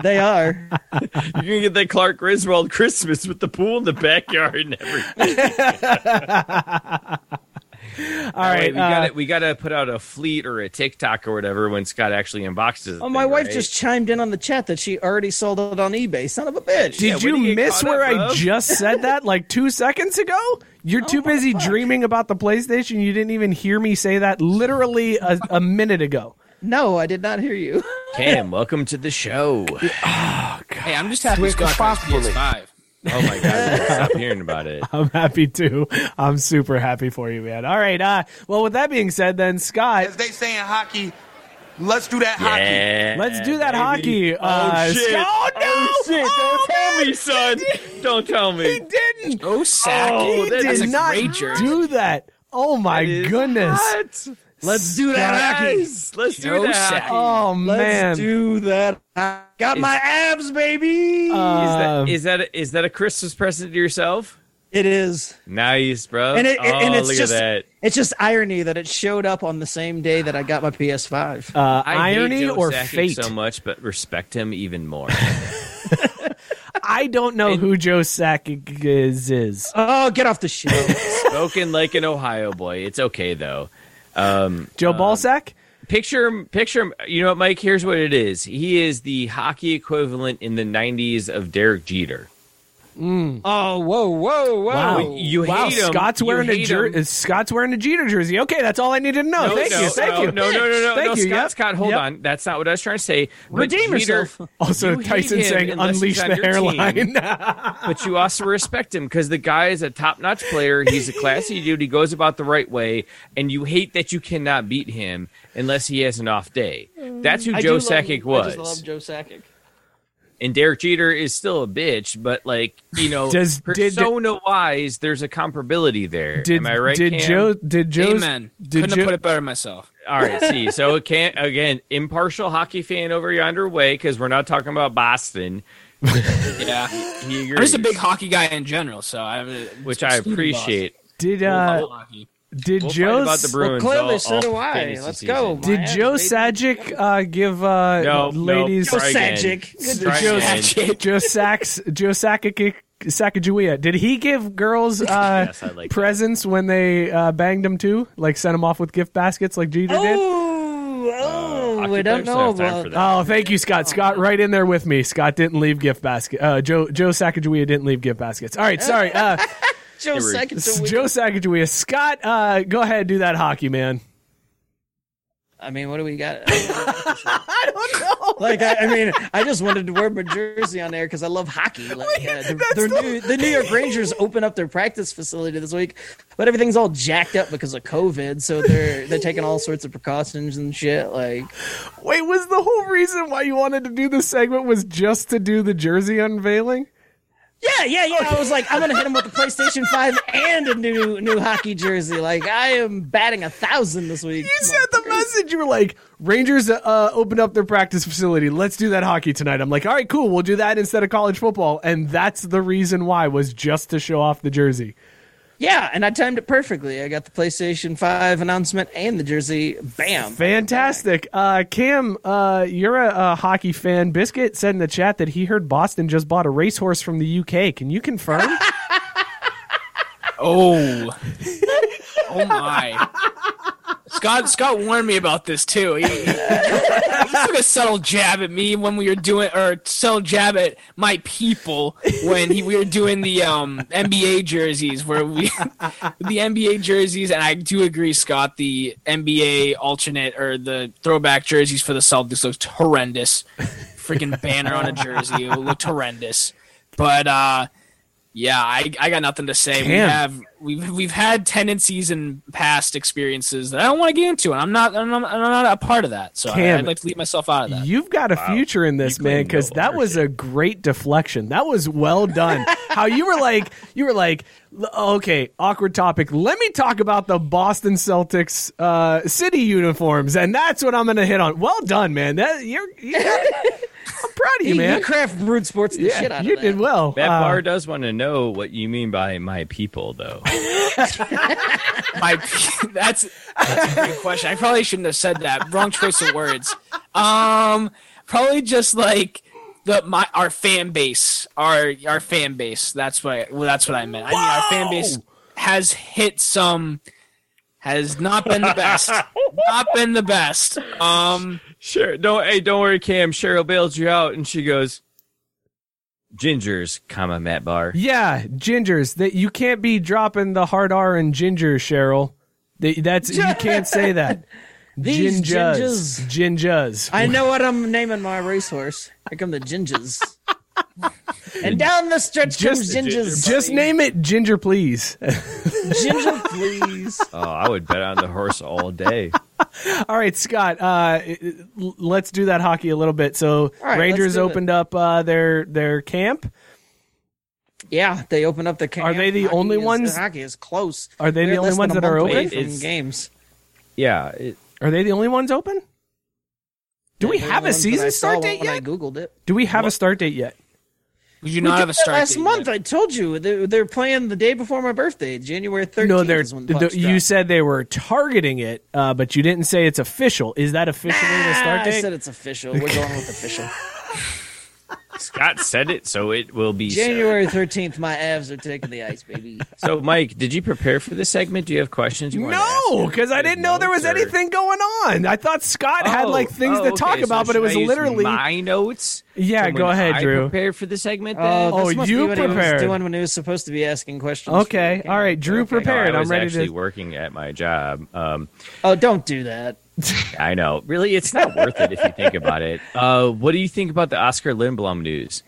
Speaker 1: They
Speaker 2: [laughs]
Speaker 1: are.
Speaker 2: You're gonna get that Clark Griswold Christmas with the pool in the backyard and everything.
Speaker 1: [laughs]
Speaker 3: All right.
Speaker 2: we
Speaker 3: uh,
Speaker 2: got to We got to put out a fleet or a TikTok or whatever when Scott actually unboxes. the
Speaker 1: Oh, my
Speaker 2: thing,
Speaker 1: wife
Speaker 2: right?
Speaker 1: just [laughs] chimed in on the chat that she already sold it on eBay. Son of a bitch.
Speaker 3: Did
Speaker 2: Yeah, when do
Speaker 3: you
Speaker 2: you get
Speaker 3: miss
Speaker 2: caught
Speaker 3: where
Speaker 2: up,
Speaker 3: I
Speaker 2: bub?
Speaker 3: just said that like two seconds ago? You're too busy dreaming about the PlayStation. You didn't even hear me say that literally a, a minute ago.
Speaker 1: No, I did not hear you. [laughs]
Speaker 2: Cam, welcome to the show.
Speaker 4: Hey, I'm just happy Scott got his PS5.
Speaker 2: Oh my god, stop hearing
Speaker 1: [laughs]
Speaker 2: about it.
Speaker 3: I'm happy too. I'm super happy for you, man. All right. Uh, well, with that being said, then Scott,
Speaker 5: As they say in hockey, let's do that hockey.
Speaker 2: Yeah,
Speaker 3: let's do that hockey.
Speaker 2: baby.
Speaker 3: Uh,
Speaker 2: oh shit!
Speaker 3: Scott-
Speaker 2: Oh,
Speaker 3: no!
Speaker 2: shit!
Speaker 3: Oh,
Speaker 2: Don't tell me, son. Don't tell me.
Speaker 3: didn't.
Speaker 4: Oh, sack.
Speaker 2: Oh,
Speaker 3: He
Speaker 2: that
Speaker 4: that's
Speaker 2: is
Speaker 4: a
Speaker 3: did not
Speaker 4: great jersey.
Speaker 3: do that. Oh my
Speaker 2: It is
Speaker 3: goodness.
Speaker 2: hot.
Speaker 1: Let's do that hockey.
Speaker 2: Guys, Let's do
Speaker 4: No
Speaker 2: that.
Speaker 4: sack.
Speaker 3: Oh
Speaker 1: Let's
Speaker 3: man.
Speaker 1: do that. I got my abs, baby.
Speaker 3: Uh,
Speaker 1: Um,
Speaker 2: is, that, is that is that a Christmas present to yourself?
Speaker 1: it is,
Speaker 2: Nice, bro.
Speaker 1: and it,
Speaker 2: oh,
Speaker 1: and it's
Speaker 2: look
Speaker 1: just
Speaker 2: at that.
Speaker 1: it's just irony that it showed up on the same day that I got my PS5.
Speaker 3: uh,
Speaker 2: I hate
Speaker 3: irony
Speaker 2: Joe
Speaker 3: or
Speaker 2: Sakic
Speaker 3: fate?
Speaker 2: so much, but respect him even more.
Speaker 3: I don't know who Joe Sakic is. is.
Speaker 1: oh, get off the show!
Speaker 2: Spoken like an Ohio boy. It's okay though.
Speaker 3: Joe Ballsack?
Speaker 2: Picture him. Picture him. You know what, Mike? Here's what it is. He is the hockey equivalent in the '90s of Derek Jeter. Oh, whoa, whoa, whoa!
Speaker 3: Wow,
Speaker 6: you
Speaker 3: wow.
Speaker 6: hate 'em.
Speaker 3: Scott's
Speaker 6: You
Speaker 3: wearing a
Speaker 6: hate
Speaker 3: jer-
Speaker 6: 'em.
Speaker 3: is Scott's wearing a Jeter jersey. Okay, that's all I needed to know.
Speaker 6: No,
Speaker 3: [laughs] thank
Speaker 6: no,
Speaker 3: you, thank
Speaker 6: no,
Speaker 3: you.
Speaker 6: No, no, no, no,
Speaker 3: Thank
Speaker 6: no.
Speaker 3: you,
Speaker 6: Scott,
Speaker 3: yep,
Speaker 2: Scott, hold
Speaker 3: yep.
Speaker 2: on. That's not what I was trying to say. But
Speaker 1: Redeem
Speaker 2: Jeter,
Speaker 1: yourself.
Speaker 3: [laughs] Also,
Speaker 2: you hate
Speaker 3: Tyson
Speaker 2: him
Speaker 3: saying
Speaker 2: unless
Speaker 3: unleash
Speaker 2: he's on
Speaker 3: the
Speaker 2: your team."
Speaker 3: hairline. [laughs]
Speaker 2: but you also respect him because the guy is a top-notch player. He's a classy dude. He goes about the right way, and you hate that you cannot beat him unless he has an off day. That's who
Speaker 1: Mm. I do
Speaker 2: Joe
Speaker 1: love-
Speaker 2: Sakic
Speaker 1: I
Speaker 2: was.
Speaker 1: just love Joe Sakic.
Speaker 2: and Derek Jeter is still a bitch, but like you know,
Speaker 3: Does- [laughs] did-
Speaker 2: persona-wise, there's a comparability there.
Speaker 3: did
Speaker 2: Am I right?
Speaker 3: did
Speaker 2: Cam?
Speaker 3: Joe did Joe
Speaker 4: Amen.
Speaker 3: did
Speaker 4: Couldn't
Speaker 3: Joe,
Speaker 4: have put it better myself.
Speaker 2: All right, see, so it can't again. Impartial hockey fan over yonder way because we're not talking about Boston.
Speaker 4: Yeah,
Speaker 2: He
Speaker 4: I'm just
Speaker 2: agrees,
Speaker 4: a big hockey guy in general, so I uh, have
Speaker 2: which I appreciate.
Speaker 3: did uh
Speaker 4: hockey.
Speaker 3: did
Speaker 2: We'll
Speaker 3: Joe
Speaker 2: fight about the
Speaker 3: s-
Speaker 2: Bruins.
Speaker 1: well, clearly,
Speaker 2: all-
Speaker 1: so
Speaker 2: all
Speaker 1: do I.
Speaker 2: fantasy
Speaker 1: Let's
Speaker 2: season.
Speaker 1: go.
Speaker 3: did
Speaker 1: my ass,
Speaker 3: Joe
Speaker 1: baby.
Speaker 3: Sajic uh give uh
Speaker 2: No, no,
Speaker 3: ladies
Speaker 1: Joe
Speaker 2: try again.
Speaker 1: Sajic.
Speaker 2: Try
Speaker 3: Joe
Speaker 2: again.
Speaker 3: Joe Sacks Joe Sakic Sacagawea. Did he give girls uh
Speaker 2: Yes, I like that.
Speaker 3: presents when they uh banged them too? Like sent them off with gift baskets like Jeter did?
Speaker 1: Oh, oh,
Speaker 2: hockey
Speaker 1: I don't
Speaker 2: players don't
Speaker 1: know
Speaker 2: have time
Speaker 1: about
Speaker 2: for that.
Speaker 3: Oh, thank you, Scott. Scott, right in there with me. Scott didn't leave gift basket. Uh, Joe Joe Sacagawea didn't leave gift baskets. All right, sorry. Uh,
Speaker 1: Joe Sakic.
Speaker 3: S-
Speaker 1: so we-
Speaker 3: Joe Sacagawea. Scott, uh, go ahead, do that hockey, man.
Speaker 1: I mean, what do we got? I don't know. Like, I, I mean, I just wanted to wear my jersey on there because I love hockey. Like, uh, the, their new, the New York Rangers opened up their practice facility this week, but everything's all jacked up because of COVID. So they're they're taking all sorts of precautions and shit. Like,
Speaker 3: Wait, was the whole reason why you wanted to do this segment was just to do the jersey unveiling?
Speaker 1: yeah, yeah, yeah. I was like, I'm gonna hit him with the PlayStation Five and a new new hockey jersey. Like, I am batting a thousand this week.
Speaker 3: You sent the message. You were like, Rangers uh, opened up their practice facility. Let's do that hockey tonight. I'm like, all right, cool. We'll do that instead of college football. And that's the reason why was just to show off the jersey.
Speaker 1: Yeah, and I timed it perfectly. I got the PlayStation Five announcement and the jersey. Bam.
Speaker 3: Fantastic. Uh, Cam, uh, you're a, a hockey fan. Biscuit said in the chat that he heard Boston just bought a racehorse from the UK. Can you confirm?
Speaker 4: Oh, [laughs] oh my! Scott Scott warned me about this too. He, he- he took a subtle jab at me when we were doing, or subtle jab at my people when he, we were doing the um, NBA jerseys, where we [laughs] the NBA jerseys, and I do agree, Scott. The NBA alternate or the throwback jerseys for the Celtics looked horrendous. Freaking banner on a jersey it looked horrendous, but. uh yeah, I, I got nothing to say. We
Speaker 3: Damn.
Speaker 4: have we've we've had tendencies and past experiences that I don't want to get into, and I'm not I'm not, I'm not a part of that. So I,
Speaker 3: Cam,
Speaker 4: would like to leave myself out of that.
Speaker 3: You've got a future in this,
Speaker 2: You
Speaker 3: man,
Speaker 2: claim
Speaker 3: because
Speaker 2: no
Speaker 3: that was a great deflection. That was well done. How you were like, you were like, "L- okay, awkward topic. Let me talk about the Boston Celtics uh, city uniforms, and that's what I'm going to hit on. Well done, man. That you're, you got- I'm proud
Speaker 1: [laughs]
Speaker 3: of you,
Speaker 1: He, he
Speaker 3: man.
Speaker 1: craft brewed sports the shit
Speaker 3: Yeah,
Speaker 1: out
Speaker 3: you
Speaker 1: of that.
Speaker 3: did well.
Speaker 2: That
Speaker 3: Uh,
Speaker 2: bar does want to know what you mean by my people, though.
Speaker 4: My, [laughs] that's that's a great question. I probably shouldn't have said that. Wrong choice of words. Um, probably just like the my our fan base, our our fan base. That's what I, well, that's what I meant. I mean, our fan base has hit some. Has not been the
Speaker 1: [laughs]
Speaker 4: best. not been the best. Um,
Speaker 2: sure. Don't hey, don't worry, Cam. Cheryl bailed you out, and she goes, "Gingers, comma
Speaker 3: [laughs]
Speaker 2: Matt Bar."
Speaker 3: Yeah, gingers. That you can't be dropping the hard R in ginger, Cheryl. That, that's you can't say that.
Speaker 1: [laughs] These
Speaker 3: gingers, gingers.
Speaker 1: I know what I'm naming my racehorse. Here come the
Speaker 3: [laughs]
Speaker 1: gingers. and down the stretch
Speaker 3: Just-
Speaker 1: comes gingers.
Speaker 3: Just name it Ginger, please.
Speaker 1: ginger, please.
Speaker 2: [laughs] Oh, I would bet on the horse all day.
Speaker 3: [laughs] All right, Scott. Uh, l- let's do that hockey a little bit. So
Speaker 1: right, let's
Speaker 3: Rangers
Speaker 1: do it.
Speaker 3: opened up uh, their their camp.
Speaker 1: Yeah, they open up the camp.
Speaker 3: Are they the
Speaker 1: Hockey
Speaker 3: only
Speaker 1: is-
Speaker 3: ones-
Speaker 1: Hockey is close.
Speaker 3: Are they
Speaker 1: We're
Speaker 3: the only
Speaker 1: less than
Speaker 3: ones
Speaker 1: a
Speaker 3: that are
Speaker 1: month away
Speaker 2: open?
Speaker 1: from
Speaker 2: It's-
Speaker 1: games?
Speaker 2: Yeah, it,
Speaker 3: Are they the only ones open? Do we
Speaker 1: They're the
Speaker 3: have
Speaker 1: only
Speaker 3: a
Speaker 1: ones that I
Speaker 3: season
Speaker 1: saw
Speaker 3: start
Speaker 1: when
Speaker 3: date yet?
Speaker 1: I googled it.
Speaker 3: Do we have a start date yet?
Speaker 4: we do not
Speaker 1: We
Speaker 4: have
Speaker 1: did
Speaker 4: a
Speaker 1: that
Speaker 4: start
Speaker 1: last
Speaker 4: date
Speaker 1: month.
Speaker 4: yet.
Speaker 1: I told you they're, they're playing the day before my birthday, January 13th.
Speaker 3: No, they're,
Speaker 1: is when the
Speaker 3: th-
Speaker 1: pucks
Speaker 3: you
Speaker 1: drop.
Speaker 3: said they were targeting it, uh, but you didn't say it's official. Is that officially the
Speaker 1: Ah,
Speaker 3: start
Speaker 1: I
Speaker 3: date?
Speaker 1: said it's official. We're going with official.
Speaker 3: [laughs]
Speaker 2: Scott said it, so it will be so.
Speaker 1: January 13th, my abs are taking the ice, baby.
Speaker 2: So, Mike, did you prepare for this segment? Do you have questions? You wanted to ask
Speaker 3: no,
Speaker 2: me?
Speaker 3: because I didn't know there was
Speaker 2: Or-
Speaker 3: anything going on. I thought Scott had
Speaker 2: Oh,
Speaker 3: like things
Speaker 2: oh,
Speaker 3: to talk
Speaker 2: okay, so
Speaker 3: about, but it
Speaker 2: should
Speaker 3: was
Speaker 2: I use
Speaker 3: literally
Speaker 2: my notes.
Speaker 3: Yeah,
Speaker 2: from
Speaker 3: go
Speaker 2: when
Speaker 3: ahead,
Speaker 2: I
Speaker 3: Drew.
Speaker 2: Prepared for the segment. then?
Speaker 1: Oh,
Speaker 3: [laughs] Oh,
Speaker 1: this must
Speaker 3: you
Speaker 1: be what he was
Speaker 3: prepared.
Speaker 1: doing when he was supposed to be asking questions. for
Speaker 3: Okay,
Speaker 1: the
Speaker 3: all right,
Speaker 1: game.
Speaker 3: Drew
Speaker 2: No,
Speaker 3: prepared.
Speaker 2: Oh, I
Speaker 3: I'm
Speaker 2: was
Speaker 3: ready
Speaker 2: actually
Speaker 3: to.
Speaker 2: working at my job. Um,
Speaker 1: Oh, don't do that.
Speaker 2: I know. Really, it's not worth it if you think about [laughs] it. Uh, what do you think about the Oscar Lindblom news?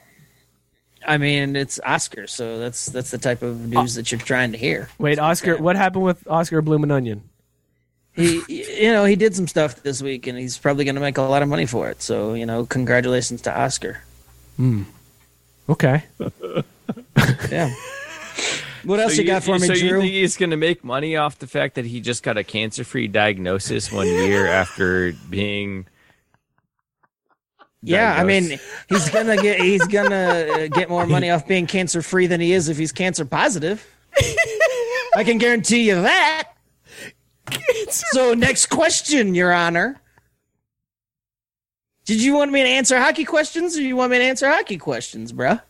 Speaker 1: I mean, it's Oscar, so that's that's the type of news that you're trying to hear.
Speaker 3: Wait, Oscar, what happened with Oscar Bloomin' Onion?
Speaker 1: He, you know, he did some stuff this week, and he's probably going to make a lot of money for it. So, you know, congratulations to Oscar.
Speaker 3: Okay. [laughs]
Speaker 1: Yeah. What else you, got for me,
Speaker 2: so you
Speaker 1: Drew?
Speaker 2: think he's going to make money off the fact that he just got a cancer-free diagnosis one [laughs] year after being?
Speaker 1: yeah, I
Speaker 2: diagnosed?
Speaker 1: mean, he's gonna get he's gonna uh, get more money off being cancer free than he is if he's cancer positive. I can guarantee you that. So, next question, Your Honor. Did you want me to answer hockey questions, or you want me to answer hockey questions, bruh?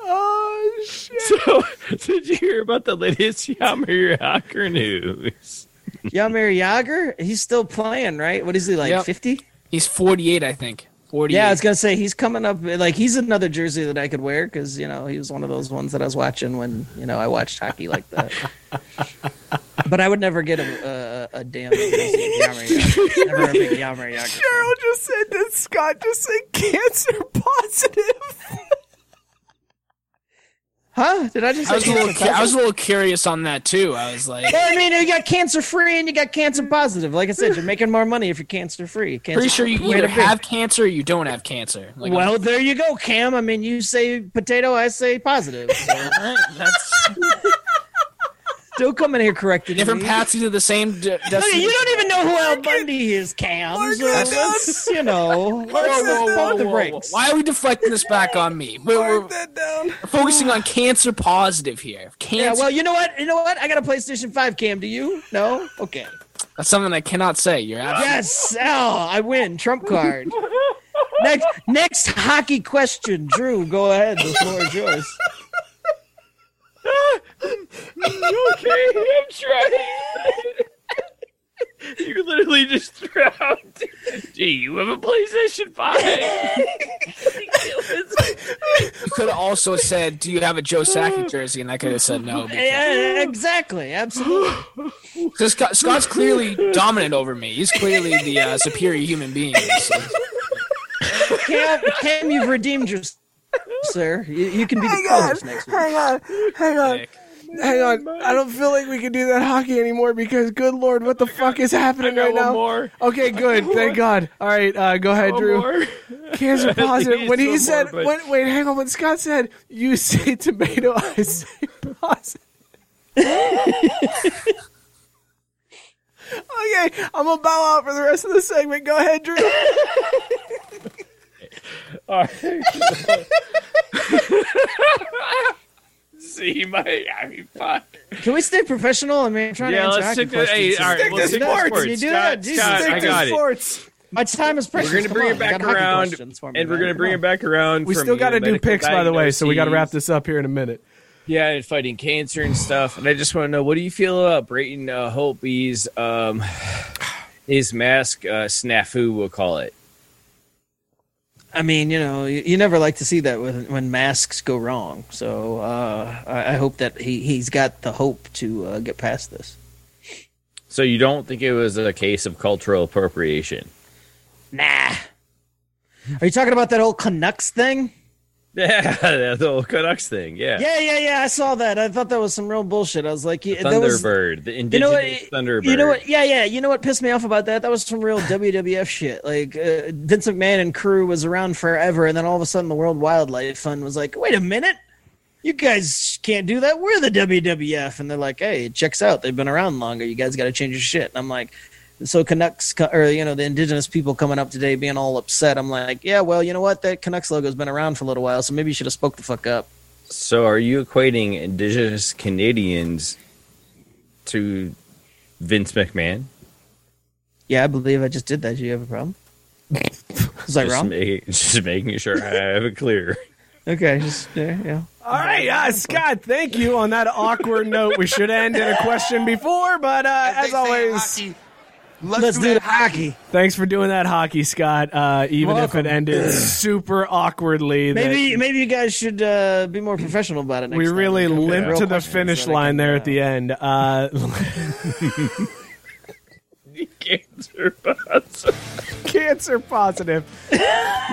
Speaker 3: Oh shit!
Speaker 2: [laughs] So, did you hear about the latest Yamir Hacker news?
Speaker 1: Yamir Yager, he's still playing, right? What is he like,
Speaker 4: Yep.
Speaker 1: fifty?
Speaker 4: He's 48, I think. 48.
Speaker 1: Yeah, I was gonna say he's coming up. Like he's another jersey that I could wear because you know he was one of those ones that I was watching when you know I watched hockey like
Speaker 4: [laughs]
Speaker 1: that. but I would never get a a, a damn jersey of Yammer Yager. Never a big Yammer Yager. fan.
Speaker 3: just said that Scott just said cancer positive.
Speaker 1: Huh? Did I just?
Speaker 4: I was,
Speaker 1: Say
Speaker 4: a little,
Speaker 1: cancer
Speaker 4: cu- I was a
Speaker 1: positive?
Speaker 4: little curious on that too. I was like,
Speaker 1: Yeah, I mean, you got cancer free and you got cancer positive. Like I said, you're making more money if you're cancer free.
Speaker 4: pretty sure you either have cancer or you don't have cancer. Like,
Speaker 1: Well, there you go, Cam. I mean, you say potato, I say positive. So
Speaker 4: [laughs]
Speaker 1: [laughs]
Speaker 4: that's
Speaker 1: still coming here correcting
Speaker 4: different
Speaker 1: me.
Speaker 4: paths to the same de-
Speaker 1: Look, you
Speaker 4: destination.
Speaker 1: don't even know who Al Bundy is, Cam. So
Speaker 3: Mark it
Speaker 1: let's, you know, let's
Speaker 4: Whoa,
Speaker 1: just pump
Speaker 4: whoa, whoa,
Speaker 1: the
Speaker 4: whoa,
Speaker 1: brakes.
Speaker 4: whoa. Why are we deflecting this back on me? We're, we're-
Speaker 3: that down.
Speaker 4: we're focusing on cancer positive here.
Speaker 1: Yeah,
Speaker 4: Cancer.
Speaker 1: well, you know what? You know what? I got a PlayStation 5, Cam. Do you? No? Okay.
Speaker 4: that's something I cannot say. You're
Speaker 2: Uh,
Speaker 4: absolutely
Speaker 1: Yes. Al, I win. Trump
Speaker 2: [laughs]
Speaker 1: card. Next, next hockey question, Drew. Go ahead. The floor is yours.
Speaker 2: [laughs] okay, I'm trying. you literally just threw out. Do you have a PlayStation 5?
Speaker 4: You could have also said, "Do you have a Joe Sackett jersey?" And I could have
Speaker 1: [laughs]
Speaker 4: said no. because-
Speaker 1: Mm. Yeah, exactly. Absolutely.
Speaker 4: Because Scott, Scott's clearly dominant over me. He's clearly the uh, superior human being. So
Speaker 1: Cam, Cam you've redeemed yourself, sir. You, you can be the colors next week.
Speaker 3: Hang on, hang on,
Speaker 4: Dick.
Speaker 3: hang on. I don't feel like we can do that hockey anymore because, good lord, what the fuck is happening
Speaker 2: got
Speaker 3: right
Speaker 2: one
Speaker 3: now?
Speaker 2: more.
Speaker 3: Okay, good. Thank God. All right, uh, go ahead, Drew. Cancer positive. When
Speaker 2: least one
Speaker 3: he
Speaker 2: more,
Speaker 3: said,
Speaker 2: but-
Speaker 3: when, wait, hang on. When Scott said, "You say tomato, I say positive." [laughs] okay, I'm gonna bow out for the rest of the segment. Go ahead, Drew.
Speaker 2: [laughs] See my I mean, fuck.
Speaker 1: Can we stay professional? I mean, I'm trying to
Speaker 2: Yeah,
Speaker 1: answer
Speaker 2: let's
Speaker 1: hockey
Speaker 2: stick to hey,
Speaker 1: questions.
Speaker 2: all right,
Speaker 3: Stick
Speaker 2: we'll
Speaker 3: to
Speaker 2: stick
Speaker 3: sports.
Speaker 2: to sports.
Speaker 1: You do
Speaker 2: Scott,
Speaker 1: that, Jesus.
Speaker 2: Scott,
Speaker 1: Stick
Speaker 2: I
Speaker 1: to
Speaker 2: got it.
Speaker 3: sports.
Speaker 1: My time is precious.
Speaker 2: We're gonna
Speaker 1: Come
Speaker 2: bring
Speaker 1: on,
Speaker 2: it
Speaker 1: I
Speaker 2: back
Speaker 1: got hockey
Speaker 2: around,
Speaker 1: questions for me,
Speaker 2: and we're
Speaker 1: man.
Speaker 2: gonna
Speaker 1: Come
Speaker 2: bring
Speaker 1: on.
Speaker 2: it back around.
Speaker 3: We
Speaker 2: from
Speaker 3: still got to
Speaker 2: your
Speaker 3: do
Speaker 2: medical
Speaker 3: picks, by the way, so we got to wrap
Speaker 2: diagnoses.
Speaker 3: this up here in a minute.
Speaker 2: Yeah, and fighting cancer and stuff. And I just want to know, what do you feel about Brayton uh, Holtby's um, his mask uh, snafu? We'll call it.
Speaker 1: I mean, you know, you, you never like to see that when, when masks go wrong. So uh, I, I hope that he, he's got the hope to uh, get past this.
Speaker 2: So you don't think it was a case of cultural appropriation?
Speaker 1: Nah. Are you talking about that old Canucks thing?
Speaker 2: [laughs] Yeah, the old Canucks thing. Yeah,
Speaker 1: Yeah, yeah, yeah. I saw that. I thought that was some real bullshit. I was like, yeah, that was
Speaker 2: Thunderbird, the indigenous
Speaker 1: you know what?
Speaker 2: Thunderbird.
Speaker 1: You know what? Yeah, yeah. You know what pissed me off about that? That was some
Speaker 2: [laughs]
Speaker 1: real WWF shit. Like uh, Vince McMahon and crew was around forever, and then all of a sudden, the World Wildlife Fund was like, "Wait a minute, you guys can't do that. We're the WWF." And they're like, "Hey, it checks out. They've been around longer. You guys got to change your shit." And I'm like. So Canucks co- or you know the indigenous people coming up today being all upset. I'm like, yeah, well, you know what? That Canucks logo's been around for a little while, so maybe you should have spoke the fuck up.
Speaker 2: So are you equating indigenous Canadians to Vince McMahon?
Speaker 1: Yeah, I believe I just did that. Do you have a
Speaker 2: [laughs]
Speaker 1: problem? Is that
Speaker 2: just
Speaker 1: wrong?
Speaker 2: ma- just making sure I have it clear.
Speaker 1: Okay, just yeah, yeah.
Speaker 3: All right, uh, Scott, thank you.
Speaker 2: [laughs]
Speaker 3: On that awkward note, we should end in a question before, but uh,
Speaker 5: They
Speaker 3: as
Speaker 5: say
Speaker 3: always,
Speaker 5: hockey, Let's,
Speaker 1: Let's
Speaker 5: do,
Speaker 1: do the
Speaker 5: that hockey.
Speaker 1: hockey.
Speaker 3: Thanks for doing that hockey, Scott. Uh, even
Speaker 1: You're
Speaker 3: if it
Speaker 2: [clears throat]
Speaker 3: ended super awkwardly, that
Speaker 1: Maybe maybe you guys should uh, be more professional about it. Next
Speaker 3: we
Speaker 1: time.
Speaker 3: really
Speaker 1: Okay,
Speaker 3: limped
Speaker 1: real
Speaker 3: to the
Speaker 1: questions
Speaker 3: finish
Speaker 1: that I
Speaker 3: line
Speaker 1: can,
Speaker 3: there
Speaker 1: uh,
Speaker 3: at the end.
Speaker 1: [laughs]
Speaker 3: Uh, [laughs]
Speaker 2: Cancer
Speaker 3: cancer positive.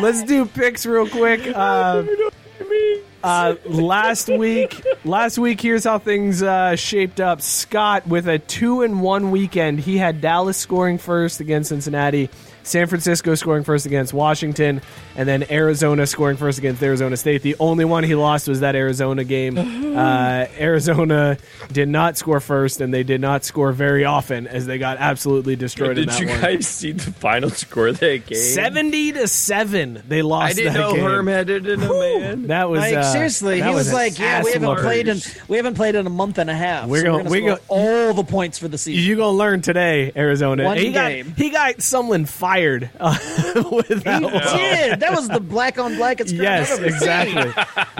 Speaker 3: Let's do picks real quick.
Speaker 2: [laughs]
Speaker 3: Uh, uh, last week, last week, here's how things uh, shaped up. Scott with a two and one weekend. He had Dallas scoring first against Cincinnati, San Francisco scoring first against Washington, and then Arizona scoring first against Arizona State. The only one he lost was that Arizona
Speaker 2: [laughs]
Speaker 3: game. Uh, Arizona did not score first, and they did not score very often as they got absolutely destroyed. in
Speaker 2: Did
Speaker 3: that
Speaker 2: you
Speaker 3: one.
Speaker 2: guys see the final score of that game?
Speaker 3: 70 to 7 they lost
Speaker 2: I didn't
Speaker 3: that
Speaker 2: know
Speaker 3: game.
Speaker 2: Herm had it in a man.
Speaker 3: that was
Speaker 1: Like
Speaker 3: uh,
Speaker 1: seriously,
Speaker 3: that
Speaker 1: he was,
Speaker 3: an
Speaker 1: like, "Yeah, we
Speaker 3: ass
Speaker 1: haven't
Speaker 3: whooping.
Speaker 1: played in we haven't played in a month and a half.
Speaker 3: We're
Speaker 1: so
Speaker 3: gonna-
Speaker 1: we're gonna
Speaker 3: we're
Speaker 1: score
Speaker 3: gonna-
Speaker 1: all the points for the season."
Speaker 3: you gonna learn today, Arizona.
Speaker 1: One
Speaker 3: he
Speaker 1: game.
Speaker 3: got he got Sumlin fired uh, [laughs] with that
Speaker 1: [laughs] He
Speaker 3: one.
Speaker 1: did. That was the black on black. It's
Speaker 3: Yes, exactly.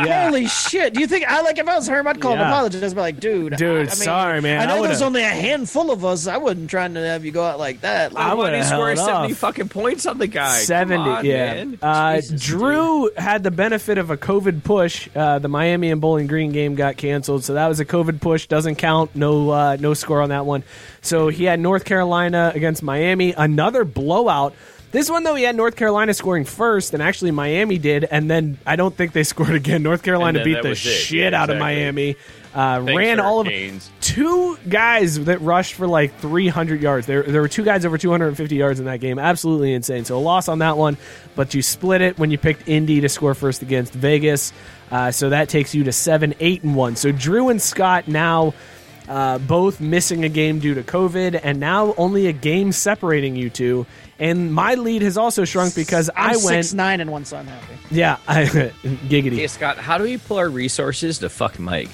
Speaker 3: yeah.
Speaker 1: Holy shit! Do you think I like if I was Herm, I'd call and
Speaker 3: Yeah.
Speaker 1: apologize, but like, dude,
Speaker 3: Dude,
Speaker 1: I, I mean,
Speaker 3: sorry, man.
Speaker 1: I
Speaker 3: I
Speaker 1: know
Speaker 3: would've-
Speaker 1: there's only a handful of us. I wasn't trying to have you go out like that. Like,
Speaker 3: I
Speaker 2: Why did
Speaker 3: would've
Speaker 2: he score
Speaker 3: held
Speaker 2: 70
Speaker 3: off.
Speaker 2: fucking points on the guy? Come
Speaker 3: 70
Speaker 2: on,
Speaker 3: yeah
Speaker 2: man.
Speaker 3: uh,
Speaker 2: Jesus,
Speaker 3: drew had the benefit of a covid push uh, the miami and bowling green game got canceled so that was a covid push doesn't count no uh, no score on that one so he had north carolina against miami another blowout this one though he had north carolina scoring first and actually miami did and then i don't think they [laughs] scored again north carolina
Speaker 2: then
Speaker 3: beat
Speaker 2: that
Speaker 3: the
Speaker 2: was it.
Speaker 3: shit
Speaker 2: Yeah,
Speaker 3: out of
Speaker 2: exactly.
Speaker 3: miami uh,
Speaker 2: Thanks,
Speaker 3: ran all of
Speaker 2: Hurricanes.
Speaker 3: two guys that rushed for like 300 yards. There, there were two guys over 250 yards in that game. Absolutely insane. So a loss on that one, but you split it when you picked Indy to score first against Vegas. Uh, so that takes you to seven, eight, and one. So Drew and Scott now uh, both missing a game due to COVID, and now only a game separating you two. And my lead has also shrunk because
Speaker 1: I'm
Speaker 3: I went,
Speaker 1: six nine and one, so I'm happy.
Speaker 3: yeah, [laughs] I, giggity.
Speaker 2: Hey, Scott, how do we pull our resources to fuck Mike?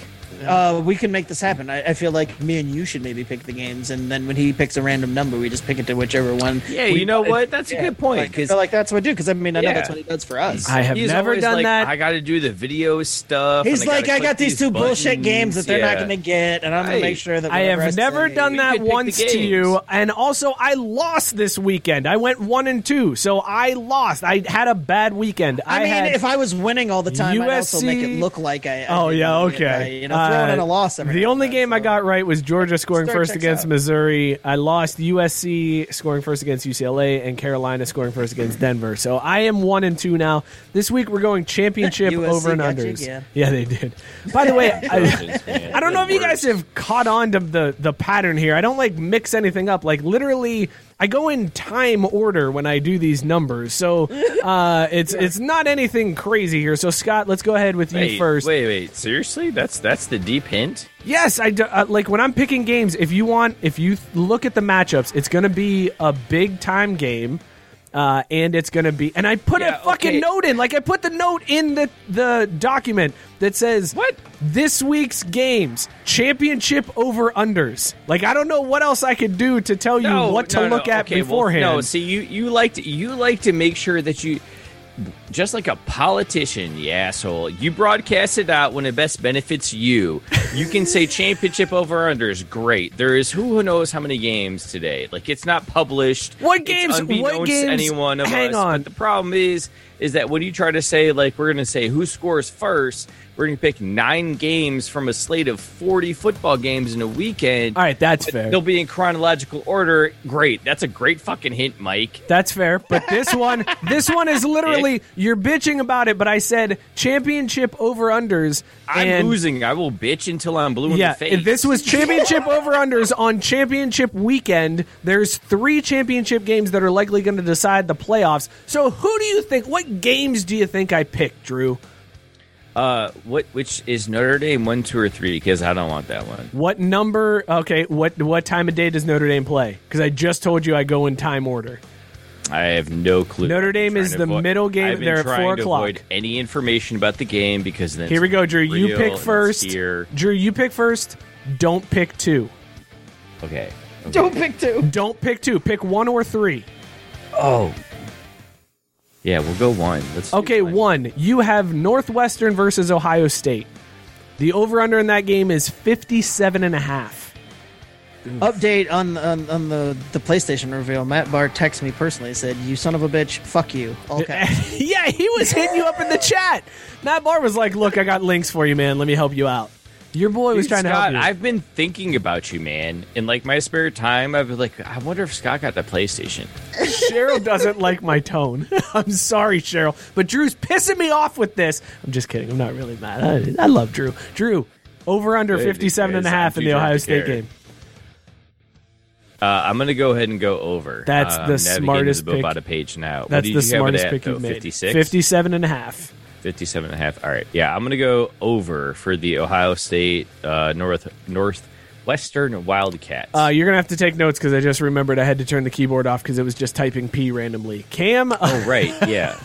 Speaker 1: Uh, we can make this happen. I, I feel like me and you should maybe pick the games, and then when he picks a random number, we just pick it to whichever one.
Speaker 2: Yeah, you know what? That's a
Speaker 1: Yeah,
Speaker 2: good point.
Speaker 1: like, I
Speaker 2: Because
Speaker 1: feel like that's what I do. Because I mean, I know
Speaker 2: Yeah.
Speaker 1: that's what he does for us.
Speaker 3: I have
Speaker 2: he's
Speaker 3: never
Speaker 2: always
Speaker 3: done
Speaker 2: like,
Speaker 3: that.
Speaker 2: I got to do the video stuff.
Speaker 1: He's
Speaker 2: and I
Speaker 1: like,
Speaker 2: gotta
Speaker 1: I
Speaker 2: click
Speaker 1: got these two buttons. bullshit games that they're
Speaker 2: Yeah.
Speaker 1: not going to get, and I'm going
Speaker 2: Right.
Speaker 1: to make sure that
Speaker 3: I
Speaker 1: whatever
Speaker 3: have never
Speaker 1: say-
Speaker 3: done
Speaker 2: could
Speaker 3: that
Speaker 2: pick the
Speaker 3: once to
Speaker 2: games.
Speaker 3: you, and also I lost this weekend. I went one and two, so I lost. I had a bad weekend.
Speaker 1: I, mean,
Speaker 3: had,
Speaker 1: if I was winning all the time, I'd also make
Speaker 3: USC
Speaker 1: it look like I. I [laughs]
Speaker 3: oh
Speaker 1: did
Speaker 3: yeah,
Speaker 1: win it
Speaker 3: okay,
Speaker 1: by, you know, throwing
Speaker 3: Uh,
Speaker 1: in a loss. Every
Speaker 3: the
Speaker 1: now and
Speaker 3: only
Speaker 1: then,
Speaker 3: game I
Speaker 1: so.
Speaker 3: got right was Georgia scoring
Speaker 1: Start
Speaker 3: first
Speaker 1: checks
Speaker 3: against
Speaker 1: out.
Speaker 3: Missouri. I lost USC scoring first against UCLA, and Carolina scoring first against Denver. So I am one and two now. This week we're
Speaker 1: [laughs]
Speaker 3: going championship
Speaker 1: USC
Speaker 3: over and
Speaker 1: got you
Speaker 3: unders.
Speaker 1: again.
Speaker 3: Yeah, they did. By
Speaker 1: [laughs]
Speaker 3: the way, I, [laughs]
Speaker 2: Man,
Speaker 3: I don't know if
Speaker 2: the
Speaker 3: you guys
Speaker 2: worst.
Speaker 3: have caught on to the the pattern here. I don't like mix anything up. Like literally, I go in time order when I do these numbers. So uh, it's it's not anything crazy here. So Scott, let's go ahead with you
Speaker 2: Wait,
Speaker 3: first.
Speaker 2: Wait, wait. Seriously? That's that's the deep hint?
Speaker 3: Yes, I do, uh, like when I'm picking games. If you want, if you th- look at the matchups, it's going to be a big time game. Uh, and it's gonna be, and I put
Speaker 2: Yeah,
Speaker 3: a fucking
Speaker 2: okay.
Speaker 3: note in, like I put the note in the the document that says
Speaker 2: What?
Speaker 3: this week's games championship over unders. Like I don't know what else I could do to tell you what to
Speaker 2: no, no.
Speaker 3: look at
Speaker 2: Okay, well,
Speaker 3: beforehand.
Speaker 2: no, see, you you like to you like to make sure that you, just like a politician, you asshole, you broadcast it out when it best benefits you. You
Speaker 3: [laughs]
Speaker 2: can say championship over unders, great. There is who knows how many games today. Like it's not published.
Speaker 3: What
Speaker 2: It's
Speaker 3: games- what
Speaker 2: unbeknownst to
Speaker 3: games-
Speaker 2: any one of
Speaker 3: hang
Speaker 2: us.
Speaker 3: on.
Speaker 2: But the problem is, is that when you try to say like we're going to say who scores first, we're going to pick nine games from a slate of forty football games in a weekend.
Speaker 3: All right, that's fair.
Speaker 2: They'll be in chronological order. Great. That's a great fucking hint, Mike.
Speaker 3: That's fair, but this
Speaker 2: [laughs]
Speaker 3: one, this one is literally you're bitching about it. But I said championship over unders.
Speaker 2: I'm
Speaker 3: and
Speaker 2: losing. I will bitch until I'm blue
Speaker 3: Yeah,
Speaker 2: in the face.
Speaker 3: if this was
Speaker 2: [laughs]
Speaker 3: championship over unders on championship weekend, there's three championship games that are likely going to decide the playoffs. So who do you think? What games do you think I picked, Drew?
Speaker 2: what, which is Notre Dame one, two, or three? Because I don't want that one.
Speaker 3: What number? Okay, what what time of day does Notre Dame play? Because I just told you I go in time order.
Speaker 2: I have no clue.
Speaker 3: Notre
Speaker 2: I've been
Speaker 3: Dame
Speaker 2: trying
Speaker 3: is
Speaker 2: to
Speaker 3: the
Speaker 2: avoid-
Speaker 3: middle game.
Speaker 2: I've been
Speaker 3: They're at
Speaker 2: trying
Speaker 3: 4
Speaker 2: to
Speaker 3: o'clock.
Speaker 2: avoid any information about the game because then
Speaker 3: Here we go, Drew. You
Speaker 2: real and
Speaker 3: pick
Speaker 2: it's
Speaker 3: first.
Speaker 2: Here.
Speaker 3: Drew, you pick first. Don't pick two.
Speaker 2: Okay.
Speaker 1: [laughs]
Speaker 2: okay.
Speaker 1: Don't pick two.
Speaker 3: [laughs] Don't pick two. Pick one or three.
Speaker 2: Oh. Yeah, we'll go one. Let's do
Speaker 3: Okay,
Speaker 2: one.
Speaker 3: one. You have Northwestern versus Ohio State. The over under in that game is 57 and a half.
Speaker 1: Update on on, on the, the PlayStation reveal. Matt Barr texted me personally. Said, "You son of a bitch, fuck you."
Speaker 3: [laughs]
Speaker 1: All caps.
Speaker 3: yeah, he was hitting you up in the chat. Matt Barr was like, "Look, I got links for you, man. Let me help you out." Your boy was
Speaker 2: Dude,
Speaker 3: trying
Speaker 2: Scott,
Speaker 3: to help you.
Speaker 2: I've been thinking about you, man. In like my spare time, I've been like, I wonder if Scott got the PlayStation.
Speaker 3: [laughs] Cheryl doesn't like my tone. [laughs] I'm sorry, Cheryl, but Drew's pissing me off with this. I'm just kidding. I'm not really mad. I, I love Drew. Drew, over under
Speaker 2: Hey,
Speaker 3: 57 and a
Speaker 2: guys,
Speaker 3: half
Speaker 2: I'm
Speaker 3: in
Speaker 2: too
Speaker 3: the
Speaker 2: drunk
Speaker 3: Ohio
Speaker 2: to
Speaker 3: State
Speaker 2: care.
Speaker 3: game.
Speaker 2: Uh, I'm gonna go ahead and go over.
Speaker 3: That's
Speaker 2: Uh,
Speaker 3: the
Speaker 2: I'm navigating
Speaker 3: smartest
Speaker 2: the
Speaker 3: pick.
Speaker 2: Bovada page now. what
Speaker 3: That's
Speaker 2: did
Speaker 3: the
Speaker 2: you have it
Speaker 3: smartest
Speaker 2: at,
Speaker 3: pick
Speaker 2: though?
Speaker 3: you've made.
Speaker 2: 56?
Speaker 3: 57 and a half.
Speaker 2: 57 and a half. All right. Yeah, I'm going to go over for the Ohio State uh, North Northwestern Wildcats.
Speaker 3: Uh, you're going to have to take notes because I just remembered I had to turn the keyboard off because it was just typing P randomly. Cam, uh,
Speaker 2: oh, [laughs] right.
Speaker 3: [laughs]
Speaker 2: Yeah.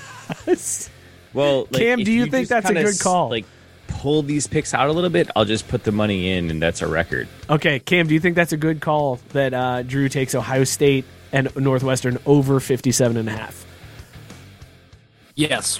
Speaker 2: Well, like,
Speaker 3: Cam,
Speaker 2: if
Speaker 3: do you think
Speaker 2: just
Speaker 3: that's a
Speaker 2: kinda
Speaker 3: good
Speaker 2: s-
Speaker 3: call?
Speaker 2: Like, pull these picks out a little bit. I'll just put the money in, and that's a record.
Speaker 3: okay, Cam, do you think that's a good call that uh, Drew takes Ohio State and Northwestern over 57 and a half?
Speaker 4: Yes.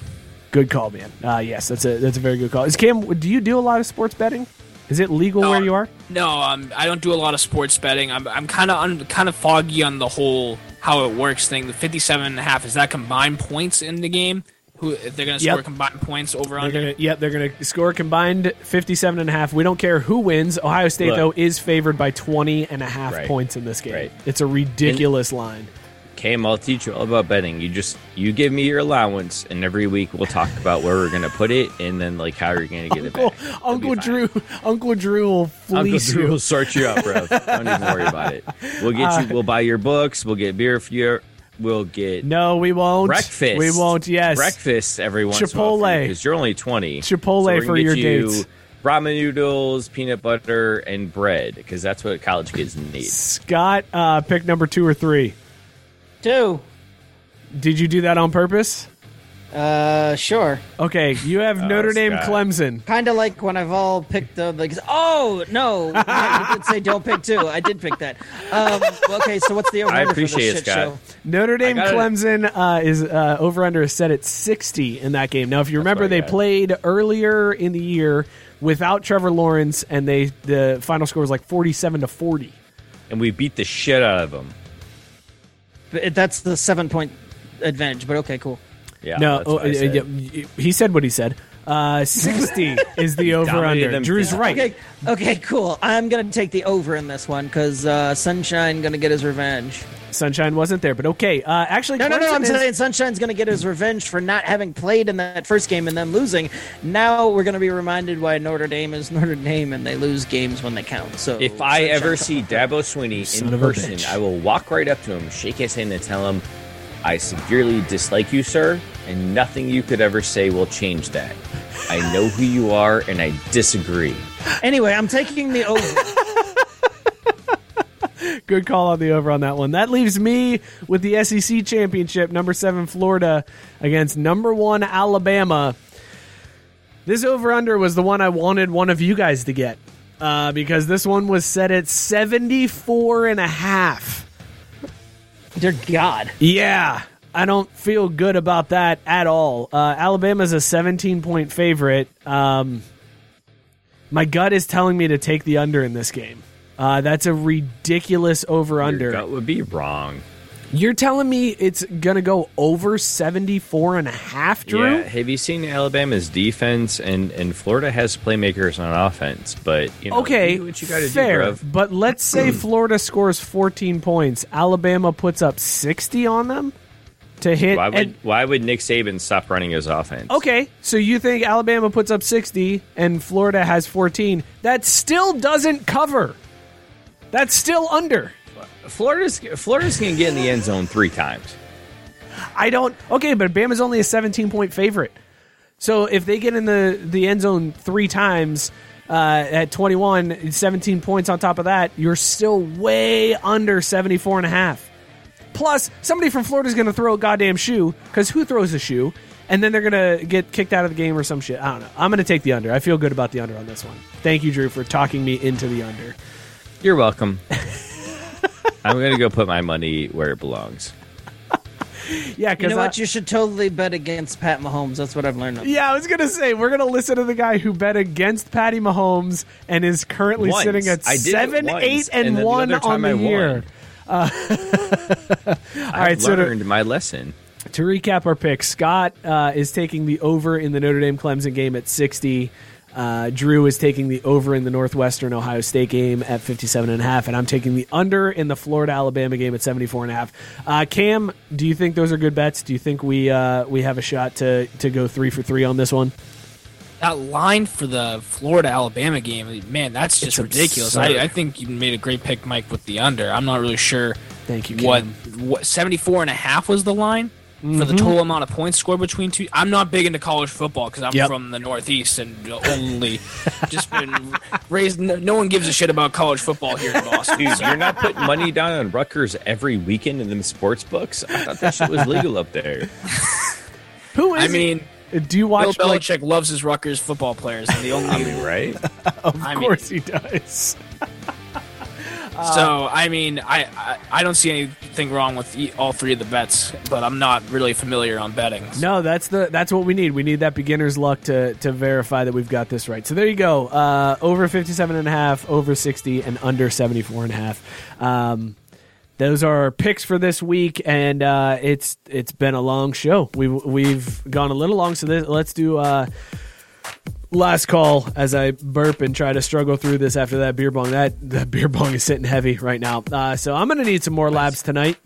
Speaker 3: Good call, man. Uh, yes, that's a that's a very good call. Is Cam? Do you do a lot of sports betting? Is it legal where you are?
Speaker 4: No, um, I don't do a lot of sports betting. I'm, I'm kind of un- kind of foggy on the whole how it works thing. The 57 and a half is that combined points in the game? Who if they're going to
Speaker 3: Yep.
Speaker 4: score combined points over
Speaker 3: They're
Speaker 4: under?
Speaker 3: gonna, yep, they're going to score combined 57 and a half. We don't care who wins. Ohio State,
Speaker 2: Look.
Speaker 3: though, is favored by 20 and a half
Speaker 2: Right.
Speaker 3: points in this game.
Speaker 2: Right.
Speaker 3: It's a ridiculous line.
Speaker 2: Cam, I'll teach you all about betting. You just you give me your allowance, and every week we'll talk about where we're gonna put it, and then like how you're gonna get it
Speaker 3: Oh,
Speaker 2: back. It'll be
Speaker 3: Uncle
Speaker 2: fine.
Speaker 3: Drew, Uncle Drew will
Speaker 2: Uncle
Speaker 3: fleece
Speaker 2: Drew
Speaker 3: you. Uh,
Speaker 2: will sort you
Speaker 3: [laughs]
Speaker 2: out, bro. Don't even worry about it. We'll get you. We'll buy your books. We'll get beer for you. We'll get
Speaker 3: No, we won't.
Speaker 2: breakfast.
Speaker 3: We won't. Yes.
Speaker 2: breakfast every once
Speaker 3: Chipotle.
Speaker 2: because you're only twenty.
Speaker 3: Chipotle
Speaker 2: we're
Speaker 3: for
Speaker 2: gonna
Speaker 3: your
Speaker 2: get you
Speaker 3: dates.
Speaker 2: Ramen noodles, peanut butter, and bread because that's what college kids need.
Speaker 3: Scott, uh, pick number two or three.
Speaker 1: Two.
Speaker 3: Did you do that on purpose?
Speaker 1: Uh, sure.
Speaker 3: Okay, you
Speaker 2: [laughs]
Speaker 3: have Notre Dame,
Speaker 2: Oh, Scott.
Speaker 3: Clemson.
Speaker 1: Kind of like when I've all picked the like. Oh no! Yeah, you did say don't pick two. I did pick that. Um, okay, so what's the over
Speaker 2: I
Speaker 1: under for this
Speaker 2: appreciate it,
Speaker 1: shit
Speaker 2: Scott.
Speaker 1: show?
Speaker 3: Notre Dame
Speaker 2: gotta-
Speaker 3: Clemson uh, is uh, over under is set at 60 in that game. Now, if you remember,
Speaker 2: what I
Speaker 3: they
Speaker 2: got.
Speaker 3: played earlier in the year without Trevor Lawrence, and they the final score was like 47 to 40.
Speaker 2: And we beat the shit out of them.
Speaker 1: But it- That's the seven point advantage. But okay, cool.
Speaker 2: Yeah,
Speaker 3: no,
Speaker 2: that's
Speaker 3: oh,
Speaker 2: what I
Speaker 3: uh,
Speaker 2: said.
Speaker 3: yeah, he said what he said. Uh,
Speaker 2: [laughs]
Speaker 3: 60 is the over
Speaker 2: dominated
Speaker 3: under.
Speaker 2: them.
Speaker 3: Drew's
Speaker 2: Yeah.
Speaker 3: right.
Speaker 1: Okay, okay, cool. I'm gonna take the over in this one because uh, Sunshine gonna get his revenge.
Speaker 3: Sunshine wasn't there, but okay. Uh, actually,
Speaker 1: No, no, no.
Speaker 3: Clemson
Speaker 1: I'm
Speaker 3: is-
Speaker 1: saying Sunshine's going to get his revenge for not having played in that first game and them losing. Now we're going to be reminded why Notre Dame is Notre Dame and they lose games when they count. So
Speaker 2: If I
Speaker 1: Sunshine-
Speaker 2: ever see Dabo Sweeney
Speaker 3: Son
Speaker 2: in
Speaker 3: of a
Speaker 2: person,
Speaker 3: bitch.
Speaker 2: I will walk right up to him, shake his hand, and tell him, "I severely dislike you, sir, and nothing you could ever say will change that. I know who you are, and I disagree."
Speaker 1: anyway, I'm taking the over.
Speaker 3: Good call on the over on that one. That leaves me with the SEC championship, number seven Florida against number one Alabama. This over under was the one I wanted one of you guys to get uh, because this one was set at 74 and a half.
Speaker 1: Dear God,
Speaker 3: Yeah, I don't feel good about that at all. Uh, Alabama's a 17 point favorite. Um, my gut is telling me to take the under in this game. Uh, that's a ridiculous over under.
Speaker 2: Your gut would be wrong.
Speaker 3: You're telling me it's going to go over 74 and a half, Drew?
Speaker 2: Yeah. Have you seen Alabama's defense? And and Florida has playmakers on offense, but you know,
Speaker 3: Okay,
Speaker 2: do what you got to do,
Speaker 3: fair.
Speaker 2: bruv.
Speaker 3: but let's
Speaker 2: [clears throat]
Speaker 3: say Florida scores 14 points. Alabama puts up 60 on them to hit.
Speaker 2: Why would
Speaker 3: and-
Speaker 2: why would Nick Saban stop running his offense?
Speaker 3: okay, so you think Alabama puts up 60 and Florida has 14. That still doesn't cover. That's still under.
Speaker 2: Florida's Florida's gonna get in the end zone three times.
Speaker 3: I don't. Okay, but Bama's only a 17 point favorite. So if they get in the, the end zone three times uh, at 21, and 17 points on top of that, you're still way under 74 and a half. Plus, somebody from Florida's going to throw a goddamn shoe because who throws a shoe? And then they're going to get kicked out of the game or some shit. I don't know. I'm going to take the under. I feel good about the under on this one. Thank you, Drew, for talking me into the under.
Speaker 2: [laughs] You're welcome. I'm gonna go put my money where it belongs.
Speaker 3: Yeah,
Speaker 1: You
Speaker 3: because
Speaker 1: know what? You should totally bet against Pat Mahomes. That's what I've learned.
Speaker 3: yeah, I was gonna say we're gonna listen to the guy who bet against Patty Mahomes and is currently
Speaker 2: Once.
Speaker 3: sitting at
Speaker 2: I did it
Speaker 3: seven,
Speaker 2: once,
Speaker 3: eight,
Speaker 2: and
Speaker 3: and
Speaker 2: then the
Speaker 3: one
Speaker 2: other
Speaker 3: on
Speaker 2: time
Speaker 3: the
Speaker 2: I won.
Speaker 3: [laughs] year.
Speaker 2: I
Speaker 3: right, so to-
Speaker 2: learned my lesson.
Speaker 3: To recap our picks, Scott uh, is taking the over in the Notre Dame Clemson game at 60. Uh, Drew is taking the over in the Northwestern Ohio State game at 57 and a half, and I'm taking the under in the Florida Alabama game at 74 and a half. Uh, Cam, do you think those are good bets? Do you think we uh, we have a shot to to go three for three on this one?
Speaker 4: That line for the Florida Alabama game, man, that's
Speaker 3: It's
Speaker 4: just ridiculous.
Speaker 3: absurd.
Speaker 4: I, I think you made a great pick, Mike, with the under. I'm not really sure
Speaker 3: Thank you, Cam.
Speaker 4: what what 74 and a half was the line for
Speaker 3: Mm-hmm.
Speaker 4: the total amount of points scored between two. I'm not big into college football because I'm
Speaker 3: Yep.
Speaker 4: from the Northeast and only just been raised. No, no one gives a shit about college
Speaker 3: [laughs]
Speaker 4: football here in Boston.
Speaker 2: Dude,
Speaker 4: so-
Speaker 2: you're not putting money down on Rutgers every weekend in them sports books. I thought that shit was legal up there.
Speaker 3: Who is?
Speaker 4: I mean,
Speaker 3: it? do you
Speaker 4: Bill
Speaker 3: watch? like-
Speaker 4: Belichick loves his Rutgers football players.
Speaker 3: [laughs]
Speaker 4: And the only,
Speaker 2: I mean, right?
Speaker 4: I
Speaker 3: of
Speaker 4: mean,
Speaker 3: course he does.
Speaker 4: So I mean, I, I I don't see anything wrong with e- all three of the bets, but I'm not really familiar on betting.
Speaker 3: No, that's the that's what we need. We need that beginner's luck to to verify that we've got this right. So there you go. Uh, over 57 and a half, over 60 and under 74 and a half. Um, those are our picks for this week and uh, it's it's been a long show. We have we've gone a little long so this, let's do uh, last call as I burp and try to struggle through this after that beer bong. That that beer bong is sitting heavy right now. Uh, so I'm going to need some more labs tonight.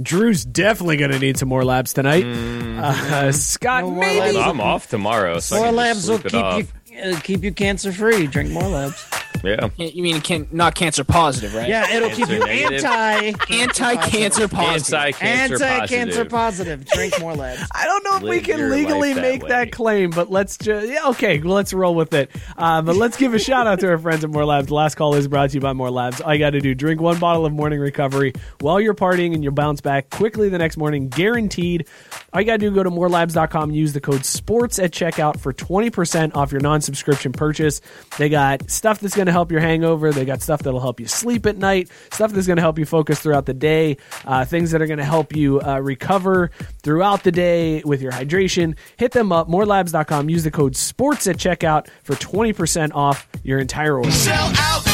Speaker 3: Drew's definitely going to need some more labs tonight. Uh, Scott,
Speaker 1: No more
Speaker 3: maybe.
Speaker 1: labs.
Speaker 2: I'm off tomorrow, so I
Speaker 1: More
Speaker 2: can
Speaker 1: labs
Speaker 2: just
Speaker 1: will
Speaker 2: sleep
Speaker 1: keep
Speaker 2: it off.
Speaker 1: you uh, keep you cancer free. Drink more labs.
Speaker 2: Yeah.
Speaker 4: You mean can not cancer positive, right?
Speaker 1: Yeah, it'll keep
Speaker 2: [laughs] Cancer
Speaker 1: you
Speaker 2: negative.
Speaker 1: anti
Speaker 4: Anti-cancer positive.
Speaker 2: Anti-cancer
Speaker 1: anti-cancer
Speaker 2: positive.
Speaker 1: positive. Drink more labs.
Speaker 3: I don't know if we
Speaker 2: Live
Speaker 3: can
Speaker 2: your
Speaker 3: legally
Speaker 2: life that
Speaker 3: make that
Speaker 2: way.
Speaker 3: claim, but let's just yeah, okay. well, Let's roll with it. Uh, but let's give a shout out to our friends at More Labs. The last call is brought to you by More Labs. All you got to do: drink one bottle of Morning Recovery while you're partying, and you'll bounce back quickly the next morning, guaranteed. All you got to do: go to morelabs.com and use the code SPORTS at checkout for twenty percent off your non-subscription purchase. They got stuff that's going to help your hangover. They got stuff that'll help you sleep at night. Stuff that's going to help you focus throughout the day. Uh, things that are going to help you uh, recover throughout the day with your hydration. Hit them up, morelabs.com. Use the code SPORTS at checkout for 20% off your entire order.
Speaker 5: Sell out.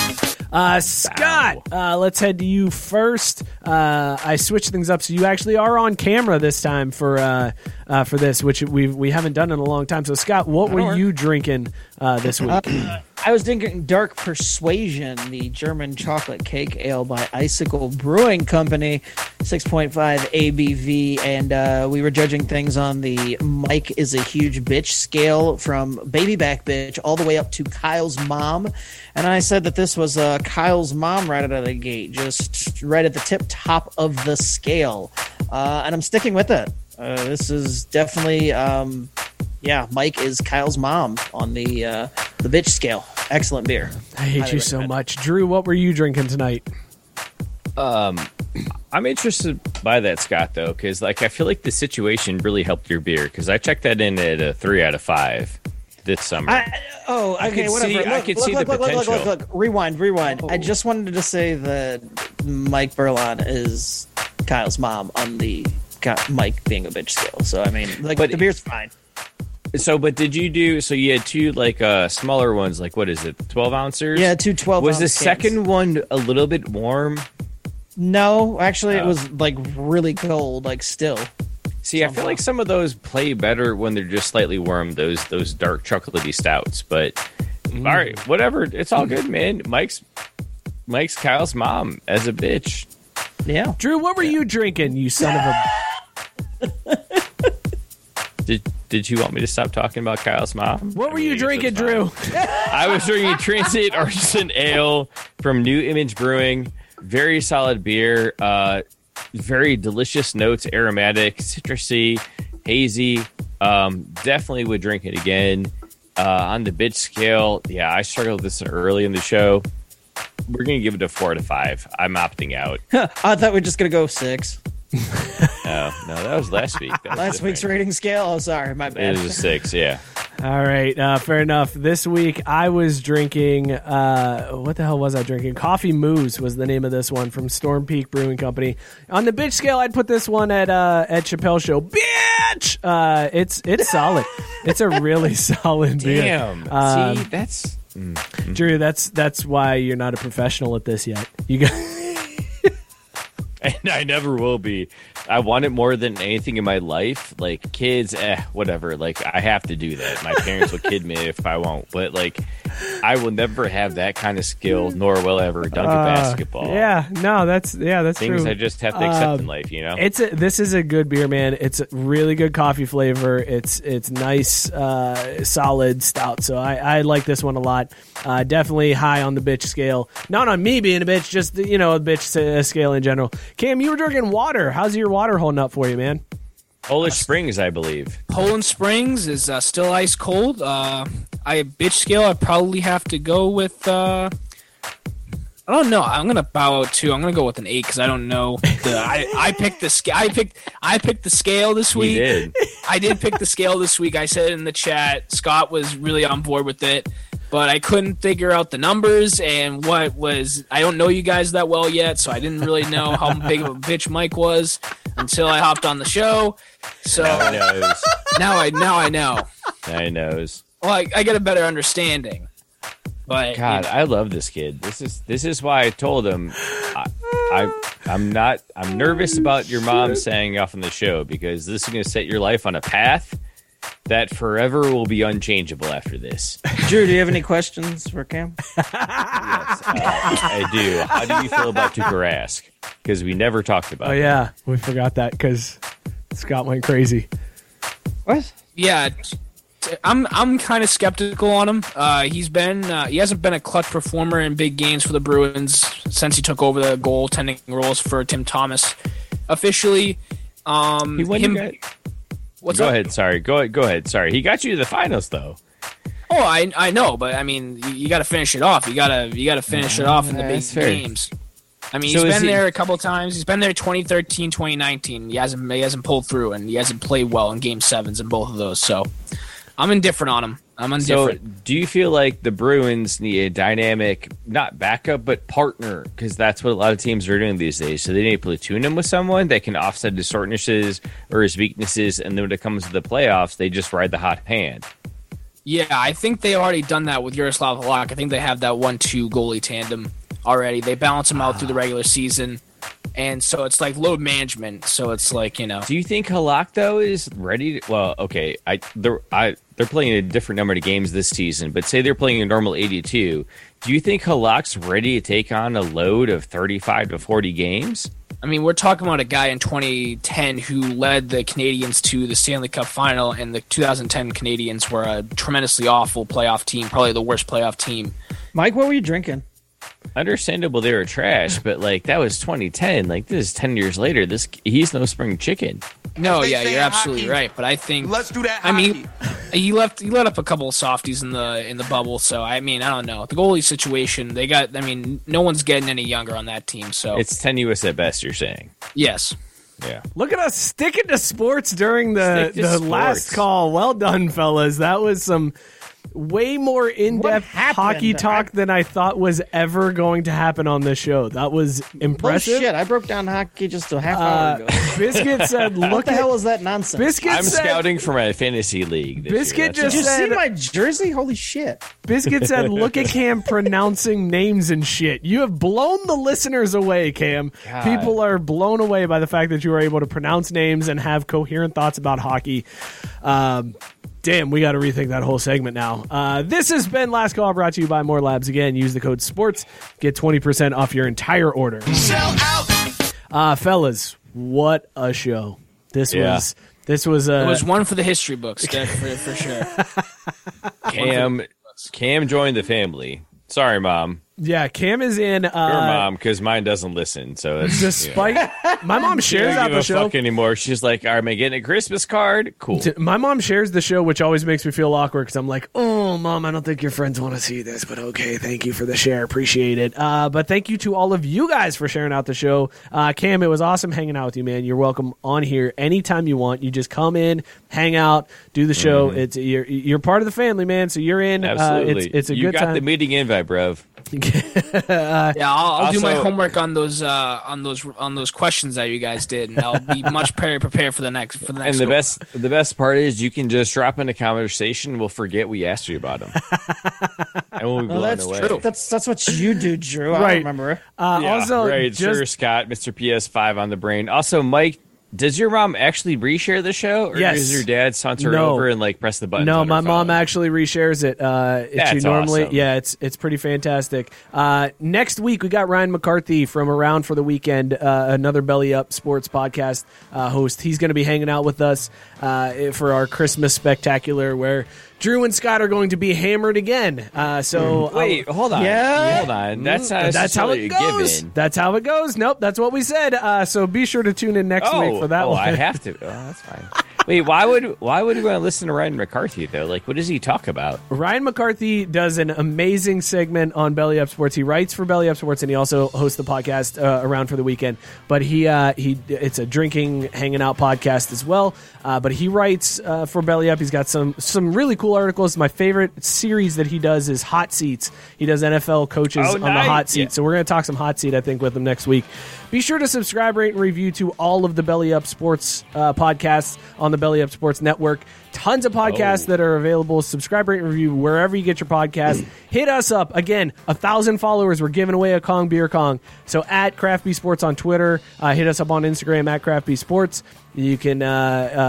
Speaker 3: Uh, Scott, uh, let's head to you first. Uh, I switched things up, so you actually are on camera this time for uh, uh, for this, which we we haven't done in a long time. So, Scott, what were you drinking uh, this [laughs] week?
Speaker 1: I was drinking Dark Persuasion, the German chocolate cake ale by Icicle Brewing Company, 6.5 ABV. And uh, we were judging things on the Mike is a huge bitch scale from baby back bitch all the way up to Kyle's mom. And I said that this was uh, Kyle's mom right out of the gate, just right at the tip top of the scale. Uh, and I'm sticking with it. Uh, this is definitely. Um, yeah, Mike is Kyle's mom on the uh, the bitch scale. Excellent beer.
Speaker 3: I hate you so much, Drew. What were you drinking tonight?
Speaker 2: I'm interested by that, Scott, though, because like I feel like the situation really helped your beer because I checked that in at a three out of five this summer.
Speaker 1: I, oh, okay,
Speaker 2: could
Speaker 1: whatever.
Speaker 2: see-
Speaker 1: look,
Speaker 2: I could
Speaker 1: look,
Speaker 2: see
Speaker 1: look,
Speaker 2: the
Speaker 1: look, look, look,
Speaker 2: potential. Oh.
Speaker 1: look, look. Rewind, rewind. I just wanted to say that Mike Berlon is Kyle's mom on the Ky- Mike being a bitch scale. So I mean, like
Speaker 2: But-
Speaker 1: the beer's fine.
Speaker 2: so, but did you do? So you had two like uh smaller ones, like what is it, twelve ounces?
Speaker 1: Yeah, two 12
Speaker 2: Was the
Speaker 1: ounce cans.
Speaker 2: second one a little bit warm?
Speaker 1: No, actually, it
Speaker 2: Oh.
Speaker 1: was like really cold, like still.
Speaker 2: See, I feel like some of those play better when they're just slightly warm. Those those dark chocolatey stouts, but
Speaker 1: Mm.
Speaker 2: all right, whatever. It's all good, man. Mike's Mike's Kyle's mom as a bitch.
Speaker 1: Yeah.
Speaker 3: Drew, what were you drinking? You son of [laughs] a.
Speaker 2: Did did you want me to stop talking about Kyle's mom?
Speaker 3: What
Speaker 2: I
Speaker 3: were
Speaker 2: mean,
Speaker 3: you
Speaker 2: I guess
Speaker 3: drinking,
Speaker 2: that's fine.
Speaker 3: Drew?
Speaker 2: I was drinking Transit Artisan Ale from New Image Brewing. Very solid beer. Uh, very delicious notes, aromatic, citrusy, hazy. Um, definitely would drink it again. Uh, on the bitch scale, yeah, I struggled with this early in the show. We're gonna give it a four to five. I'm opting
Speaker 1: [laughs]
Speaker 2: out. No,
Speaker 1: I thought we were just going to go six.
Speaker 2: Oh, no, that was last week. That was
Speaker 1: Last week's
Speaker 2: different.
Speaker 1: rating scale. Oh, sorry. My
Speaker 2: It
Speaker 1: bad.
Speaker 2: was a six, yeah.
Speaker 3: All right, uh, fair enough. This week I was drinking. Uh, what the hell was I drinking? Coffee Moose was the name of this one from Storm Peak Brewing Company. On the bitch scale, I'd put this one at uh, at Chappelle Show. Bitch, uh, it's it's solid. It's a really [laughs] solid beer.
Speaker 2: Damn. See,
Speaker 3: Um,
Speaker 2: that's
Speaker 3: Drew, that's that's why you're not a professional at this yet. You got
Speaker 2: and I never will be. I want it more than anything in my life. Like kids, eh, whatever. Like I have to do that. My parents will kid me if I won't. But like, I will never have that kind of skill, nor will I ever dunk a basketball.
Speaker 3: Uh, yeah, no, that's yeah, that's
Speaker 2: things
Speaker 3: true. Um,
Speaker 2: I just have to accept in life. You know,
Speaker 3: It's a, this is a good beer, man. It's a really good coffee flavor. It's it's nice, uh, solid stout. So I, I like this one a lot. Uh, definitely high on the bitch scale. Not on me being a bitch, just you know, a bitch uh, scale in general. Cam, you were drinking water. How's your water holding up for you, man?
Speaker 2: Polish Springs, I believe.
Speaker 4: Poland Springs is uh, still ice cold. Uh, I bitch scale. I probably have to go with. Uh, I don't know. I'm gonna bow out to. I'm gonna go with an eight because I don't know. The, I I picked the scale. I picked I picked the scale this
Speaker 2: We
Speaker 4: week.
Speaker 2: did.
Speaker 4: I did pick the scale this week. I said it in the chat. Scott was really on board with it, but I couldn't figure out the numbers and what was. I don't know you guys that well yet, so I didn't really know how big of a bitch Mike was until I hopped on the show. So
Speaker 3: [laughs]
Speaker 2: I knows.
Speaker 4: now I now I know.
Speaker 2: I knows.
Speaker 4: Well, I, I get a better understanding. But
Speaker 2: God, I love this kid. This is this is why I told him I, I I'm not I'm nervous about your mom saying off on the show because this is going to set your life on a path that forever will be unchangeable after this.
Speaker 1: Drew, do you have any questions for Cam?
Speaker 2: Yes, uh, I do. How do you feel about Tukarask? Because we never talked about.
Speaker 3: Oh yeah, we forgot that because Scott went crazy.
Speaker 1: What?
Speaker 4: yeah, t- t- I'm I'm kind of skeptical on him. Uh, he's been uh, he hasn't been a clutch performer in big games for the Bruins since he took over the goaltending roles for Tim Thomas officially. Um,
Speaker 2: He won
Speaker 4: him-
Speaker 2: you guys-
Speaker 4: what's
Speaker 2: Go
Speaker 4: up?
Speaker 2: ahead. Sorry. Go go ahead. Sorry. He got you to the finals though.
Speaker 4: Oh, I I know, but I mean, you, you got to finish it off. You gotta you gotta finish it off in the big
Speaker 2: that's fair.
Speaker 4: games. I mean,
Speaker 2: So
Speaker 4: he's
Speaker 2: is
Speaker 4: been
Speaker 2: he-
Speaker 4: there a couple times. He's been there 2013, 2019. He hasn't he hasn't pulled through, and he hasn't played well in Game Sevens in both of those. So, I'm indifferent on him. I'm
Speaker 2: So,
Speaker 4: indifferent.
Speaker 2: do you feel like the Bruins need a dynamic, not backup, but partner? Because that's what a lot of teams are doing these days. So, they need to platoon him with someone that can offset his shortnesses or his weaknesses. And then when it comes to the playoffs, they just ride the hot hand.
Speaker 4: yeah, I think they already done that with Yaroslav Halak. I think they have that one-two goalie tandem already. They balance him out
Speaker 2: Ah.
Speaker 4: through the regular season, and so it's like load management. So it's like you know,
Speaker 2: Do you think Halak, though, is ready? To, well, okay. I they're, I they're playing a different number of games this season, but say they're playing a normal 82. Do you think Halak's ready to take on a load of 35 to 40 games?
Speaker 4: I mean, we're talking about a guy in 2010 who led the Canadians to the Stanley Cup final, and the 2010 Canadians were a tremendously awful playoff team, probably the worst playoff team.
Speaker 1: Mike, what were you drinking?
Speaker 2: understandable they were trash, but like that was 2010. Like this is 10 years later. This he's no spring chicken.
Speaker 4: No,
Speaker 5: They
Speaker 4: yeah,
Speaker 5: say
Speaker 4: you're
Speaker 5: in
Speaker 4: absolutely
Speaker 5: hockey,
Speaker 4: right, but I think
Speaker 5: Let's do that.
Speaker 4: I mean,
Speaker 5: hockey.
Speaker 4: he left. He let up a couple of softies in the in the bubble. So I mean, I don't know the goalie situation. They got. I mean, no one's getting any younger on that team. So
Speaker 2: It's tenuous at best. You're saying,
Speaker 4: yes,
Speaker 2: yeah.
Speaker 3: Look at us sticking to sports during the
Speaker 2: Stick to
Speaker 3: the
Speaker 2: sports.
Speaker 3: last call. Well done, fellas. That was some way more in depth
Speaker 1: happened?
Speaker 3: hockey talk
Speaker 1: I-
Speaker 3: than I thought was ever going to happen on this show. That was impressive. Uh,
Speaker 1: Bullshit. I broke down hockey just a half hour ago.
Speaker 3: [laughs] Biscuit said,
Speaker 1: What
Speaker 3: "Look
Speaker 1: the hell
Speaker 3: at
Speaker 1: is that nonsense?
Speaker 3: Biscuit
Speaker 2: I'm
Speaker 3: said,
Speaker 2: scouting for my fantasy league. This
Speaker 3: Biscuit
Speaker 2: year. That's
Speaker 3: just
Speaker 1: Did you
Speaker 3: said-
Speaker 1: see my jersey? Holy shit.
Speaker 3: Biscuit said, look
Speaker 2: [laughs]
Speaker 3: at Cam pronouncing names and shit. You have blown the listeners away, Cam.
Speaker 2: God.
Speaker 3: People are blown away by the fact that you were able to pronounce names and have coherent thoughts about hockey. Um, damn, we got to rethink that whole segment now. Uh, this has been Last Call brought to you by More Labs. Again, use the code SPORTS. Get 20% off your entire order.
Speaker 5: Sell out.
Speaker 3: Uh, fellas, what a show. This
Speaker 2: Yeah.
Speaker 3: was... This was uh, a
Speaker 4: it was one for the history books that- for, for sure.
Speaker 2: Cam. Cam joined the family. Sorry, mom.
Speaker 3: Yeah, Cam is in.
Speaker 2: Your
Speaker 3: Uh,
Speaker 2: mom, because mine doesn't
Speaker 3: [laughs]
Speaker 2: listen. So that's
Speaker 3: despite my mom
Speaker 2: [laughs] yeah.
Speaker 3: shares
Speaker 2: She don't
Speaker 3: out
Speaker 2: give
Speaker 3: the
Speaker 2: a
Speaker 3: show. uh,
Speaker 2: fuck anymore. She's like, "Am I getting a Christmas card? Cool."
Speaker 3: T- My mom shares the show, which always makes me feel awkward because I'm like, oh, mom, I don't think your friends want to see this, but okay, thank you for the share. Appreciate it. Uh, but thank you to all of you guys for sharing out the show. Uh, Cam, it was awesome hanging out with you, man. You're welcome on here anytime you want. You just come in, hang out, do the show. It's you're, you're part of the family, man. So you're in.
Speaker 2: Mm-hmm. Absolutely.
Speaker 3: Uh, it's, it's a
Speaker 2: you
Speaker 3: good
Speaker 2: got
Speaker 3: time.
Speaker 2: the meeting invite, bruv.
Speaker 4: Yeah, I'll, I'll do my
Speaker 2: Also-
Speaker 4: homework on those uh, on those on those questions that you guys did, and I'll be much [laughs] better prepared for the next for the next.
Speaker 2: And the
Speaker 4: go.
Speaker 2: best, the best part is you can just drop in a conversation. We'll forget we asked you
Speaker 3: [laughs]
Speaker 2: about them, and we'll be blown
Speaker 1: Well, that's
Speaker 2: away.
Speaker 1: true. That's that's what you do, Drew. I
Speaker 3: Right.
Speaker 1: don't remember.
Speaker 3: [laughs] uh,
Speaker 2: Yeah,
Speaker 3: also,
Speaker 2: right,
Speaker 3: just,
Speaker 2: sure, Scott, Mr. PS5 on the brain. Also, Mike, does your mom actually reshare the show, or
Speaker 3: Yes.
Speaker 2: does your dad saunter
Speaker 3: No.
Speaker 2: over and like press the button?
Speaker 3: No, my mom actually reshares it. Uh, if she
Speaker 2: That's
Speaker 3: normally,
Speaker 2: awesome.
Speaker 3: yeah, it's it's pretty fantastic. Uh, next week we got Ryan McCarthy from Around for the Weekend, uh, another Belly Up Sports podcast uh, host. He's going to be hanging out with us uh, for our Christmas spectacular, where Drew and Scott are going to be hammered again. Uh, so I'll-
Speaker 7: Hmm. Wait, hold on.
Speaker 1: Yeah.
Speaker 7: Hold on. That's not
Speaker 3: that's how
Speaker 7: necessarily
Speaker 3: it
Speaker 7: a
Speaker 3: goes.
Speaker 7: given.
Speaker 3: That's how it goes. Nope, that's what we said. Uh, so be sure to tune in next
Speaker 7: Oh,
Speaker 3: week for that
Speaker 7: oh,
Speaker 3: one.
Speaker 7: I have to. Oh, that's fine. Wait, why would why would we want to listen to Ryan McCarthy though? Like, what does he talk about?
Speaker 3: Ryan McCarthy does an amazing segment on Belly Up Sports. He writes for Belly Up Sports, and he also hosts the podcast uh, around for the weekend. But he uh, he it's a drinking, hanging out podcast as well. Uh, but he writes uh, for Belly Up. He's got some some really cool articles. My favorite series that he does is Hot Seats. He does NFL coaches
Speaker 7: Oh,
Speaker 3: on
Speaker 7: nice.
Speaker 3: the hot seat.
Speaker 7: Yeah.
Speaker 3: So we're going to talk some hot seat, I think, with him next week. Be sure to subscribe, rate, and review to all of the Belly Up Sports uh, podcasts on the Belly Up Sports Network. Tons of podcasts
Speaker 7: Oh.
Speaker 3: that are available. Subscribe, rate, and review wherever you get your podcast. [clears throat] Hit us up again. A thousand followers. We're giving away a Kong beer Kong. So at Craft Bee Sports on Twitter. Uh, hit us up on Instagram at Craft Bee Sports. You can uh,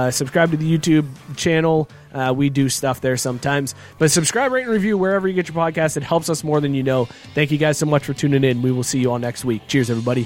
Speaker 3: uh, subscribe to the YouTube channel. Uh, we do stuff there sometimes. But subscribe, rate, and review wherever you get your podcast. It helps us more than you know. Thank you guys so much for tuning in. We will see you all next week. Cheers, everybody.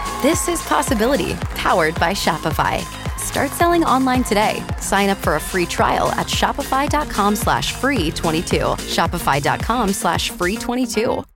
Speaker 8: This is Possibility, powered by Shopify. Start selling online today. Sign up for a free trial at shopify.com slash free 22. Shopify.com slash free 22.